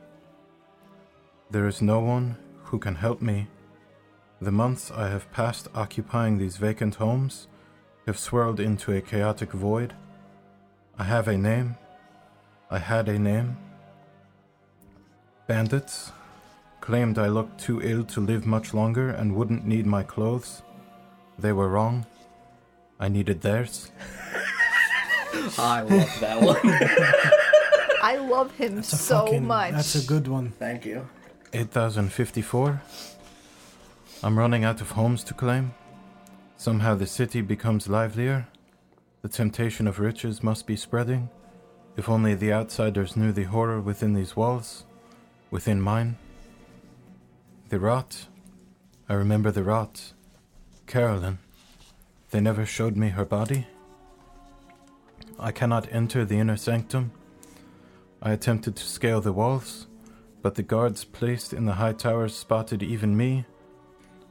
There is no one who can help me. The months I have passed occupying these vacant homes have swirled into a chaotic void. I have a name. I had a name. Bandits claimed I looked too ill to live much longer and wouldn't need my clothes. They were wrong. I needed theirs.
I love that one.
I love him so
Fucking-
much.
That's a good one.
Thank you.
8054. I'm running out of homes to claim. Somehow the city becomes livelier. The temptation of riches must be spreading. If only the outsiders knew the horror within these walls, within mine. The rot. I remember the rot. Carolyn. They never showed me her body. I cannot enter the inner sanctum. I attempted to scale the walls but the guards placed in the high towers spotted even me,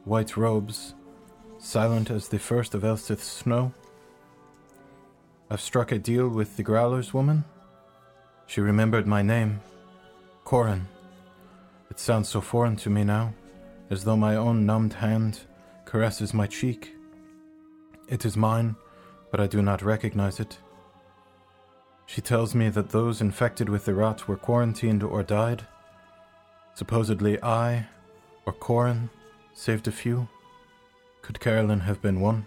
white robes, silent as the first of Elstith's snow. I've struck a deal with the Growler's woman. She remembered my name, Corin. It sounds so foreign to me now, as though my own numbed hand caresses my cheek. It is mine, but I do not recognize it. She tells me that those infected with the rot were quarantined or died. Supposedly I, or Corin, saved a few. Could Carolyn have been one?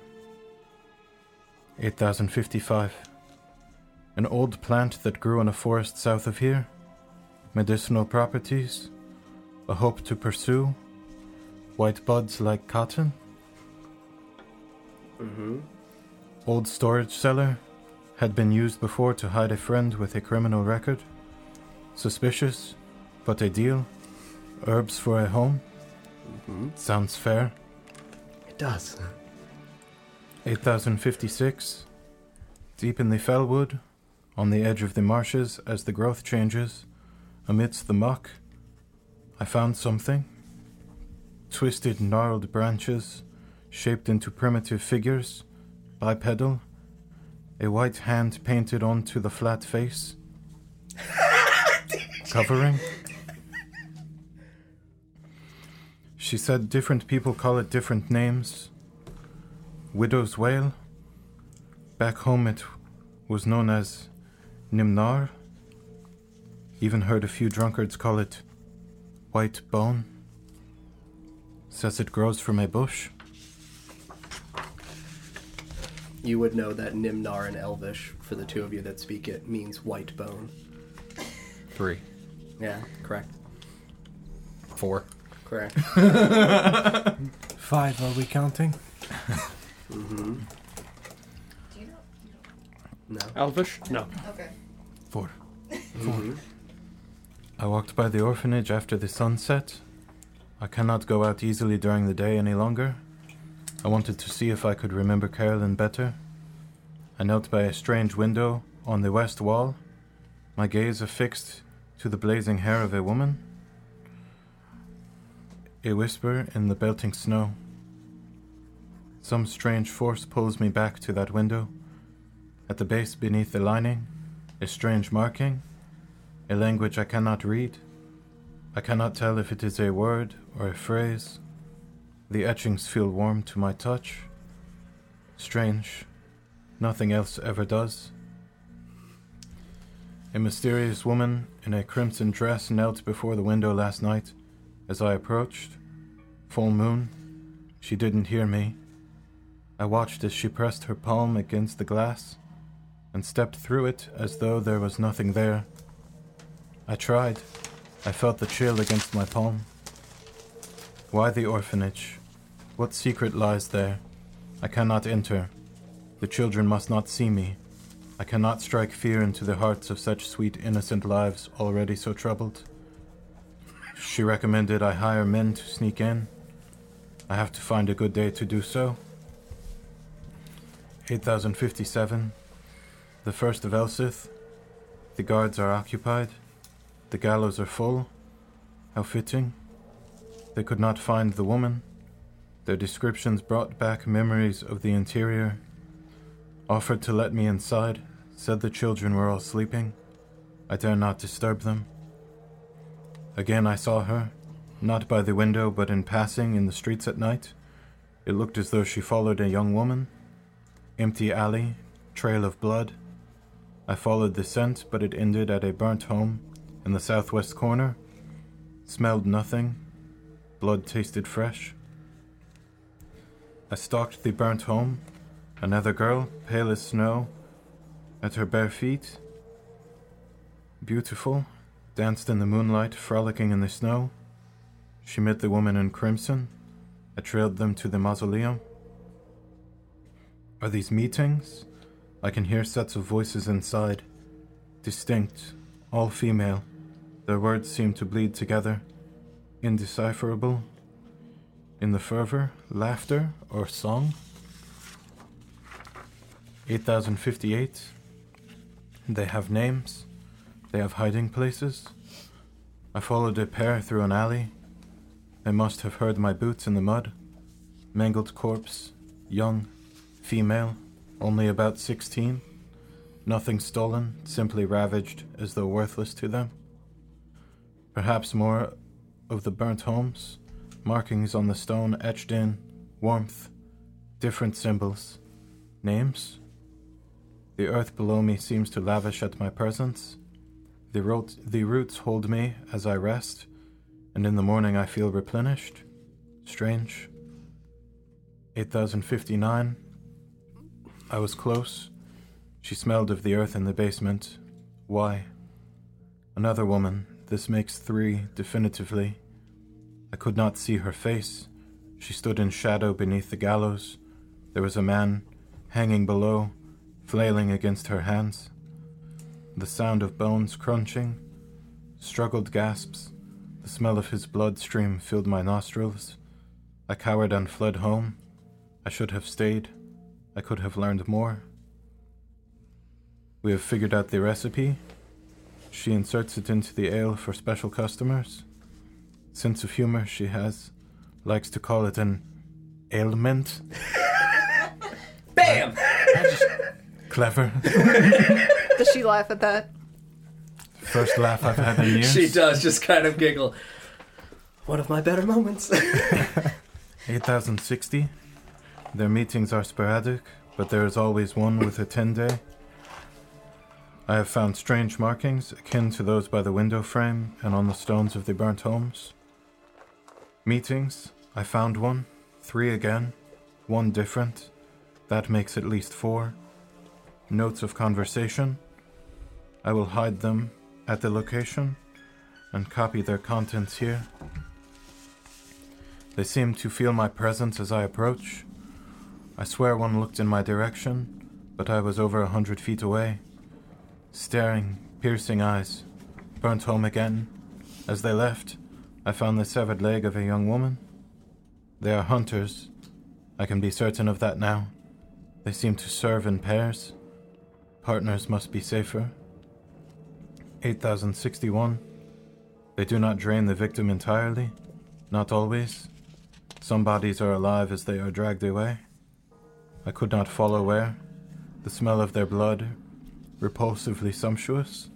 8055. An old plant that grew in a forest south of here. Medicinal properties. A hope to pursue. White buds like cotton.
Mm-hmm.
Old storage cellar had been used before to hide a friend with a criminal record. Suspicious, but a deal. Herbs for a home.
Mm-hmm.
Sounds fair.
It does.
8056. Deep in the fellwood, on the edge of the marshes as the growth changes. Amidst the muck, I found something. Twisted, gnarled branches, shaped into primitive figures, bipedal, a white hand painted onto the flat face, covering. She said different people call it different names. Widow's Wail. Back home it was known as Nimnar. Even heard a few drunkards call it White Bone. Says it grows from a bush.
You would know that Nimnar and Elvish, for the two of you that speak it, means white bone.
Three.
Yeah, correct.
Four.
Correct.
Five, are we counting?
Mm-hmm.
Do you know?
No.
Elvish? No.
Okay.
Four.
Mm-hmm.
I walked by the orphanage after the sunset. I cannot go out easily during the day any longer. I wanted to see if I could remember Carolyn better. I knelt by a strange window on the west wall, my gaze affixed to the blazing hair of a woman. A whisper in the belting snow. Some strange force pulls me back to that window. At the base beneath the lining, a strange marking, a language I cannot read. I cannot tell if it is a word or a phrase. The etchings feel warm to my touch. Strange. Nothing else ever does. A mysterious woman in a crimson dress knelt before the window last night as I approached. Full moon. She didn't hear me. I watched as she pressed her palm against the glass and stepped through it as though there was nothing there. I tried. I felt the chill against my palm. Why the orphanage? What secret lies there? I cannot enter. The children must not see me. I cannot strike fear into the hearts of such sweet, innocent lives already so troubled. She recommended I hire men to sneak in. I have to find a good day to do so. 8057. The first of Elsith. The guards are occupied. The gallows are full. How fitting. They could not find the woman. Their descriptions brought back memories of the interior. Offered to let me inside, said the children were all sleeping. I dare not disturb them. Again, I saw her, not by the window, but in passing in the streets at night. It looked as though she followed a young woman. Empty alley, trail of blood. I followed the scent, but it ended at a burnt home in the southwest corner. Smelled nothing. Blood tasted fresh. I stalked the burnt home. Another girl, pale as snow, at her bare feet. Beautiful, danced in the moonlight, frolicking in the snow. She met the woman in crimson. I trailed them to the mausoleum. Are these meetings? I can hear sets of voices inside. Distinct, all female. Their words seem to bleed together. Indecipherable. In the fervor, laughter, or song? 8058. They have names. They have hiding places. I followed a pair through an alley. They must have heard my boots in the mud. Mangled corpse, young, female, only about 16. Nothing stolen, simply ravaged as though worthless to them. Perhaps more of the burnt homes, markings on the stone etched in, warmth, different symbols, names. The earth below me seems to lavish at my presence. The, rot- the roots hold me as I rest, and in the morning I feel replenished. Strange. 8059. I was close. She smelled of the earth in the basement. Why? Another woman. This makes three, definitively. I could not see her face. She stood in shadow beneath the gallows. There was a man hanging below, flailing against her hands. The sound of bones crunching, struggled gasps, the smell of his blood stream filled my nostrils. I cowered and fled home. I should have stayed. I could have learned more. We have figured out the recipe. She inserts it into the ale for special customers. Sense of humor she has. Likes to call it an ailment.
Bam!
Clever.
Does she laugh at that?
First laugh I've had in years.
She does just kind of giggle. One of my better moments.
8060. Their meetings are sporadic, but there is always one with a 10 day. I have found strange markings akin to those by the window frame and on the stones of the burnt homes. Meetings, I found one, three again, one different. That makes at least four. Notes of conversation. I will hide them at the location and copy their contents here. They seem to feel my presence as I approach. I swear one looked in my direction, but I was over a hundred feet away. Staring, piercing eyes. Burnt home again. As they left, I found the severed leg of a young woman. They are hunters. I can be certain of that now. They seem to serve in pairs. Partners must be safer. 8061. They do not drain the victim entirely. Not always. Some bodies are alive as they are dragged away. I could not follow where. The smell of their blood, repulsively sumptuous.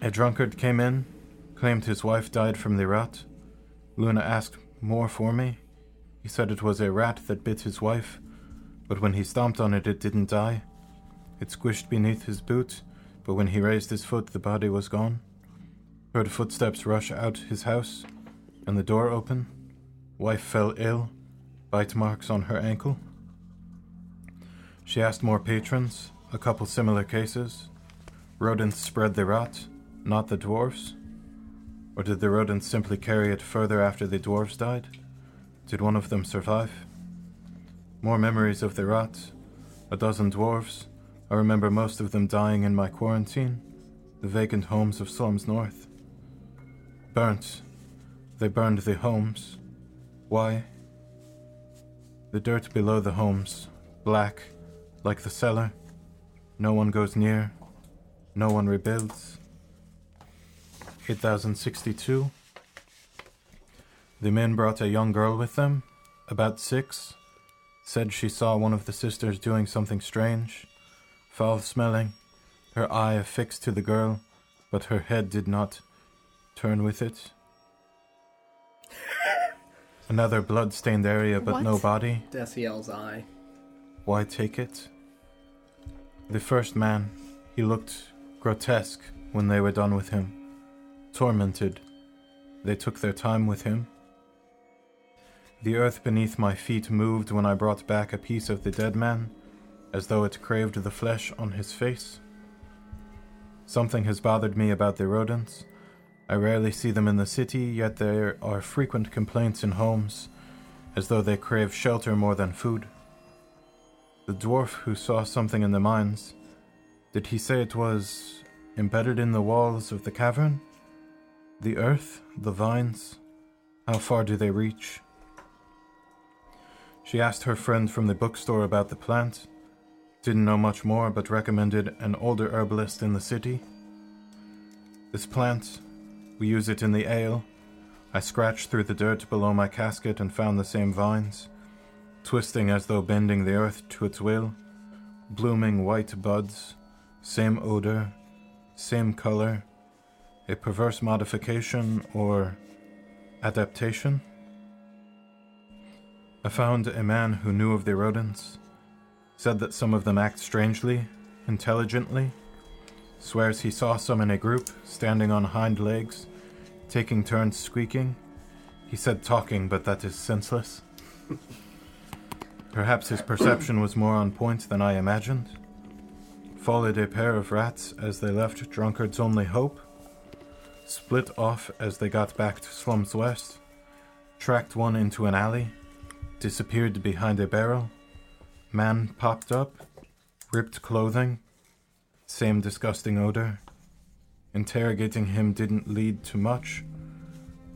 A drunkard came in, claimed his wife died from the rat. Luna asked more for me. He said it was a rat that bit his wife, but when he stomped on it, it didn't die. It squished beneath his boot, but when he raised his foot, the body was gone. Heard footsteps rush out his house, and the door open. Wife fell ill, bite marks on her ankle. She asked more patrons, a couple similar cases. Rodents spread the rot, not the dwarves? Or did the rodents simply carry it further after the dwarves died? Did one of them survive? More memories of the rot, a dozen dwarves. I remember most of them dying in my quarantine, the vacant homes of slums north. Burnt. They burned the homes. Why? The dirt below the homes, black, like the cellar. No one goes near. No one rebuilds. 8062. The men brought a young girl with them, about six. Said she saw one of the sisters doing something strange, foul smelling, her eye affixed to the girl, but her head did not turn with it. Another blood-stained area, but no
What?
body.
Desiel's eye.
Why take it? The first man, he looked grotesque when they were done with him. Tormented, they took their time with him. The earth beneath my feet moved when I brought back a piece of the dead man, as though it craved the flesh on his face. Something has bothered me about the rodents. I rarely see them in the city, yet there are frequent complaints in homes, as though they crave shelter more than food. The dwarf who saw something in the mines, did he say it was embedded in the walls of the cavern? The earth? The vines? How far do they reach? She asked her friend from the bookstore about the plant. Didn't know much more, but recommended an older herbalist in the city. This plant, we use it in the ale. I scratched through the dirt below my casket and found the same vines twisting as though bending the earth to its will, blooming white buds, same odor, same color, a perverse modification or adaptation. I found a man who knew of the rodents, said that some of them act strangely, intelligently, swears he saw some in a group, standing on hind legs, taking turns squeaking. He said talking, but that is senseless. Perhaps his perception was more on point than I imagined. Followed a pair of rats as they left Drunkard's Only Hope, split off as they got back to Slums West, tracked one into an alley, disappeared behind a barrel, man popped up, ripped clothing, same disgusting odor. Interrogating him didn't lead to much,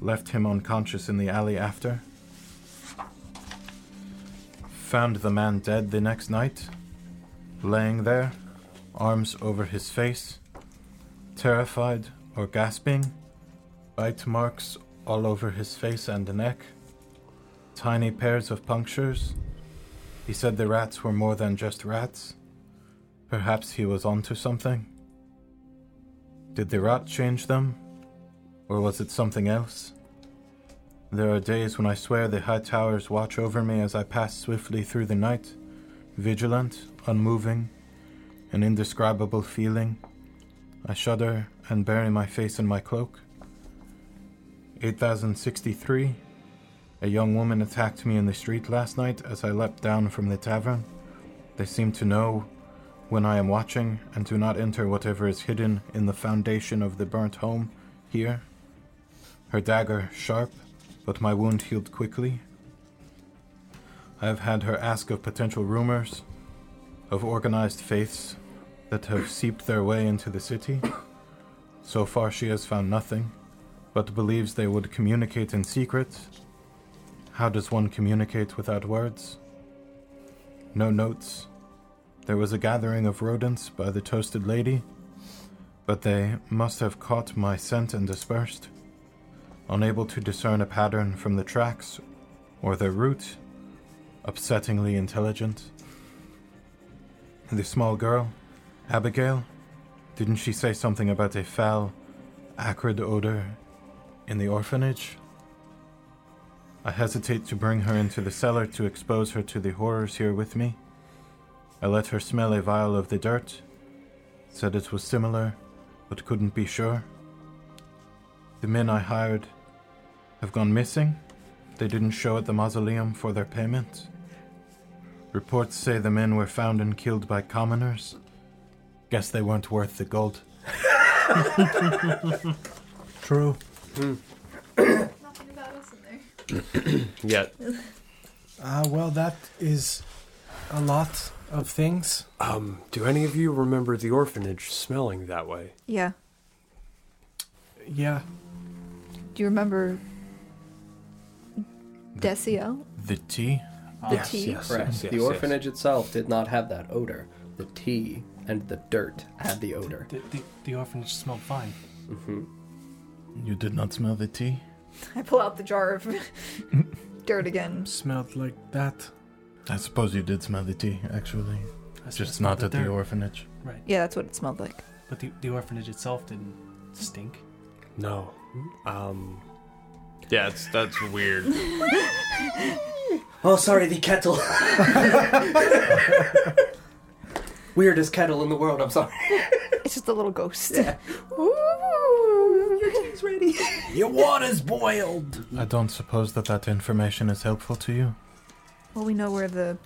left him unconscious in the alley after found the man dead the next night. laying there, arms over his face, terrified or gasping, bite marks all over his face and neck, tiny pairs of punctures. He said the rats were more than just rats. Perhaps he was onto something. Did the rot change them? Or was it something else? There are days when I swear the high towers watch over me as I pass swiftly through the night, vigilant, unmoving, an indescribable feeling. I shudder and bury my face in my cloak. 8063. A young woman attacked me in the street last night as I leapt down from the tavern. They seem to know when I am watching and do not enter whatever is hidden in the foundation of the burnt home here. Her dagger sharp, but my wound healed quickly. I have had her ask of potential rumors of organized faiths that have seeped their way into the city. So far, she has found nothing, but believes they would communicate in secret. How does one communicate without words? No notes. There was a gathering of rodents by the toasted lady, but they must have caught my scent and dispersed. Unable to discern a pattern from the tracks or their route, upsettingly intelligent. The small girl, Abigail, didn't she say something about a foul, acrid odor in the orphanage? I hesitate to bring her into the cellar to expose her to the horrors here with me. I let her smell a vial of the dirt, said it was similar, but couldn't be sure. The men I hired have gone missing. They didn't show at the mausoleum for their payment. Reports say the men were found and killed by commoners. Guess they weren't worth the gold.
True. Hmm.
Nothing about us in there.
Yet,
Ah, well, that is a lot of things.
um, do any of you remember the orphanage smelling that way?
Yeah.
Yeah.
Do you remember Desio?
The tea?
The tea?
Correct.
yes,
the
yes.
orphanage itself did not have that odor. The tea and the dirt had the odor.
The, the, the orphanage smelled fine.
Mm-hmm.
You did not smell the tea?
I pull out the jar of dirt again.
Smelled like that.
I suppose you did smell the tea, actually.
I
Just
smelled
not at the
dirt,
orphanage.
Right.
Yeah, that's what it smelled like.
But the, the orphanage itself didn't stink.
No. Um. Yeah, it's, that's weird.
Oh, sorry, the kettle. Weirdest kettle in the world. I'm sorry.
It's just a little ghost.
Ooh, your tea's ready.
Your water's boiled.
Mm.
I don't suppose that that information is helpful to you.
Well, we know where the.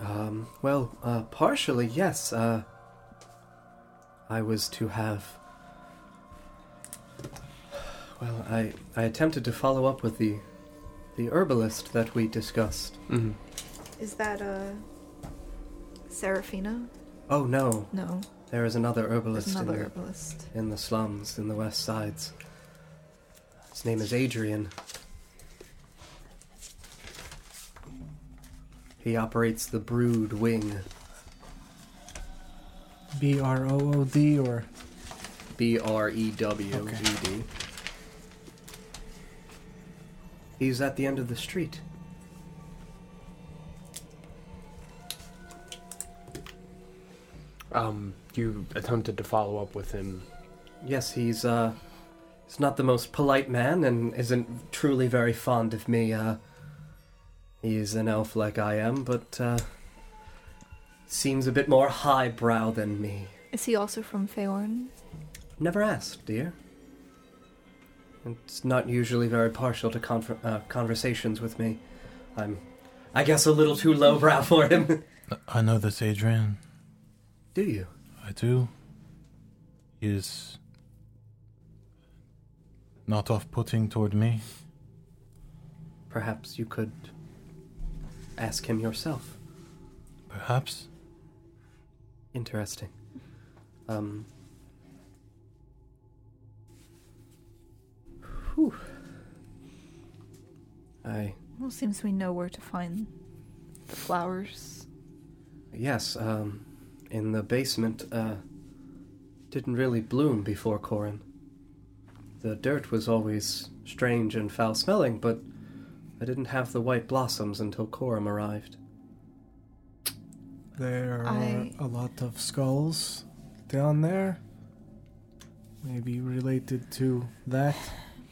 Um, well, uh, partially, yes. Uh, I was to have. Well, I, I attempted to follow up with the, the herbalist that we discussed.
Mhm.
Is that uh, Serafina?
Oh no,
No,
there is another
there's
herbalist
another
in, the,
herbalist.
in the slums in the west sides. His name is Adrian. He operates the Brood Wing.
B R O O D or
B R E W E D. He's at the end of the street.
Um, you attempted to follow up with him.
Yes, he's uh he's not the most polite man and isn't truly very fond of me. Uh he's an elf like I am, but uh seems a bit more highbrow than me.
Is he also from Feorn?
Never asked, dear. It's not usually very partial to confer- uh, conversations with me. I'm, I guess, a little too lowbrow for him.
I know this, Adrian.
Do you?
I do. He is not off putting toward me.
Perhaps you could ask him yourself.
Perhaps
Interesting. Um. Whew. I
Well, seems we know where to find the flowers.
Yes, um, in the basement, uh, didn't really bloom before Corin. The dirt was always strange and foul smelling, but I didn't have the white blossoms until Corum arrived.
There
I-
are a lot of skulls down there. Maybe related to that,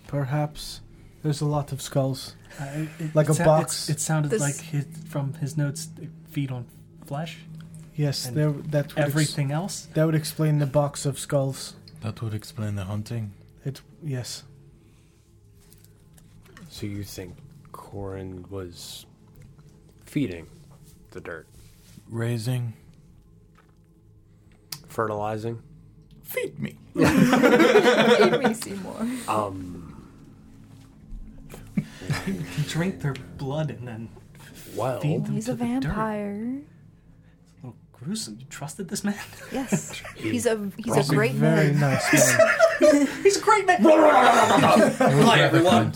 perhaps. There's a lot of skulls.
I, Uh, it,
Like
it
a
sou-
box.
It, it sounded
This-
like his, from his notes, feed on flesh.
Yes,
And
there. That would ex-
Everything else.
that would explain the box of skulls.
That would explain the hunting.
It yes.
So you think Corin was feeding the dirt,
Raising.
fertilizing?
Feed me.
Feed me, Seymour.
Um,
You drink their blood and then
well,
feed them
He's
to
a
the dirt.
vampire.
A little gruesome. You trusted this man?
Yes, he's a he's a
It's
great
very
man.
nice man.
He's a great man.
Hi everyone.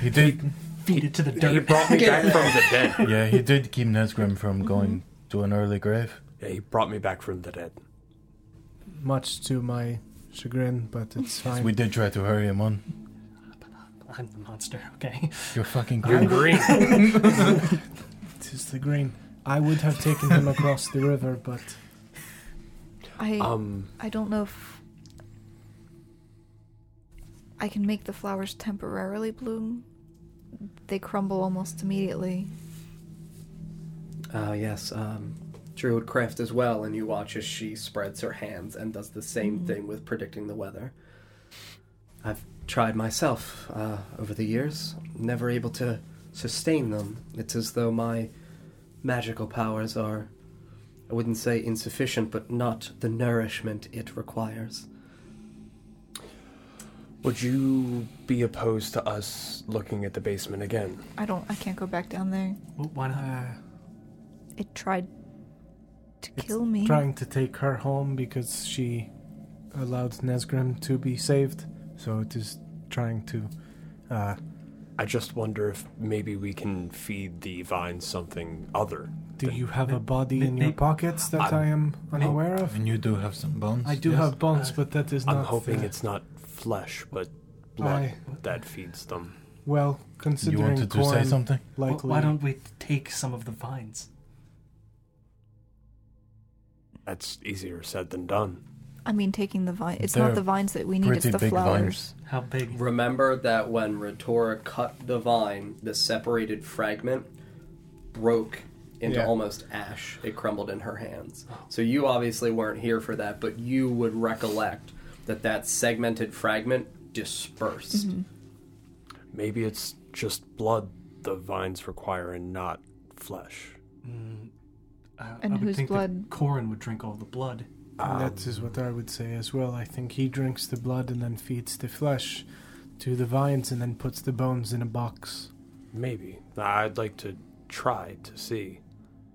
he did.
feed it to the
he
dirt.
brought me back from the dead.
Yeah, he did keep Nesgrim from going to an early grave.
Yeah, he brought me back from the dead.
Much to my chagrin, but it's fine.
We did try to hurry him on.
I'm the monster. Okay.
You're fucking
You're
green.
green.
It is the green. I would have taken him across the river, but
I
Um,
I don't know if I can make the flowers temporarily bloom. They crumble almost immediately.
Ah, yes, um, Druid craft as well, and you watch as she spreads her hands and does the same thing with predicting the weather. I've tried myself uh, over the years, never able to sustain them. It's as though my magical powers are, I wouldn't say insufficient, but not the nourishment it requires.
would you be opposed to us looking at the basement again?
I don't. I can't go back down there.
Well, why not?
uh,
It tried to
it's
kill me.
trying to take her home because she allowed Nesgrim to be saved. So it is trying to. Uh,
I just wonder if maybe we can feed the vine something other.
do you have a body in
may-
your pockets that I am unaware of?
And you do have some bones.
I do have bones, but that is not.
I'm hoping
uh,
it's not flesh, but blood
Aye.
that feeds them.
well
You
considering.
wanted to say
Corin
something?
Well,
Likely.
why don't we take some of the vines?
That's easier said than done.
I mean, taking the vine. It's
They're
not the vines that we need. It's
pretty
the
big
flowers.
How big?
Remember that when Retora cut the vine, the separated fragment broke into
Yeah.
almost ash. It crumbled in her hands. So you obviously weren't here for that, but you would recollect that that segmented fragment dispersed.
Mm-hmm.
Maybe it's just blood the vines require and not flesh.
Mm. I- I
And
would
whose
think that
blood?
Corin would drink all the blood.
that is what I would say as well. I think he drinks the blood and then feeds the flesh to the vines and then puts the bones in a box.
Maybe. I'd like to try to see.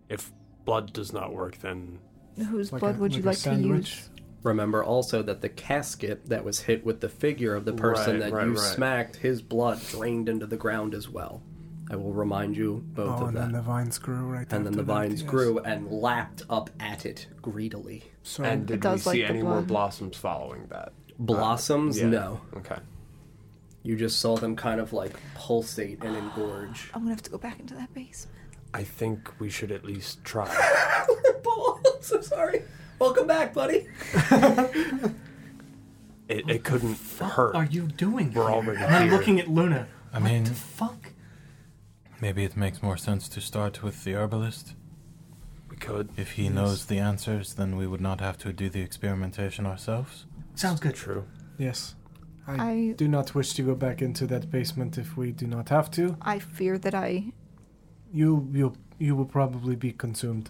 If blood does not work, then
Whose
Like
blood
a-
would you
a
like
sandwich.
to use?
Remember also that the casket that was hit with the figure of the person
Right,
that
right,
you
right.
smacked, his blood drained into the ground as well. I will remind you both
Oh,
of
and
that.
then the vines grew right
and then
after
the
that,
vines
yes.
grew and lapped up at it greedily.
So
and
It
did we
does like
see
the
any more
blood.
blossoms following that? Uh,
Blossoms?
Yeah.
No.
Okay.
You just saw them kind of like pulsate and engorge.
I'm gonna have to go back into that basement.
I think we should at least try.
Paul, I'm so sorry. Welcome back, buddy.
It, it couldn't hurt.
What are you doing?
We're
here?
already
And I'm
here.
looking at Luna.
I mean,
The fuck?
maybe it makes more sense to start with the herbalist.
We could.
If he knows the answers, then we would not have to do the experimentation ourselves.
Sounds good.
True.
yes, I,
I
do not wish to go back into that basement if we do not have to.
I fear that I
You you you will probably be consumed.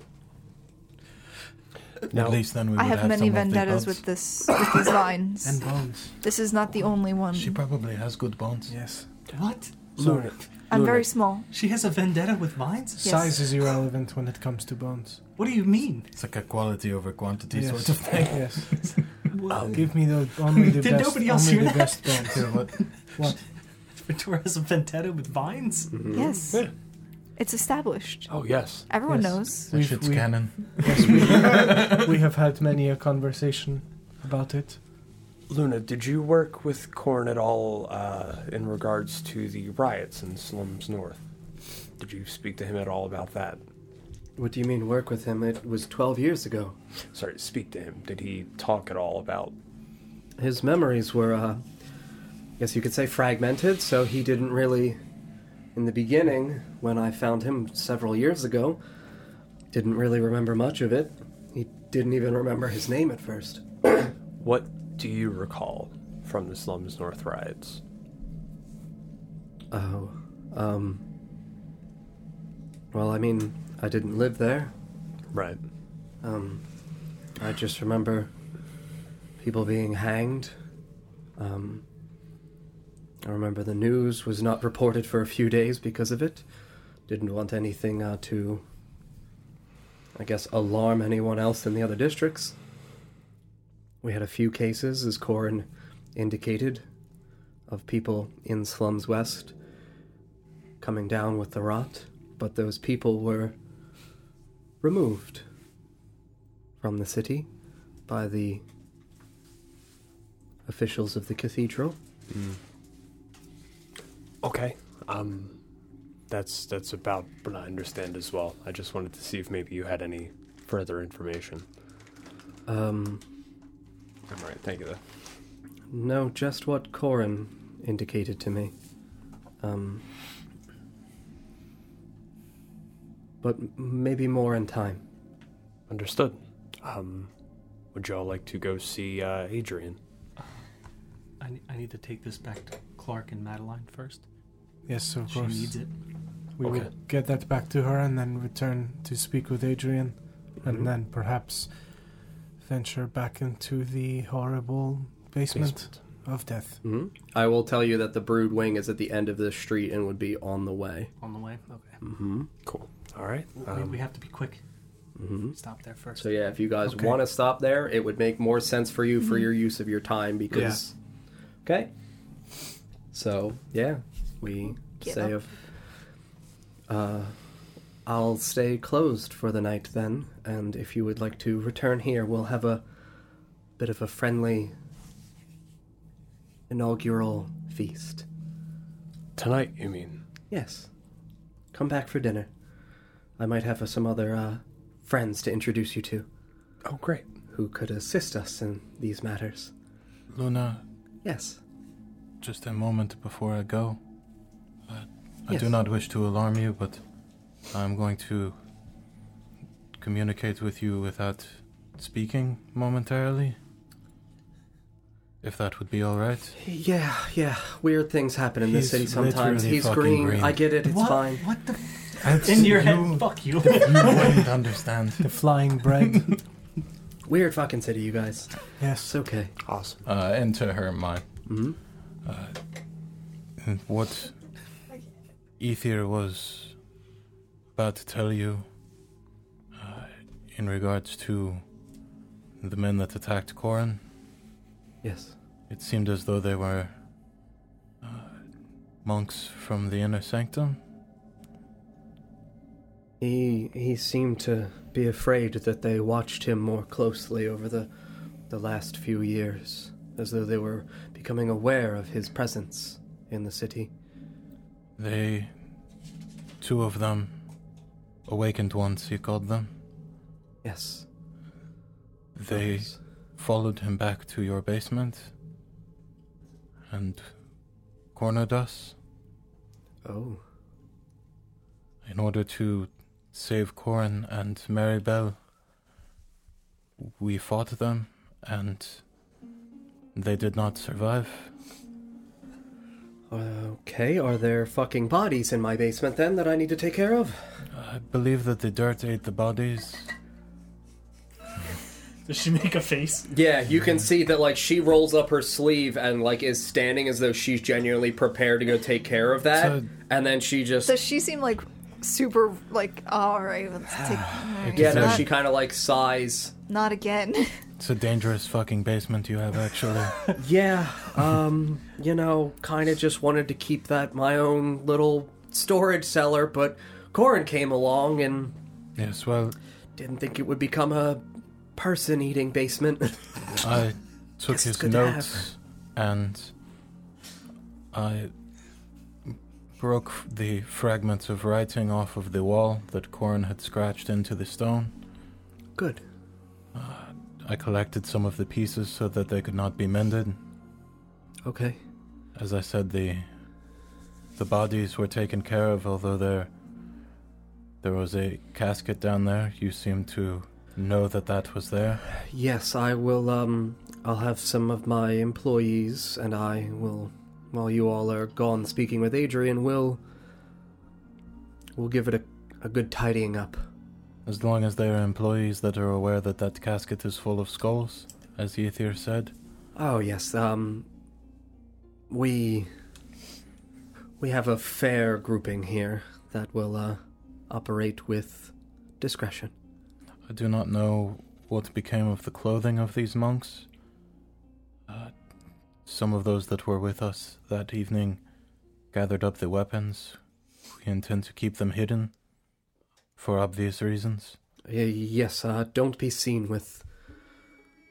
Now-
At least then we
I
would
have,
have
many
some
vendettas
of the
with this with these vines.
And bones.
this is not the only one.
She probably has good bones.
Yes,
What?
sorry.
I'm very small.
She has a vendetta with vines?
Yes.
Size is irrelevant when it comes to bones.
What do you mean?
It's like a quality over quantity
Yes.
sort of thing.
Yes,
What?
give me the only the
Did
best.
nobody else
only
hear
the
that?
best bones.
Here, what-
What?
Mm-hmm.
Ventura has a vendetta with vines?
Yes. It's established.
Oh, yes.
Everyone
yes.
knows.
That
We've-
shit's
we-
canon.
we have had many a conversation about it.
Luna, did you work with Korn at all uh, in regards to the riots in Slums North? Did you speak to him at all about that?
What do you mean work with him? It was 12 years ago.
Sorry, speak to him. Did he talk at all about?
His memories were, uh, guess you could say, fragmented, so he didn't really, in the beginning, when I found him several years ago, didn't really remember much of it. He didn't even remember his name at first.
What do you recall from the Slums North riots?
Oh, um. Well, I mean, I didn't live there.
Right.
Um, I just remember people being hanged. Um, I remember the news was not reported for a few days because of it. Didn't want anything uh, to, I guess, alarm anyone else in the other districts. We had a few cases, as Corin indicated, of people in Slums West coming down with the rot, but those people were removed from the city by the officials of the cathedral.
Okay. Um, that's that's about what I understand as well. I just wanted to see if maybe you had any further information.
Um,
I'm right. Thank you. Though.
no, just what Corin indicated to me. Um, but m- maybe more in time.
Understood. Um, would y'all like to go see uh, Adrian?
I, ne- I need to take this back to Clark and Madeline first.
Yes, of
She
course.
needs it.
We
Okay.
will get that back to her and then return to speak with Adrian
Mhm.
Mm-hmm.
and then perhaps venture back into the horrible basement, of death.
Mm-hmm. I will tell you that the brood wing is at the end of this street and would be on the way.
On the way? Okay.
Mm-hmm.
Cool. All right.
we,
Um,
we have to be quick.
Mm-hmm.
Stop there first.
So yeah, if you guys
Okay.
want to stop there, it would make more sense for you for your use of your time because. Okay. So yeah, we
Get
say
up.
if. Uh, I'll stay closed for the night then, and if you would like to return here, we'll have a bit of a friendly inaugural feast.
tonight, you mean?
Yes. Come back for dinner. I might have uh, some other uh, friends to introduce you to
Oh, great.
who could assist us in these matters.
Luna,
Yes.
just a moment before I go. Uh, I do
Yes.
not wish to alarm you, but I'm going to communicate with you without speaking momentarily. If that would be all right.
Yeah, yeah. Weird things happen in this
He's
city sometimes.
literally
He's
fucking
green.
green.
I get it. It's
what,
fine.
What the? F-
That's
in your
you-
head? Fuck you.
you wouldn't understand.
The flying bread.
Weird fucking city, you guys. It's
yes.
okay.
Awesome.
Uh, and to her, my
hmm
Uh, What Ether was about to tell you uh, in regards to the men that attacked Koran,
Yes.
it seemed as though they were uh, monks from the inner sanctum.
He he seemed to be afraid that they watched him more closely over the the last few years, as though they were becoming aware of his presence in the city.
They, two of them, awakened ones, he called them.
Yes.
They
Yes.
followed him back to your basement and cornered us.
Oh.
In order to save Corin and Mary Bell, we fought them and they did not survive.
Okay, are there fucking bodies in my basement then that I need to take care of?
I believe that the dirt ate the bodies.
Does she make a face?
Yeah, you can see that like she rolls up her sleeve and like is standing as though she's genuinely prepared to go take care of that,
So-
and then she just
Does she seem like super like all right? Let's take. all right,
yeah,
Is
no,
that-
she kind of like sighs.
Not again.
It's a dangerous fucking basement you have, actually.
Yeah, um, you know, kind of just wanted to keep that my own little storage cellar, but
Corin came along and
Yes, well,
didn't think it would become a person eating basement.
I took
Guess it's
his
good to have.
notes and I broke f- the fragments of writing off of the wall that Corin had scratched into the stone. Uh,
Good.
I collected some of the pieces so that they could not be mended.
Okay.
As I said, the the bodies were taken care of, although there there was a casket down there. You seem to know that that was there.
Yes, I will. Um, I'll have some of my employees, and I will, while you all are gone speaking with Adrian, will. We'll give it a, a good tidying up.
As long as there are employees that are aware that that casket is full of skulls, as Yithir said.
Oh yes, um, we we have a fair grouping here that will uh, operate with discretion.
I do not know what became of the clothing of these monks. Uh, some of those that were with us that evening gathered up the weapons. We intend to keep them hidden for obvious reasons.
Y- yes, uh, don't be seen with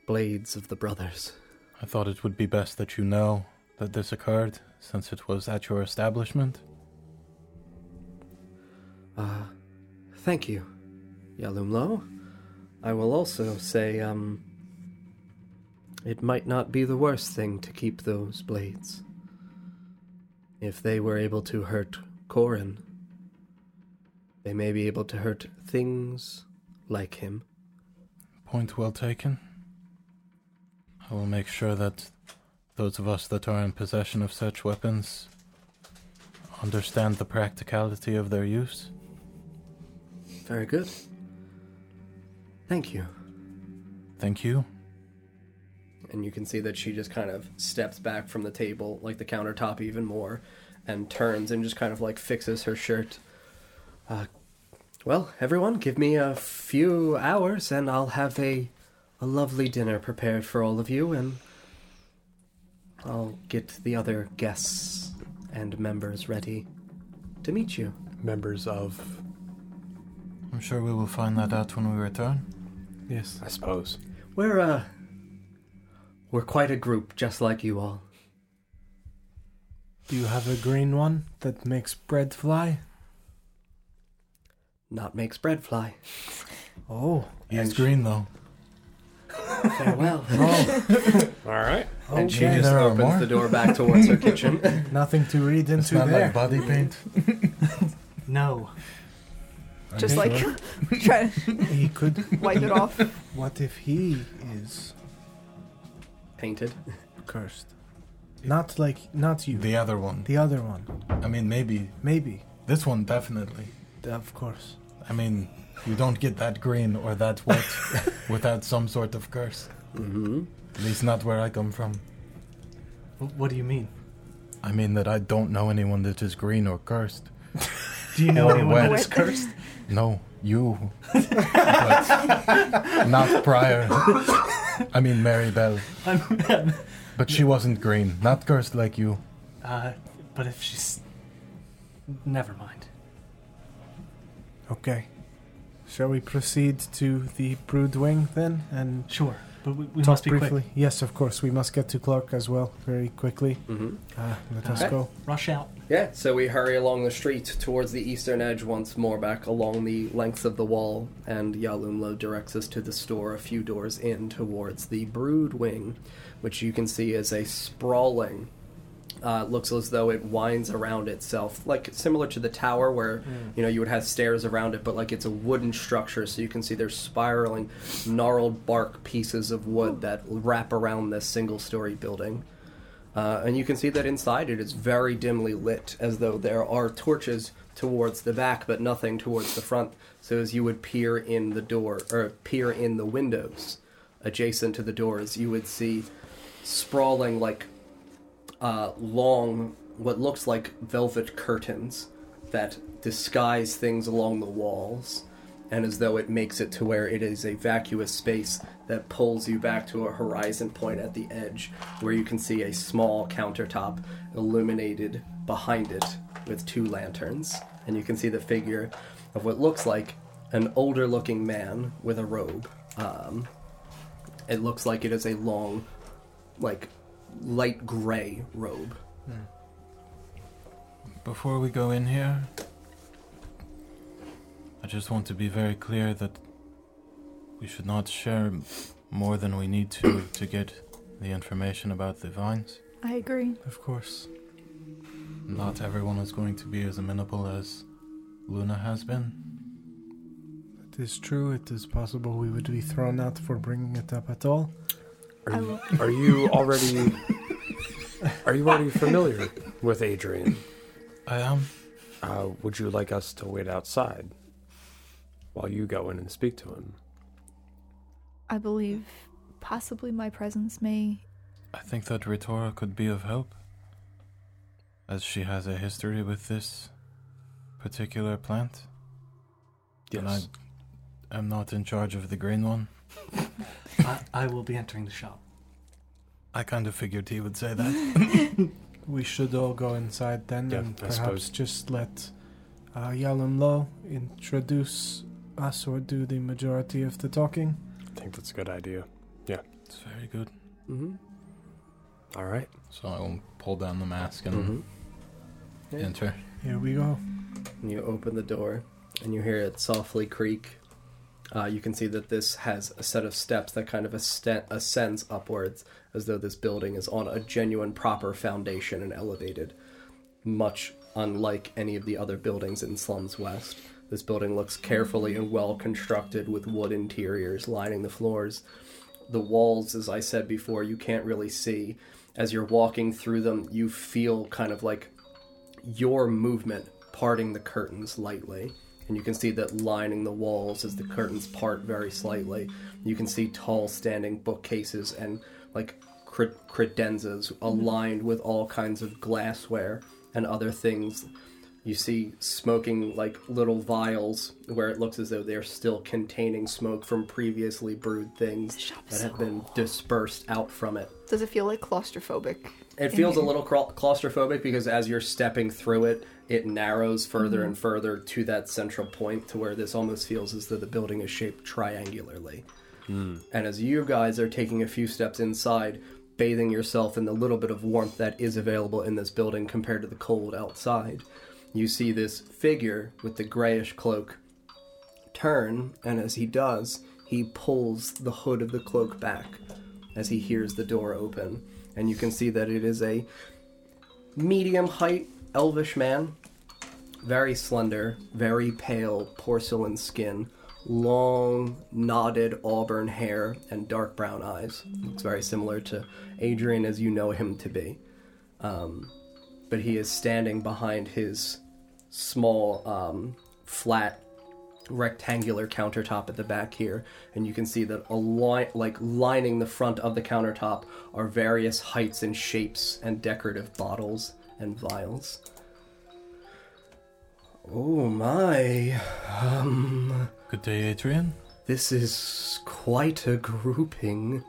blades of the brothers.
I thought it would be best that you know that this occurred since it was at your establishment.
Uh, thank you, Yalumlo. I will also say, um, it might not be the worst thing to keep those blades. If they were able to hurt Corin, they may be able to hurt things like him.
Point well taken. I will make sure that those of us that are in possession of such weapons understand the practicality of their use.
Very good. Thank you.
Thank you.
and you can see that she just kind of steps back from the table, like the countertop even more, and turns and just kind of like fixes her shirt. Uh, well, everyone, give me a few hours and I'll have a, a lovely dinner prepared for all of you, and I'll get the other guests and members ready to meet you.
Members of,
I'm sure we will find that out when we return.
I suppose.
We're, uh, we're quite a group, just like you all.
Do you have a green one that makes bread fly?
Not makes bread fly.
Oh,
He is green though.
Farewell.
All right.
Oh.
Oh.
And she
Okay.
just
There are
opens
more?
the door back towards her kitchen.
nothing to read
It's
into
not
there.
like body paint.
No.
Just like trying
he could.
to wipe it off.
What if he is
Painted.
cursed? Not like not you.
The other one.
the other one,
I mean, maybe
maybe.
this one definitely.
Of course.
I mean, you don't get that green or that wet without some sort of curse.
Mm-hmm.
At least not where I come from.
W- what do you mean?
I mean that I don't know anyone that is green or cursed.
Do you know
Or
anyone that
wet.
is cursed?
No, you. but not prior. I mean Mary Bell.
I'm,
But she wasn't green. Not cursed like you.
uh, but if she's. Never mind.
Okay. Shall we proceed to the brood wing then and
Sure. But we, we
talk
must be
briefly?
quick.
Yes, of course. We must get to Clark as well very quickly.
Mm-hmm.
Ah, let us
Okay.
go.
Rush out.
Yeah, so we hurry along the street towards the eastern edge once more, back along the length of the wall, and Yalumlo directs us to the store a few doors in towards the brood wing, which you can see is a sprawling. Uh, it looks as though it winds around itself, like similar to the tower where you know you would have stairs around it, but like it's a wooden structure, so you can see there's spiraling, gnarled bark pieces of wood that wrap around this single-story building. Uh, and you can see that inside it is very dimly lit, as though there are torches towards the back, but nothing towards the front. So as you would peer in the door or peer in the windows adjacent to the doors, you would see sprawling like uh, long, what looks like velvet curtains that disguise things along the walls, and as though it makes it to where it is a vacuous space that pulls you back to a horizon point at the edge where you can see a small countertop illuminated behind it with two lanterns. and you can see the figure of what looks like an older looking man with a robe. Um, it looks like it is a long, like light gray robe.
Before we go in here, I just want to be very clear that we should not share m- more than we need to to get the information about the vines.
I agree.
Of course. Not everyone is going to be as amenable as Luna has been.
It is true. It is possible we would be thrown out for bringing it up at all.
Are,
I
you- are you already? Are you already familiar with Adrian?
I am.
Uh, would you like us to wait outside while you go in and speak to him?
I believe possibly my presence may.
I think that Ritora could be of help, as she has a history with this particular plant. And I am not in charge of the green one.
I, I will be entering the shop.
I kind of figured he would say that.
We should all go inside then
Yeah,
and
I
perhaps
suppose.
just let uh, Yalom Lo introduce us or do the majority of the talking.
I think that's a good idea.
It's very good.
Mm-hmm.
All right.
So I will pull down the mask and
Mm-hmm.
enter.
Here we go.
And you open the door and you hear it softly creak. Uh, you can see that this has a set of steps that kind of ascend, ascends upwards as though this building is on a genuine proper foundation and elevated. Much unlike any of the other buildings in Slums West, this building looks carefully and well constructed with wood interiors lining the floors the walls, as I said before, you can't really see. As you're walking through them, you feel kind of like your movement parting the curtains lightly. And you can see that lining the walls as the curtains part very slightly. You can see tall standing bookcases and like cre- credenzas aligned with all kinds of glassware and other things. You see smoking like little vials where it looks as though they're still containing smoke from previously brewed things
shop is
that
so
have been dispersed out from it.
Does it feel like claustrophobic?
It feels a little cla- claustrophobic because as you're stepping through it, it narrows further and further to that central point to where this almost feels as though the building is shaped triangularly.
Hmm.
And as you guys are taking a few steps inside, bathing yourself in the little bit of warmth that is available in this building compared to the cold outside, you see this figure with the grayish cloak turn, and as he does, he pulls the hood of the cloak back as he hears the door open. And you can see that it is a medium height elvish man, very slender, very pale porcelain skin, long knotted auburn hair, and dark brown eyes. Looks very similar to Adrian as you know him to be. Um, but he is standing behind his small, um, flat rectangular countertop at the back here, and you can see that a line, like lining the front of the countertop, are various heights and shapes and decorative bottles and vials. Oh my! Um,
Good day, Adrian.
this is quite a grouping.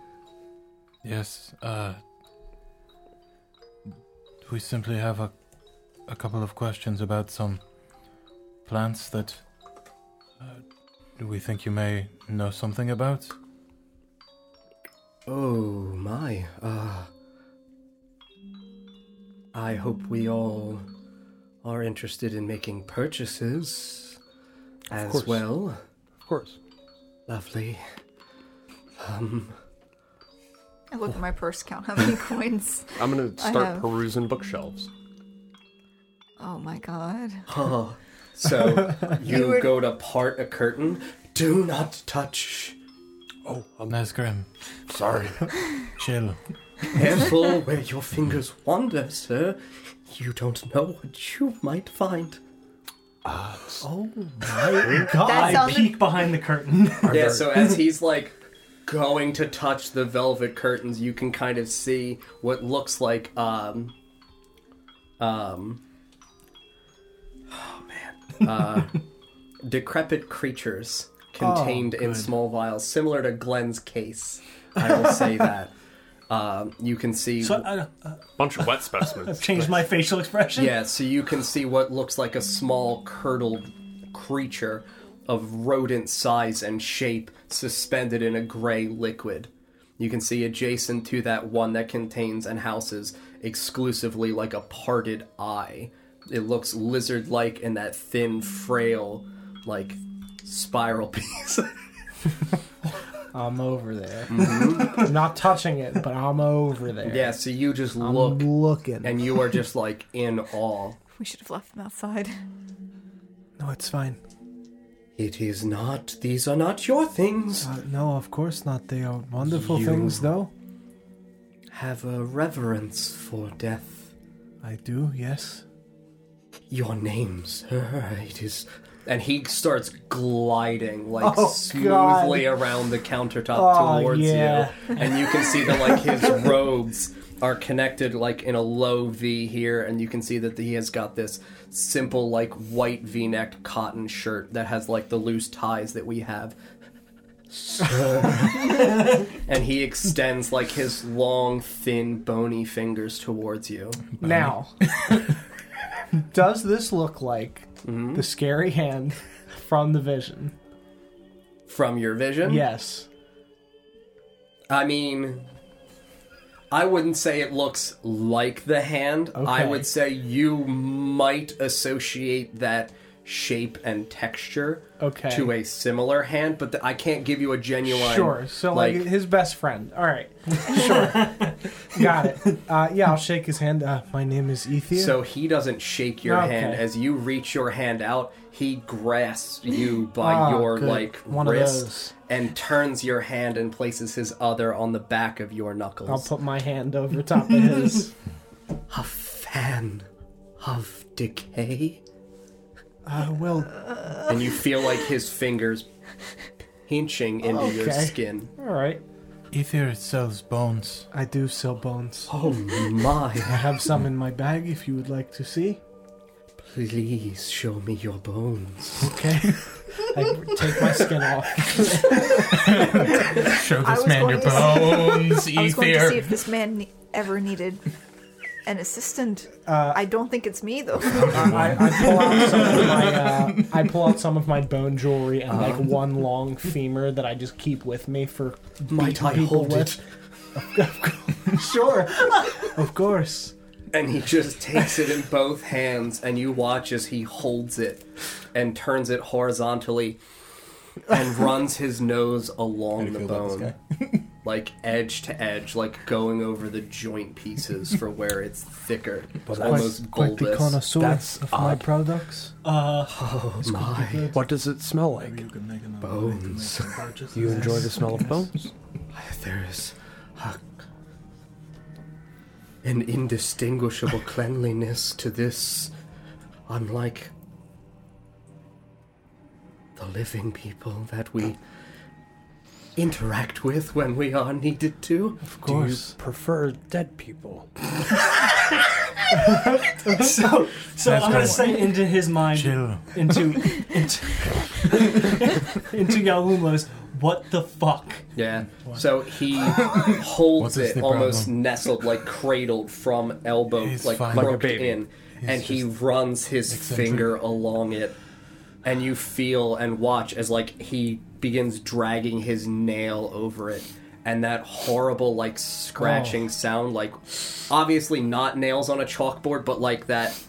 Yes, uh. We simply have a, a couple of questions about some plants that uh, we think you may know something about.
Oh my. Uh, I hope we all are interested in making purchases as
course.
well.
Of course.
Lovely. Um,
I look at my purse, count how many coins.
I'm gonna
I
start
have-
perusing bookshelves.
Oh my god.
huh. So you
You were-
go to part a curtain. Do not touch.
Oh, I'm
Nice grim.
sorry.
Chill.
Careful where your fingers wander, sir. You don't know what you might find. Oh.
That
I
sounded-
peek behind the curtain.
Yeah, so as he's like going to touch the velvet curtains, you can kind of see what looks like um um oh man. Uh decrepit creatures
Oh,
contained in small vials similar to Glenn's case. I will say that. Uh, you can see.
So uh, I, I-
Bunch of wet specimens.
I've changed my facial expression.
Yeah, so you can see what looks like a small curdled creature of rodent size and shape suspended in a gray liquid. You can see adjacent to that one that contains and houses exclusively like a parted eye. It looks lizard like in that thin, frail, like spiral piece.
I'm over there. Not touching it, but I'm over there.
Mm-hmm. yeah, so you just
I'm
look
looking.
and you are just like in awe.
We should have left them outside.
No, it's fine.
It is not, these are not your things.
Uh, no, of course not. They are wonderful
You-
things, though.
Have a reverence for death.
I do, yes.
Your name, sir, it is. And he starts gliding like
Oh,
smoothly around the countertop
Oh,
towards
yeah.
you, and you can see that like his robes are connected like in a low V here, and you can see that he has got this simple like white V-necked cotton shirt that has like the loose ties that we have. Sir. and he extends like his long, thin, bony fingers towards you.
Now, does this look like
Mm-hmm.
the scary hand from the vision?
From your vision,
Yes.
I mean, I wouldn't say it looks like the hand. I
Okay.
would say you might associate that shape and texture
Okay.
to a similar hand, but th- I can't give you a genuine.
Sure. So like, his best friend. All right. Sure. Got it. Uh, yeah, I'll shake his hand. Uh,
My name is Ethia.
So he doesn't shake your
Okay.
hand as you reach your hand out. He grasps you by
Ah,
your
good.
like
One of
wrist
those.
and turns your hand and places his other on the back of your knuckles.
I'll put my hand over top of his.
a fan of decay.
Uh, well,
and you feel like his fingers pinching into your
Okay.
skin.
All right.
Ether sells bones.
I do sell bones.
Oh my!
I have some in my bag if you would like to see.
Please show me your bones.
Okay. I take my skin off.
Show
I
this
was
man your
going to
bones,
I was going to see
Ether.
if this man ne- ever needed an assistant. I don't think it's me though.
Uh, I, I pull out some of my uh, I pull out some of my bone jewelry and
Uh-huh.
like one long femur that I just keep with me for
Might
beating
I
people
hold
with.
it?
Sure.
Of course.
And he just takes it in both hands, and you watch as he holds it and turns it horizontally and runs his nose along the bone, like edge to edge, like going over the joint pieces for where it's thicker, almost
quite the
bulbous.
connoisseur
That's
of my
odd.
products.
Oh,
My
What does it smell like?
bones.
Do you enjoy the smell of bones?
There is a, an indistinguishable cleanliness to this, unlike the living people that we interact with when we are needed to.
Of course.
Prefer dead people.
So, so
That's
I'm gonna
good.
say into his mind,
Chill.
into into into Yalumlo's. What the fuck?
Yeah. So he holds
What is
it
the
almost
problem?
nestled, like cradled from elbow,
He's
like
fine.
crooked
Like a
baby.
in, and he runs his
eccentric.
finger along it, and you feel and watch as like he begins dragging his nail over it. And that horrible, like scratching sound, like obviously not nails on a chalkboard, but like that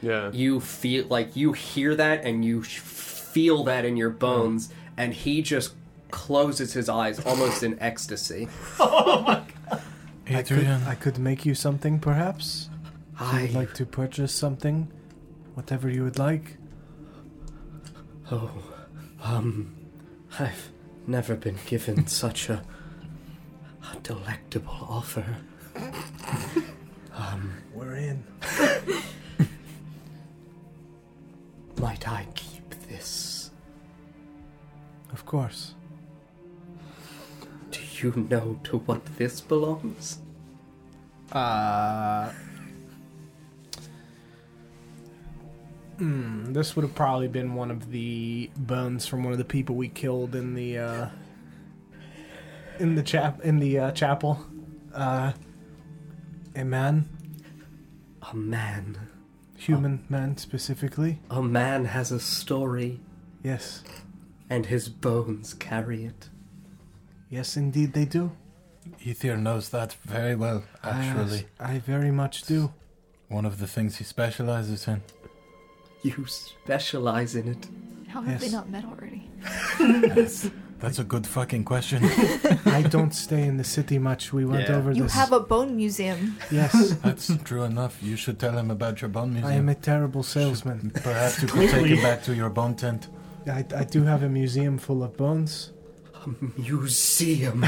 Yeah.
you feel like you hear that and you sh- feel that in your bones and he just closes his eyes almost in ecstasy
Could-
Adrian,
I could make you something, perhaps.
i
I'd like to purchase something, whatever you would like.
oh um i've never been given such a, a delectable offer Um,
We're in.
might i keep this
Of course.
do you know to what this belongs
Uh, hmm, this would have probably been one of the bones from one of the people we killed in the uh, in the chap in the uh, chapel.
uh, a man,
A man.
human man specifically.
A man has a story,
Yes,
and his bones carry it.
yes, indeed they do.
Ether knows that very well, actually.
I, I very much do.
One of the things he specializes in.
You specialize in it.
How have they
Yes.
not met already?
That's a good fucking question.
I don't stay in the city much. We went
Yeah.
over
You
this.
have a bone museum.
yes,
That's true enough. You should tell him about your bone museum.
I am a terrible salesman.
Perhaps you could take him back to your bone tent.
I, I do have a museum full of bones.
Museum.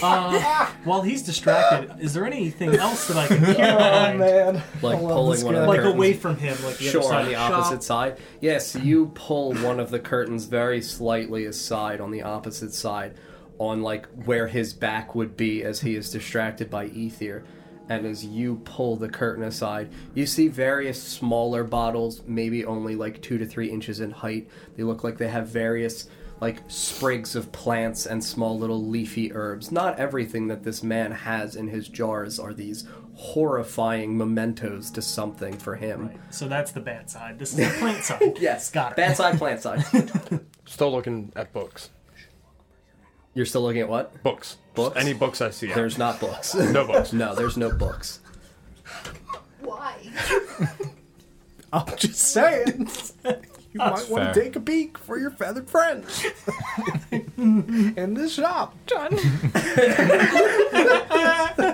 Ah.
While he's distracted, is there anything else that I can hear? behind?
Oh, man.
Uh, like
love
pulling
this
one of
guy.
the
like
curtains.
away from him, like the
sure,
other side
on the
of shop.
opposite side. Yes, you pull one of the curtains very slightly aside on the opposite side, on like where his back would be as he is distracted by ether. And as you pull the curtain aside, you see various smaller bottles, maybe only like two to three inches in height. They look like they have various like sprigs of plants and small little leafy herbs. Not everything that this man has in his jars are these horrifying mementos to something for him.
So that's the bad side. This is the plant side.
Yes,
got it.
Bad side, plant side.
Still looking at books.
You're still looking at what?
Books.
Books?
Any books I see.
There's not books.
no books.
no, there's no books.
Why?
I'm just saying. You might want
fair.
to take a peek for your feathered friends in this shop.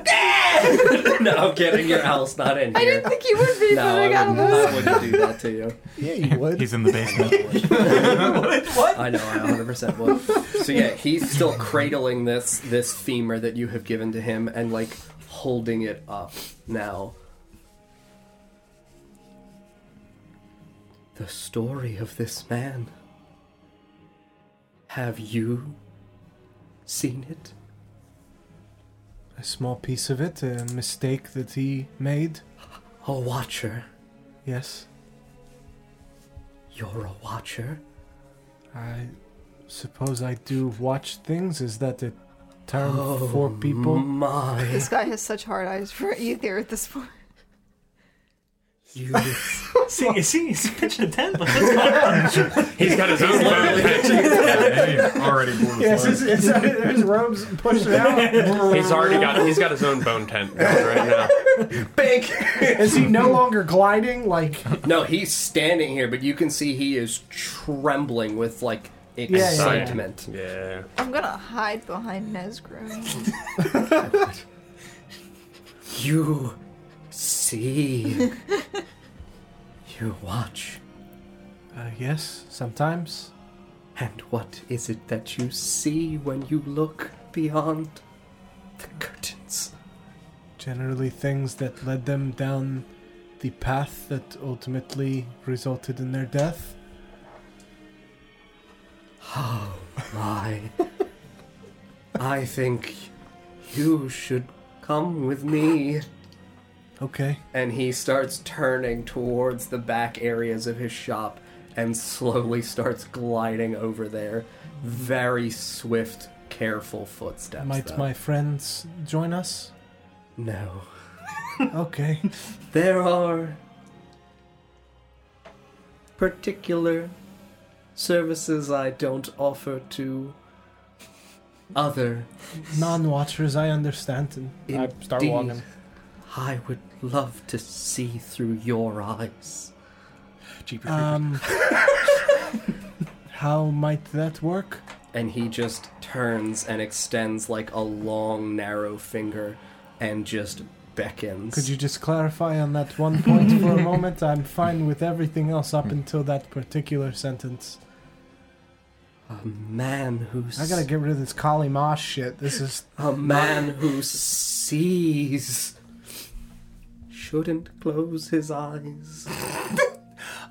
no, I'm kidding. Your owl's not in
I
here.
didn't think you would be,
no,
but I
I
got
wouldn't,
him.
I wouldn't do that to you.
Yeah, you would.
He's in the basement.
I know, I 100% would. So yeah, he's still cradling this this femur that you have given to him and like holding it up now. The story of this man. Have you seen it?
a small piece of it, a mistake that he made.
A watcher.
Yes,
You're a watcher.
I suppose I do watch things. Is that a term for people?
Oh My,
This guy has such hard eyes for ether at this point.
you
See, you see, he's pitching a tent, but that's not
He's got his own bone tent.
Hey, already blew his load.
his robes pushed out.
He's already got. He's got his own bone tent going right now.
big.
Is he no longer gliding? Like
No, he's standing here, but you can see he is trembling with like
yeah.
excitement.
Yeah.
I'm gonna hide behind Nezgro.
You see, you watch,
uh, yes, sometimes.
and what is it that you see when you look beyond the curtains?
Generally, things that led them down the path that ultimately resulted in their death. Oh,
My, I think you should come with me.
Okay.
and he starts turning towards the back areas of his shop and slowly starts gliding over there. Very swift, careful footsteps.
Might
though.
my friends join us?
No.
Okay.
There are particular services I don't offer to other.
Non watchers, I understand. And
I start
Indeed,
walking.
I would love to see through your eyes.
Um, how might that work?
and he just turns and extends like a long narrow finger and just beckons
Could you just clarify on that one point for a moment? I'm fine with everything else up until that particular sentence.
a man who
I gotta get rid of this Kali Mosh shit. This is
a man who sees shouldn't close his eyes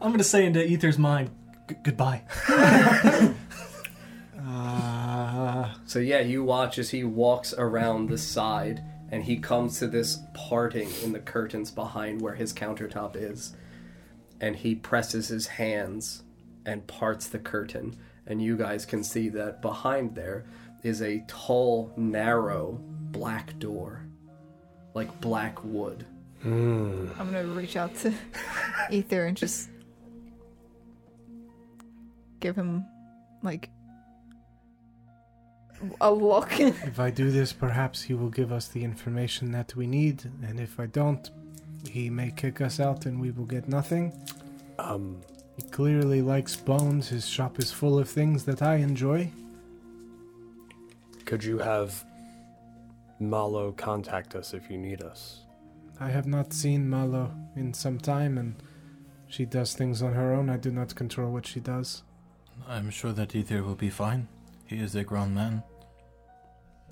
I'm gonna say into Ether's mind, "G- goodbye.
uh,
so yeah you watch as he walks around the side and he comes to this parting in the curtains behind where his countertop is and he presses his hands and parts the curtain and you guys can see that behind there is a tall, narrow black door, like black wood. Hmm.
I'm gonna reach out to Ether and just give him like a look.
Uh-huh.
If I do this, perhaps he will give us the information that we need, and if I don't, he may kick us out and we will get nothing.
Um,
He clearly likes bones. His shop is full of things that I enjoy.
could you have Malo contact us if you need us?
I have not seen Malo in some time, and she does things on her own. I do not control what she does.
I'm sure that Ether will be fine. He is a grown man.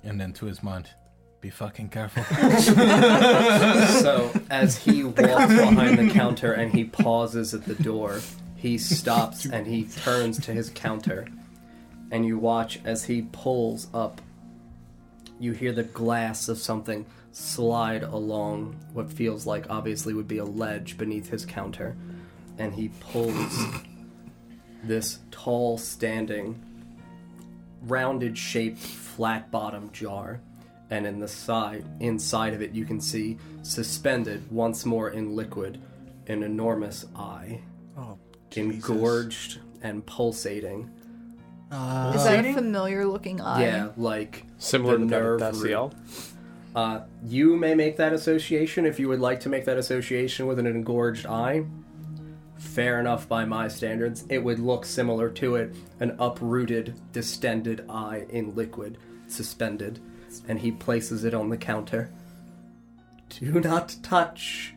And then to his mind, be fucking careful.
So as he walks behind the counter and he pauses at the door, he stops and he turns to his counter, and you watch as he pulls up. You hear the glass of something slide along what feels like obviously would be a ledge beneath his counter, and he pulls this tall standing rounded shaped flat bottom jar and in the side inside of it you can see suspended once more in liquid an enormous eye
Oh,
engorged and pulsating
Is that a familiar looking eye?
yeah like the
Similar to
nerve
that
root.
CL?
Uh, you may make that association if you would like to make that association with an engorged eye. Fair enough by my standards. It would look similar to it an uprooted, distended eye in liquid, suspended, and he places it on the counter. Do not touch,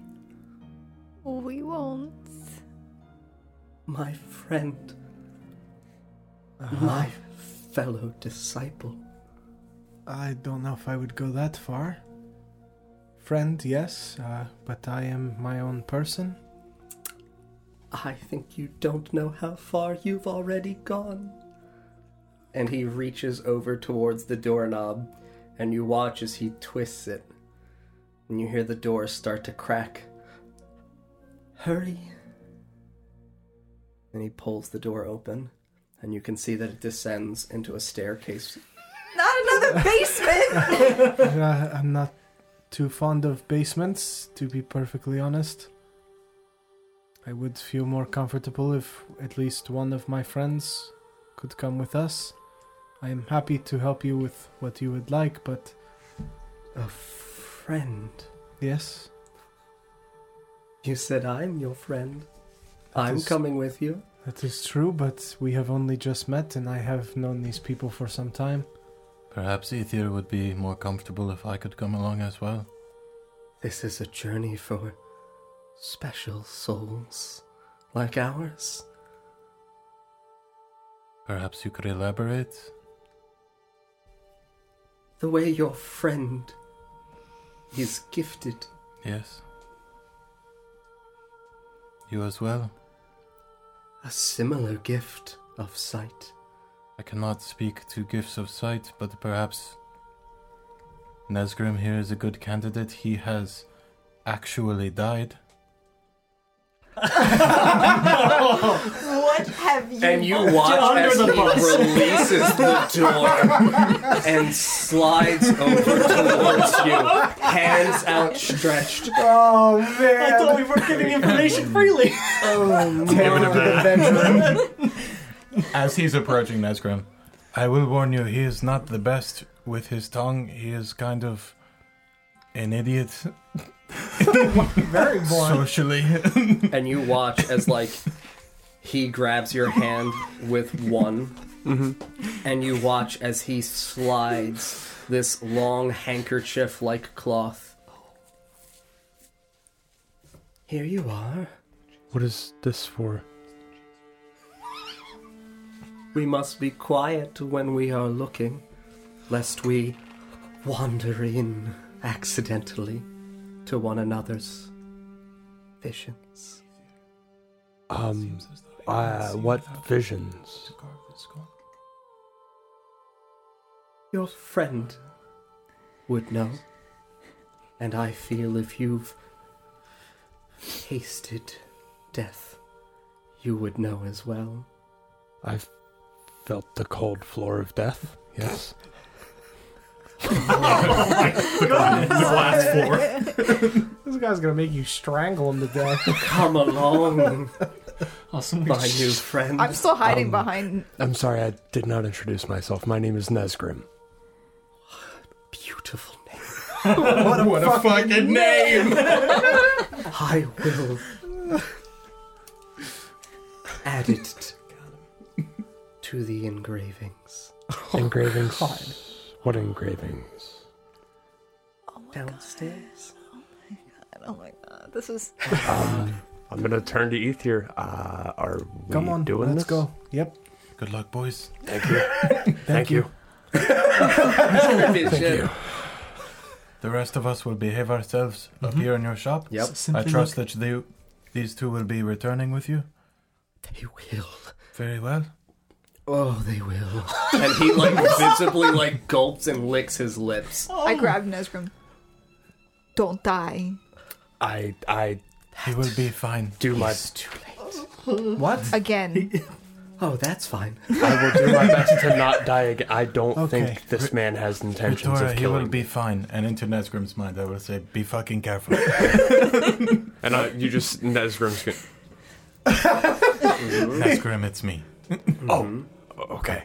We won't.
my friend,
Uh-huh.
my fellow disciple.
I don't know if I would go that far. Friend, yes, uh, but I am my own person.
I think you don't know how far you've already gone. And he reaches over towards the doorknob, and you watch as he twists it. And you hear the door start to crack. Hurry. And he pulls the door open, and you can see that it descends into a staircase.
Not another basement!
Uh, I'm not too fond of basements, to be perfectly honest. I would feel more comfortable if at least one of my friends could come with us. I am happy to help you with what you would like, but
A friend.
yes,
You said I'm your friend. I'm
is-
coming with you.
that is true, but we have only just met and I have known these people for some time.
Perhaps Ether would be more comfortable if I could come along as well.
This is a journey for special souls like ours.
Perhaps you could elaborate?
the way your friend is gifted.
Yes. You as well?
A similar gift of sight.
I cannot speak to gifts of sight, but perhaps Nesgrim here is a good candidate. He has actually died.
what have you
And you watch as he releases the door and slides over towards you, hands outstretched.
Oh man! Oh, I thought we were
Giving information freely.
As he's approaching Nesgrim, I will warn you, he is not the best with his tongue. He is kind of an idiot
very blunt.
socially.
And you watch as, like, he grabs your hand with one,
Mm-hmm.
and you watch as he slides this long handkerchief like cloth. Here you are.
What is this for?
We must be quiet when we are looking, lest we wander in accidentally to one another's visions.
Um, uh, what visions?
Your friend would know, and I feel if you've tasted death, you would know as well.
I've felt the cold floor of death. Yes.
Oh
glass floor.
This guy's gonna make you strangle him to death.
Come along, my
Somebody
new friend.
I'm still
Um,
hiding behind.
I'm sorry, I did not introduce myself. My name is Nesgrim.
Beautiful name.
what a, fucking name!
I will add it to the engravings
engravings.
Oh,
What engravings?
downstairs.
Oh my god, this is.
Um,
I'm gonna turn to Ethier. Uh, are we
Come on,
doing
let's
this?
go. Yep.
Good luck, boys.
Thank you. Thank you. Thank you.
The rest of us will behave ourselves up
Mm-hmm.
here in your shop.
Yep.
I
Simply
trust that they, these two will be returning with you.
They will.
Very well.
Oh, they will. and he like visibly like gulps and licks his lips.
I grabbed Nesgrim. Don't die.
I I
He will be fine.
do my
too late.
what?
Again.
Oh, that's fine.
I will do my best to not die again. I don't
Okay.
think this man has intentions
Victoria,
of
he will
killing.
be fine. And into Nesgrim's mind, I will say, be fucking careful.
and I, you just Nesgrim's good.
Nesgrim, it's me.
Oh,
Mm-hmm.
Oh,
Okay.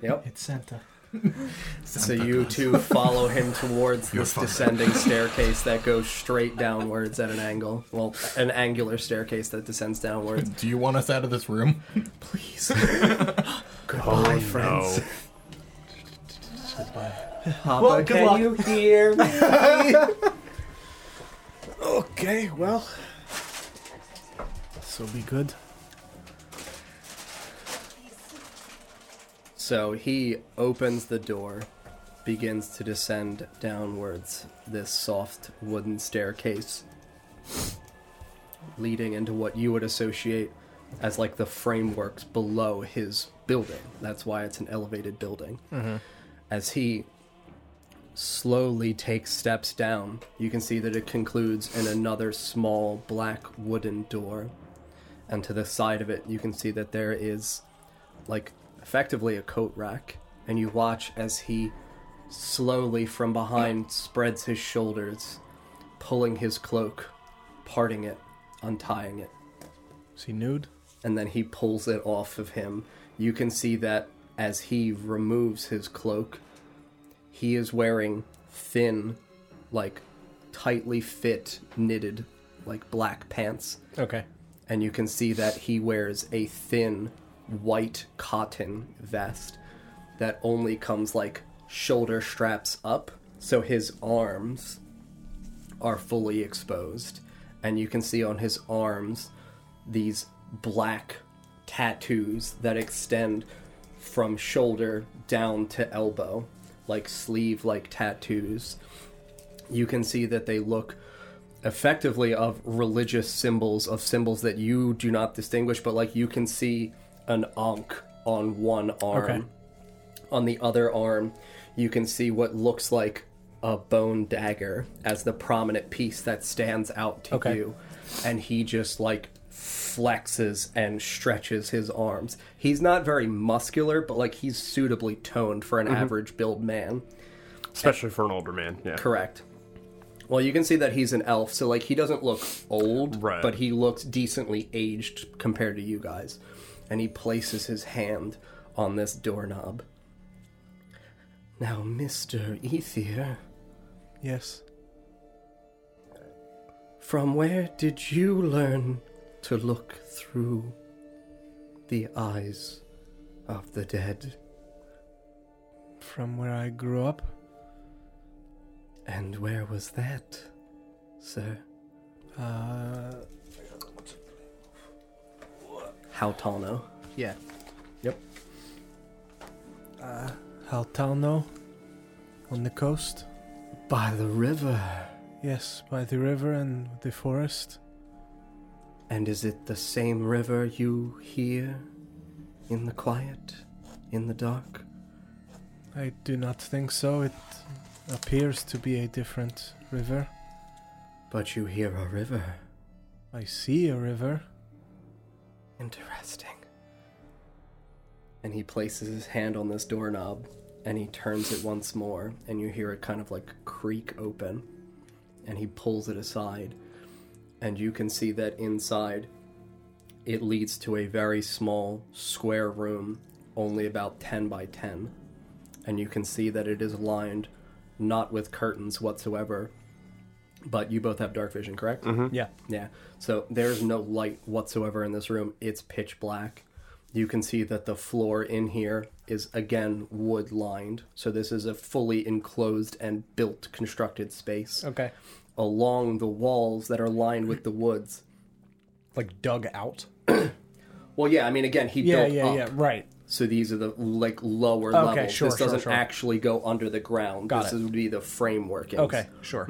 Yep.
It's Santa.
Mm-hmm. So you two follow him towards this descending staircase that goes straight downwards at an angle. Well, an angular staircase that descends downwards.
Do you want us out of this room?
Please.
Oh,
Goodbye, friends. Papa,
Well, good
can
luck.
you hear me?
Okay, well. This will be good.
So he opens the door, begins to descend downwards this soft wooden staircase, leading into what you would associate as like the frameworks below his building. That's why it's an elevated building. As he slowly takes steps down, you can see that it concludes in another small black wooden door. And to the side of it, you can see that there is like effectively a coat rack, and you watch as he slowly from behind spreads his shoulders, pulling his cloak, parting it, untying it,
Is he nude?
and then he pulls it off of him. You can see that as he removes his cloak, he is wearing thin, like tightly fit, knitted, like black pants
Okay.
and you can see that he wears a thin white cotton vest that only comes like shoulder straps up so his arms are fully exposed and you can see on his arms these black tattoos that extend from shoulder down to elbow like sleeve like tattoos you can see that they look effectively of religious symbols of symbols that you do not distinguish but like you can see an ankh on one arm
Okay.
on the other arm you can see what looks like a bone dagger as the prominent piece that stands out to
Okay.
you and he just like flexes and stretches his arms he's not very muscular but like he's suitably toned for an average build man
Mm-hmm. Especially for an older man. Yeah.
Correct. Well, you can see that he's an elf, so like he doesn't look old,
Right.
but he looks decently aged compared to you guys. And he places his hand on this doorknob. Now, Mr. Ethier,
Yes.
from where did you learn to look through the eyes of the dead?
From where I grew up.
And where was that, sir?
Uh,
Hautano. Yeah.
Haltalno. On the coast.
By the river.
Yes, by the river and the forest.
And is it the same river you hear in the quiet, in the dark?
I do not think so. It appears to be a different river.
But you hear a river.
I see a river.
Interesting. And he places his hand on this doorknob and he turns it once more, and you hear it kind of like creak open, and he pulls it aside, and you can see that inside it leads to a very small square room, only about 10 by 10, and you can see that it is lined not with curtains whatsoever. But you both have dark vision, correct?
Yeah.
Yeah. So there's no light whatsoever in this room. It's pitch black. You can see that the floor in here is again wood lined. So this is a fully enclosed and built constructed space.
Okay.
Along the walls that are lined with the woods.
Like dug out.
Well, yeah, I mean, again, he
Yeah,
built
yeah,
up.
yeah. Right.
So these are the like lower
Okay,
levels.
sure,
this
sure,
doesn't
sure.
actually go under the ground.
Got
this
it.
would be the framework. Mm-hmm.
Okay. Sure.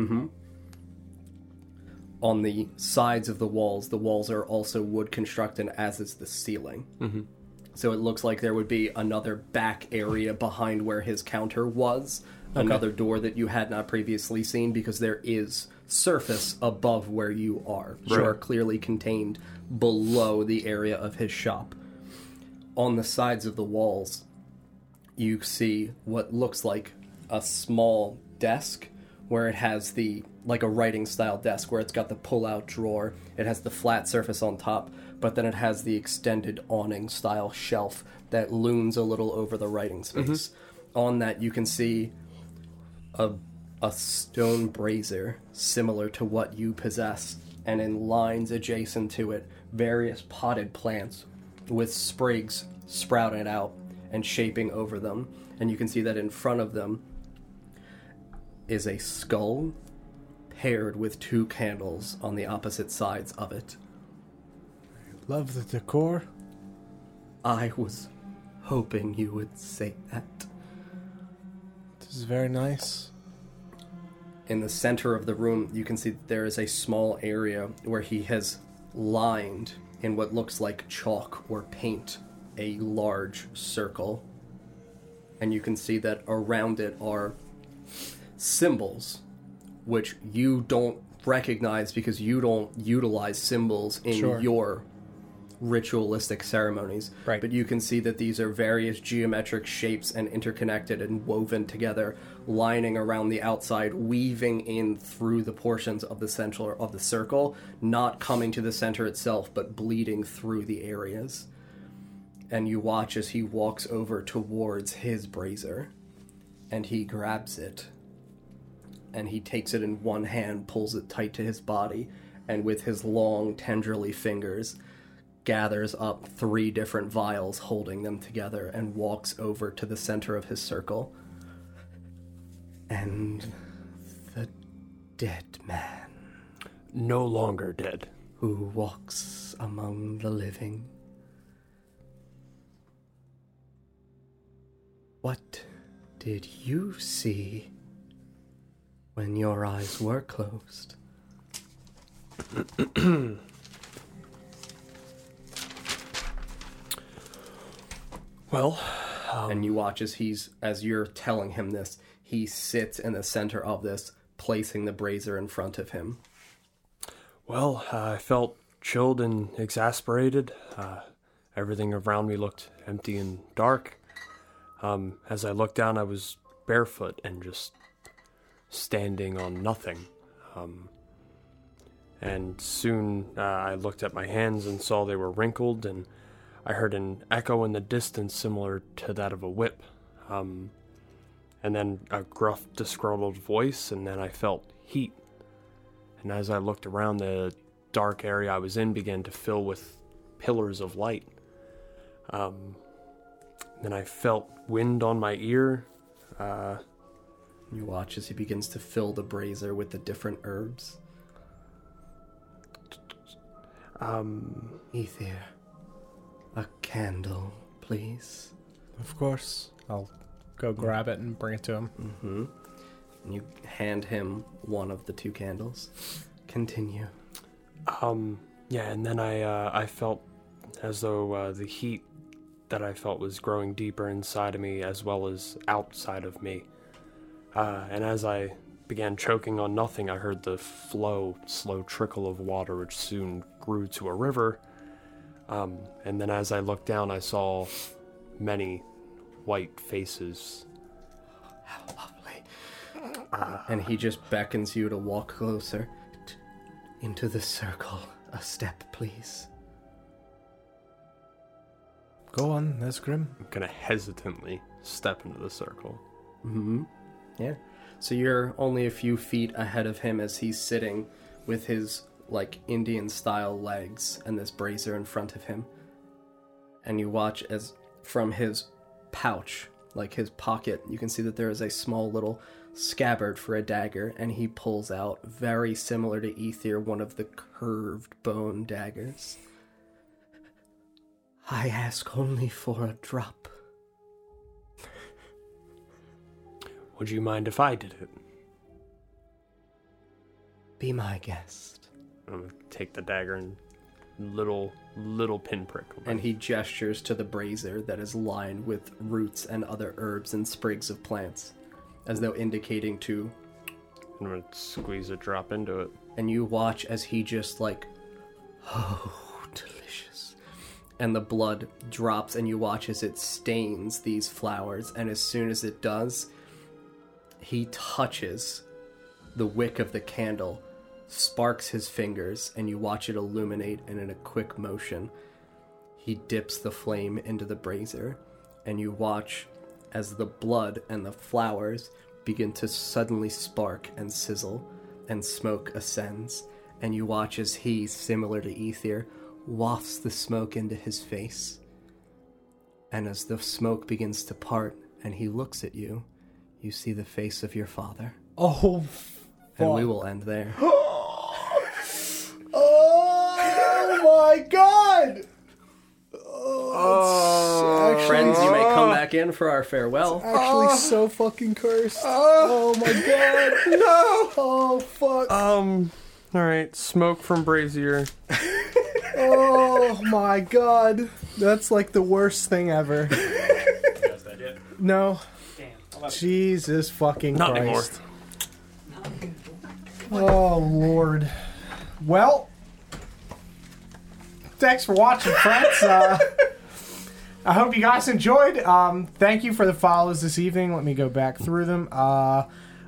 on the sides of the walls. The walls are also wood constructed, as is the ceiling. Mm-hmm. So it looks like there would be another back area behind where his counter was, another door that you had not previously seen, because there is surface above where you are. You are clearly contained below the area of his shop. On the sides of the walls, you see what looks like a small desk where it has the like a writing style desk where it's got the pull out drawer it has the flat surface on top but then it has the extended awning style shelf that looms a little over the writing space on that you can see a a stone brazier similar to what you possess and in lines adjacent to it various potted plants with sprigs sprouting out and shaping over them and you can see that in front of them is a skull paired with two candles on the opposite sides of it
Love the decor.
i was hoping you would say that
This is very nice.
in the center of the room, you can see that there is a small area where he has lined in what looks like chalk or paint a large circle. And you can see that around it are symbols, which you don't recognize because you don't utilize symbols in
Sure.
your ritualistic ceremonies.
Right.
But you can see that these are various geometric shapes and interconnected and woven together, lining around the outside, weaving in through the portions of the center of the circle, not coming to the center itself, but bleeding through the areas. And you watch as he walks over towards his brazier and he grabs it and he takes it in one hand, pulls it tight to his body, and with his long, tenderly fingers, gathers up three different vials, holding them together, and walks over to the center of his circle. And the dead man
No longer dead.
who walks among the living. What did you see when your eyes were closed?
Well,
and you watch as he's as you're telling him this, he sits in the center of this, placing the brazier in front of him.
well, uh, I felt chilled and exasperated. Uh, everything around me looked empty and dark. Um, as I looked down, I was barefoot and just standing on nothing. Um, and soon uh, I looked at my hands and saw they were wrinkled, and I heard an echo in the distance similar to that of a whip. Um, and then a gruff, disgruntled voice, and then I felt heat. And as I looked around, the dark area I was in began to fill with pillars of light. Um, then I felt wind on my ear. Uh,
You watch as he begins to fill the brazier with the different herbs.
um,
Ether, a candle, please.
Of course.
I'll go grab it and bring it to him.
Mm-hmm. And you hand him one of the two candles. Continue.
um, yeah, and then I uh, I felt as though uh, the heat that I felt was growing deeper inside of me as well as outside of me. Uh, and as I began choking on nothing, I heard the flow, slow trickle of water, which soon grew to a river. Um, and then as I looked down, I saw many white faces
How lovely. and he just beckons you to walk closer. T- into the circle. A step, please.
Go on, Nesgrim.
I'm gonna hesitantly step into the circle.
hmm Yeah. So you're only a few feet ahead of him as he's sitting with his like Indian style legs and this brazier in front of him. And you watch as from his pouch, like his pocket, you can see that there is a small little scabbard for a dagger, and he pulls out, very similar to Ether, one of the curved bone daggers. I ask only for a drop.
Would you mind if I did it?
Be my guest.
I'm gonna take the dagger and little little pinprick.
And he gestures to the brazier that is lined with roots and other herbs and sprigs of plants, as though indicating to.
I'm gonna squeeze a drop into it.
And you watch as he just like, oh, delicious. And the blood drops, and you watch as it stains these flowers. And as soon as it does, he touches the wick of the candle, sparks his fingers, and you watch it illuminate. And in a quick motion, he dips the flame into the brazier, and you watch as the blood and the flowers begin to suddenly spark and sizzle, and smoke ascends. And you watch as he, similar to Ether, wafts the smoke into his face. And as the smoke begins to part and he looks at you, you see the face of your father.
Oh,
And we will end there.
oh my god!
Friends, you may come back in for our farewell.
Actually, so fucking cursed. Oh, my god! no! Oh fuck!
Um. All right. Smoke from brazier.
Oh my god. That's like the worst thing ever. No. Jesus fucking
Not
Christ. Oh lord. Well, thanks for watching, friends. Uh, I hope you guys enjoyed. Um, thank you for the follows this evening. Let me go back through them. Uh,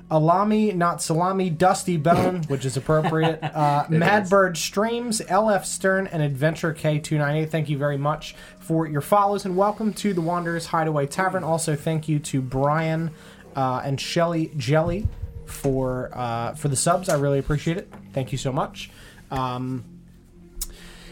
Alami, not salami, Dusty Bone, which is appropriate. Uh, Madbird Streams, LF Stern, and Adventure K298. Thank you very much for your follows and welcome to the Wanderers Hideaway Tavern. Also, thank you to Brian uh, and Shelly Jelly for uh, for the subs. I really appreciate it. Thank you so much. Um,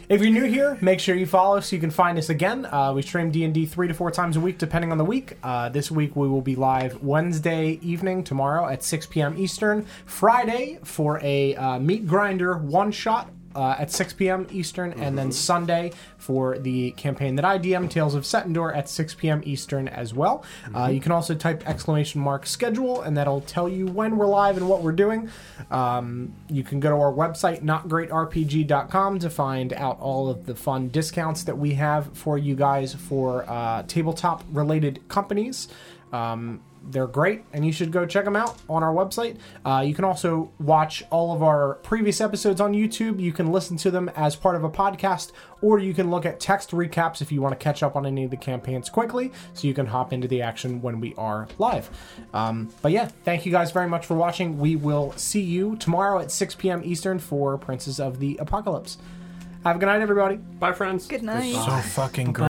if you're new here, make sure you follow so you can find us again. Uh, we stream D and D three to four times a week, depending on the week. Uh, this week we will be live Wednesday evening tomorrow at 6 p.m. Eastern, Friday for a uh, meat grinder one shot. Uh, at 6 p.m. Eastern, and then Sunday for the campaign that I DM, Tales of Setendor, at 6 p.m. Eastern as well. Uh, you can also type exclamation mark schedule, and that'll tell you when we're live and what we're doing. Um, you can go to our website, notgreatrpg.com, to find out all of the fun discounts that we have for you guys for uh, tabletop related companies. Um, they're great, and you should go check them out on our website. Uh, you can also watch all of our previous episodes on YouTube. You can listen to them as part of a podcast, or you can look at text recaps if you want to catch up on any of the campaigns quickly, so you can hop into the action when we are live. Um, but yeah, thank you guys very much for watching. We will see you tomorrow at 6 p.m. Eastern for Princes of the Apocalypse. Have a good night, everybody.
Bye, friends.
Good night.
So fucking good.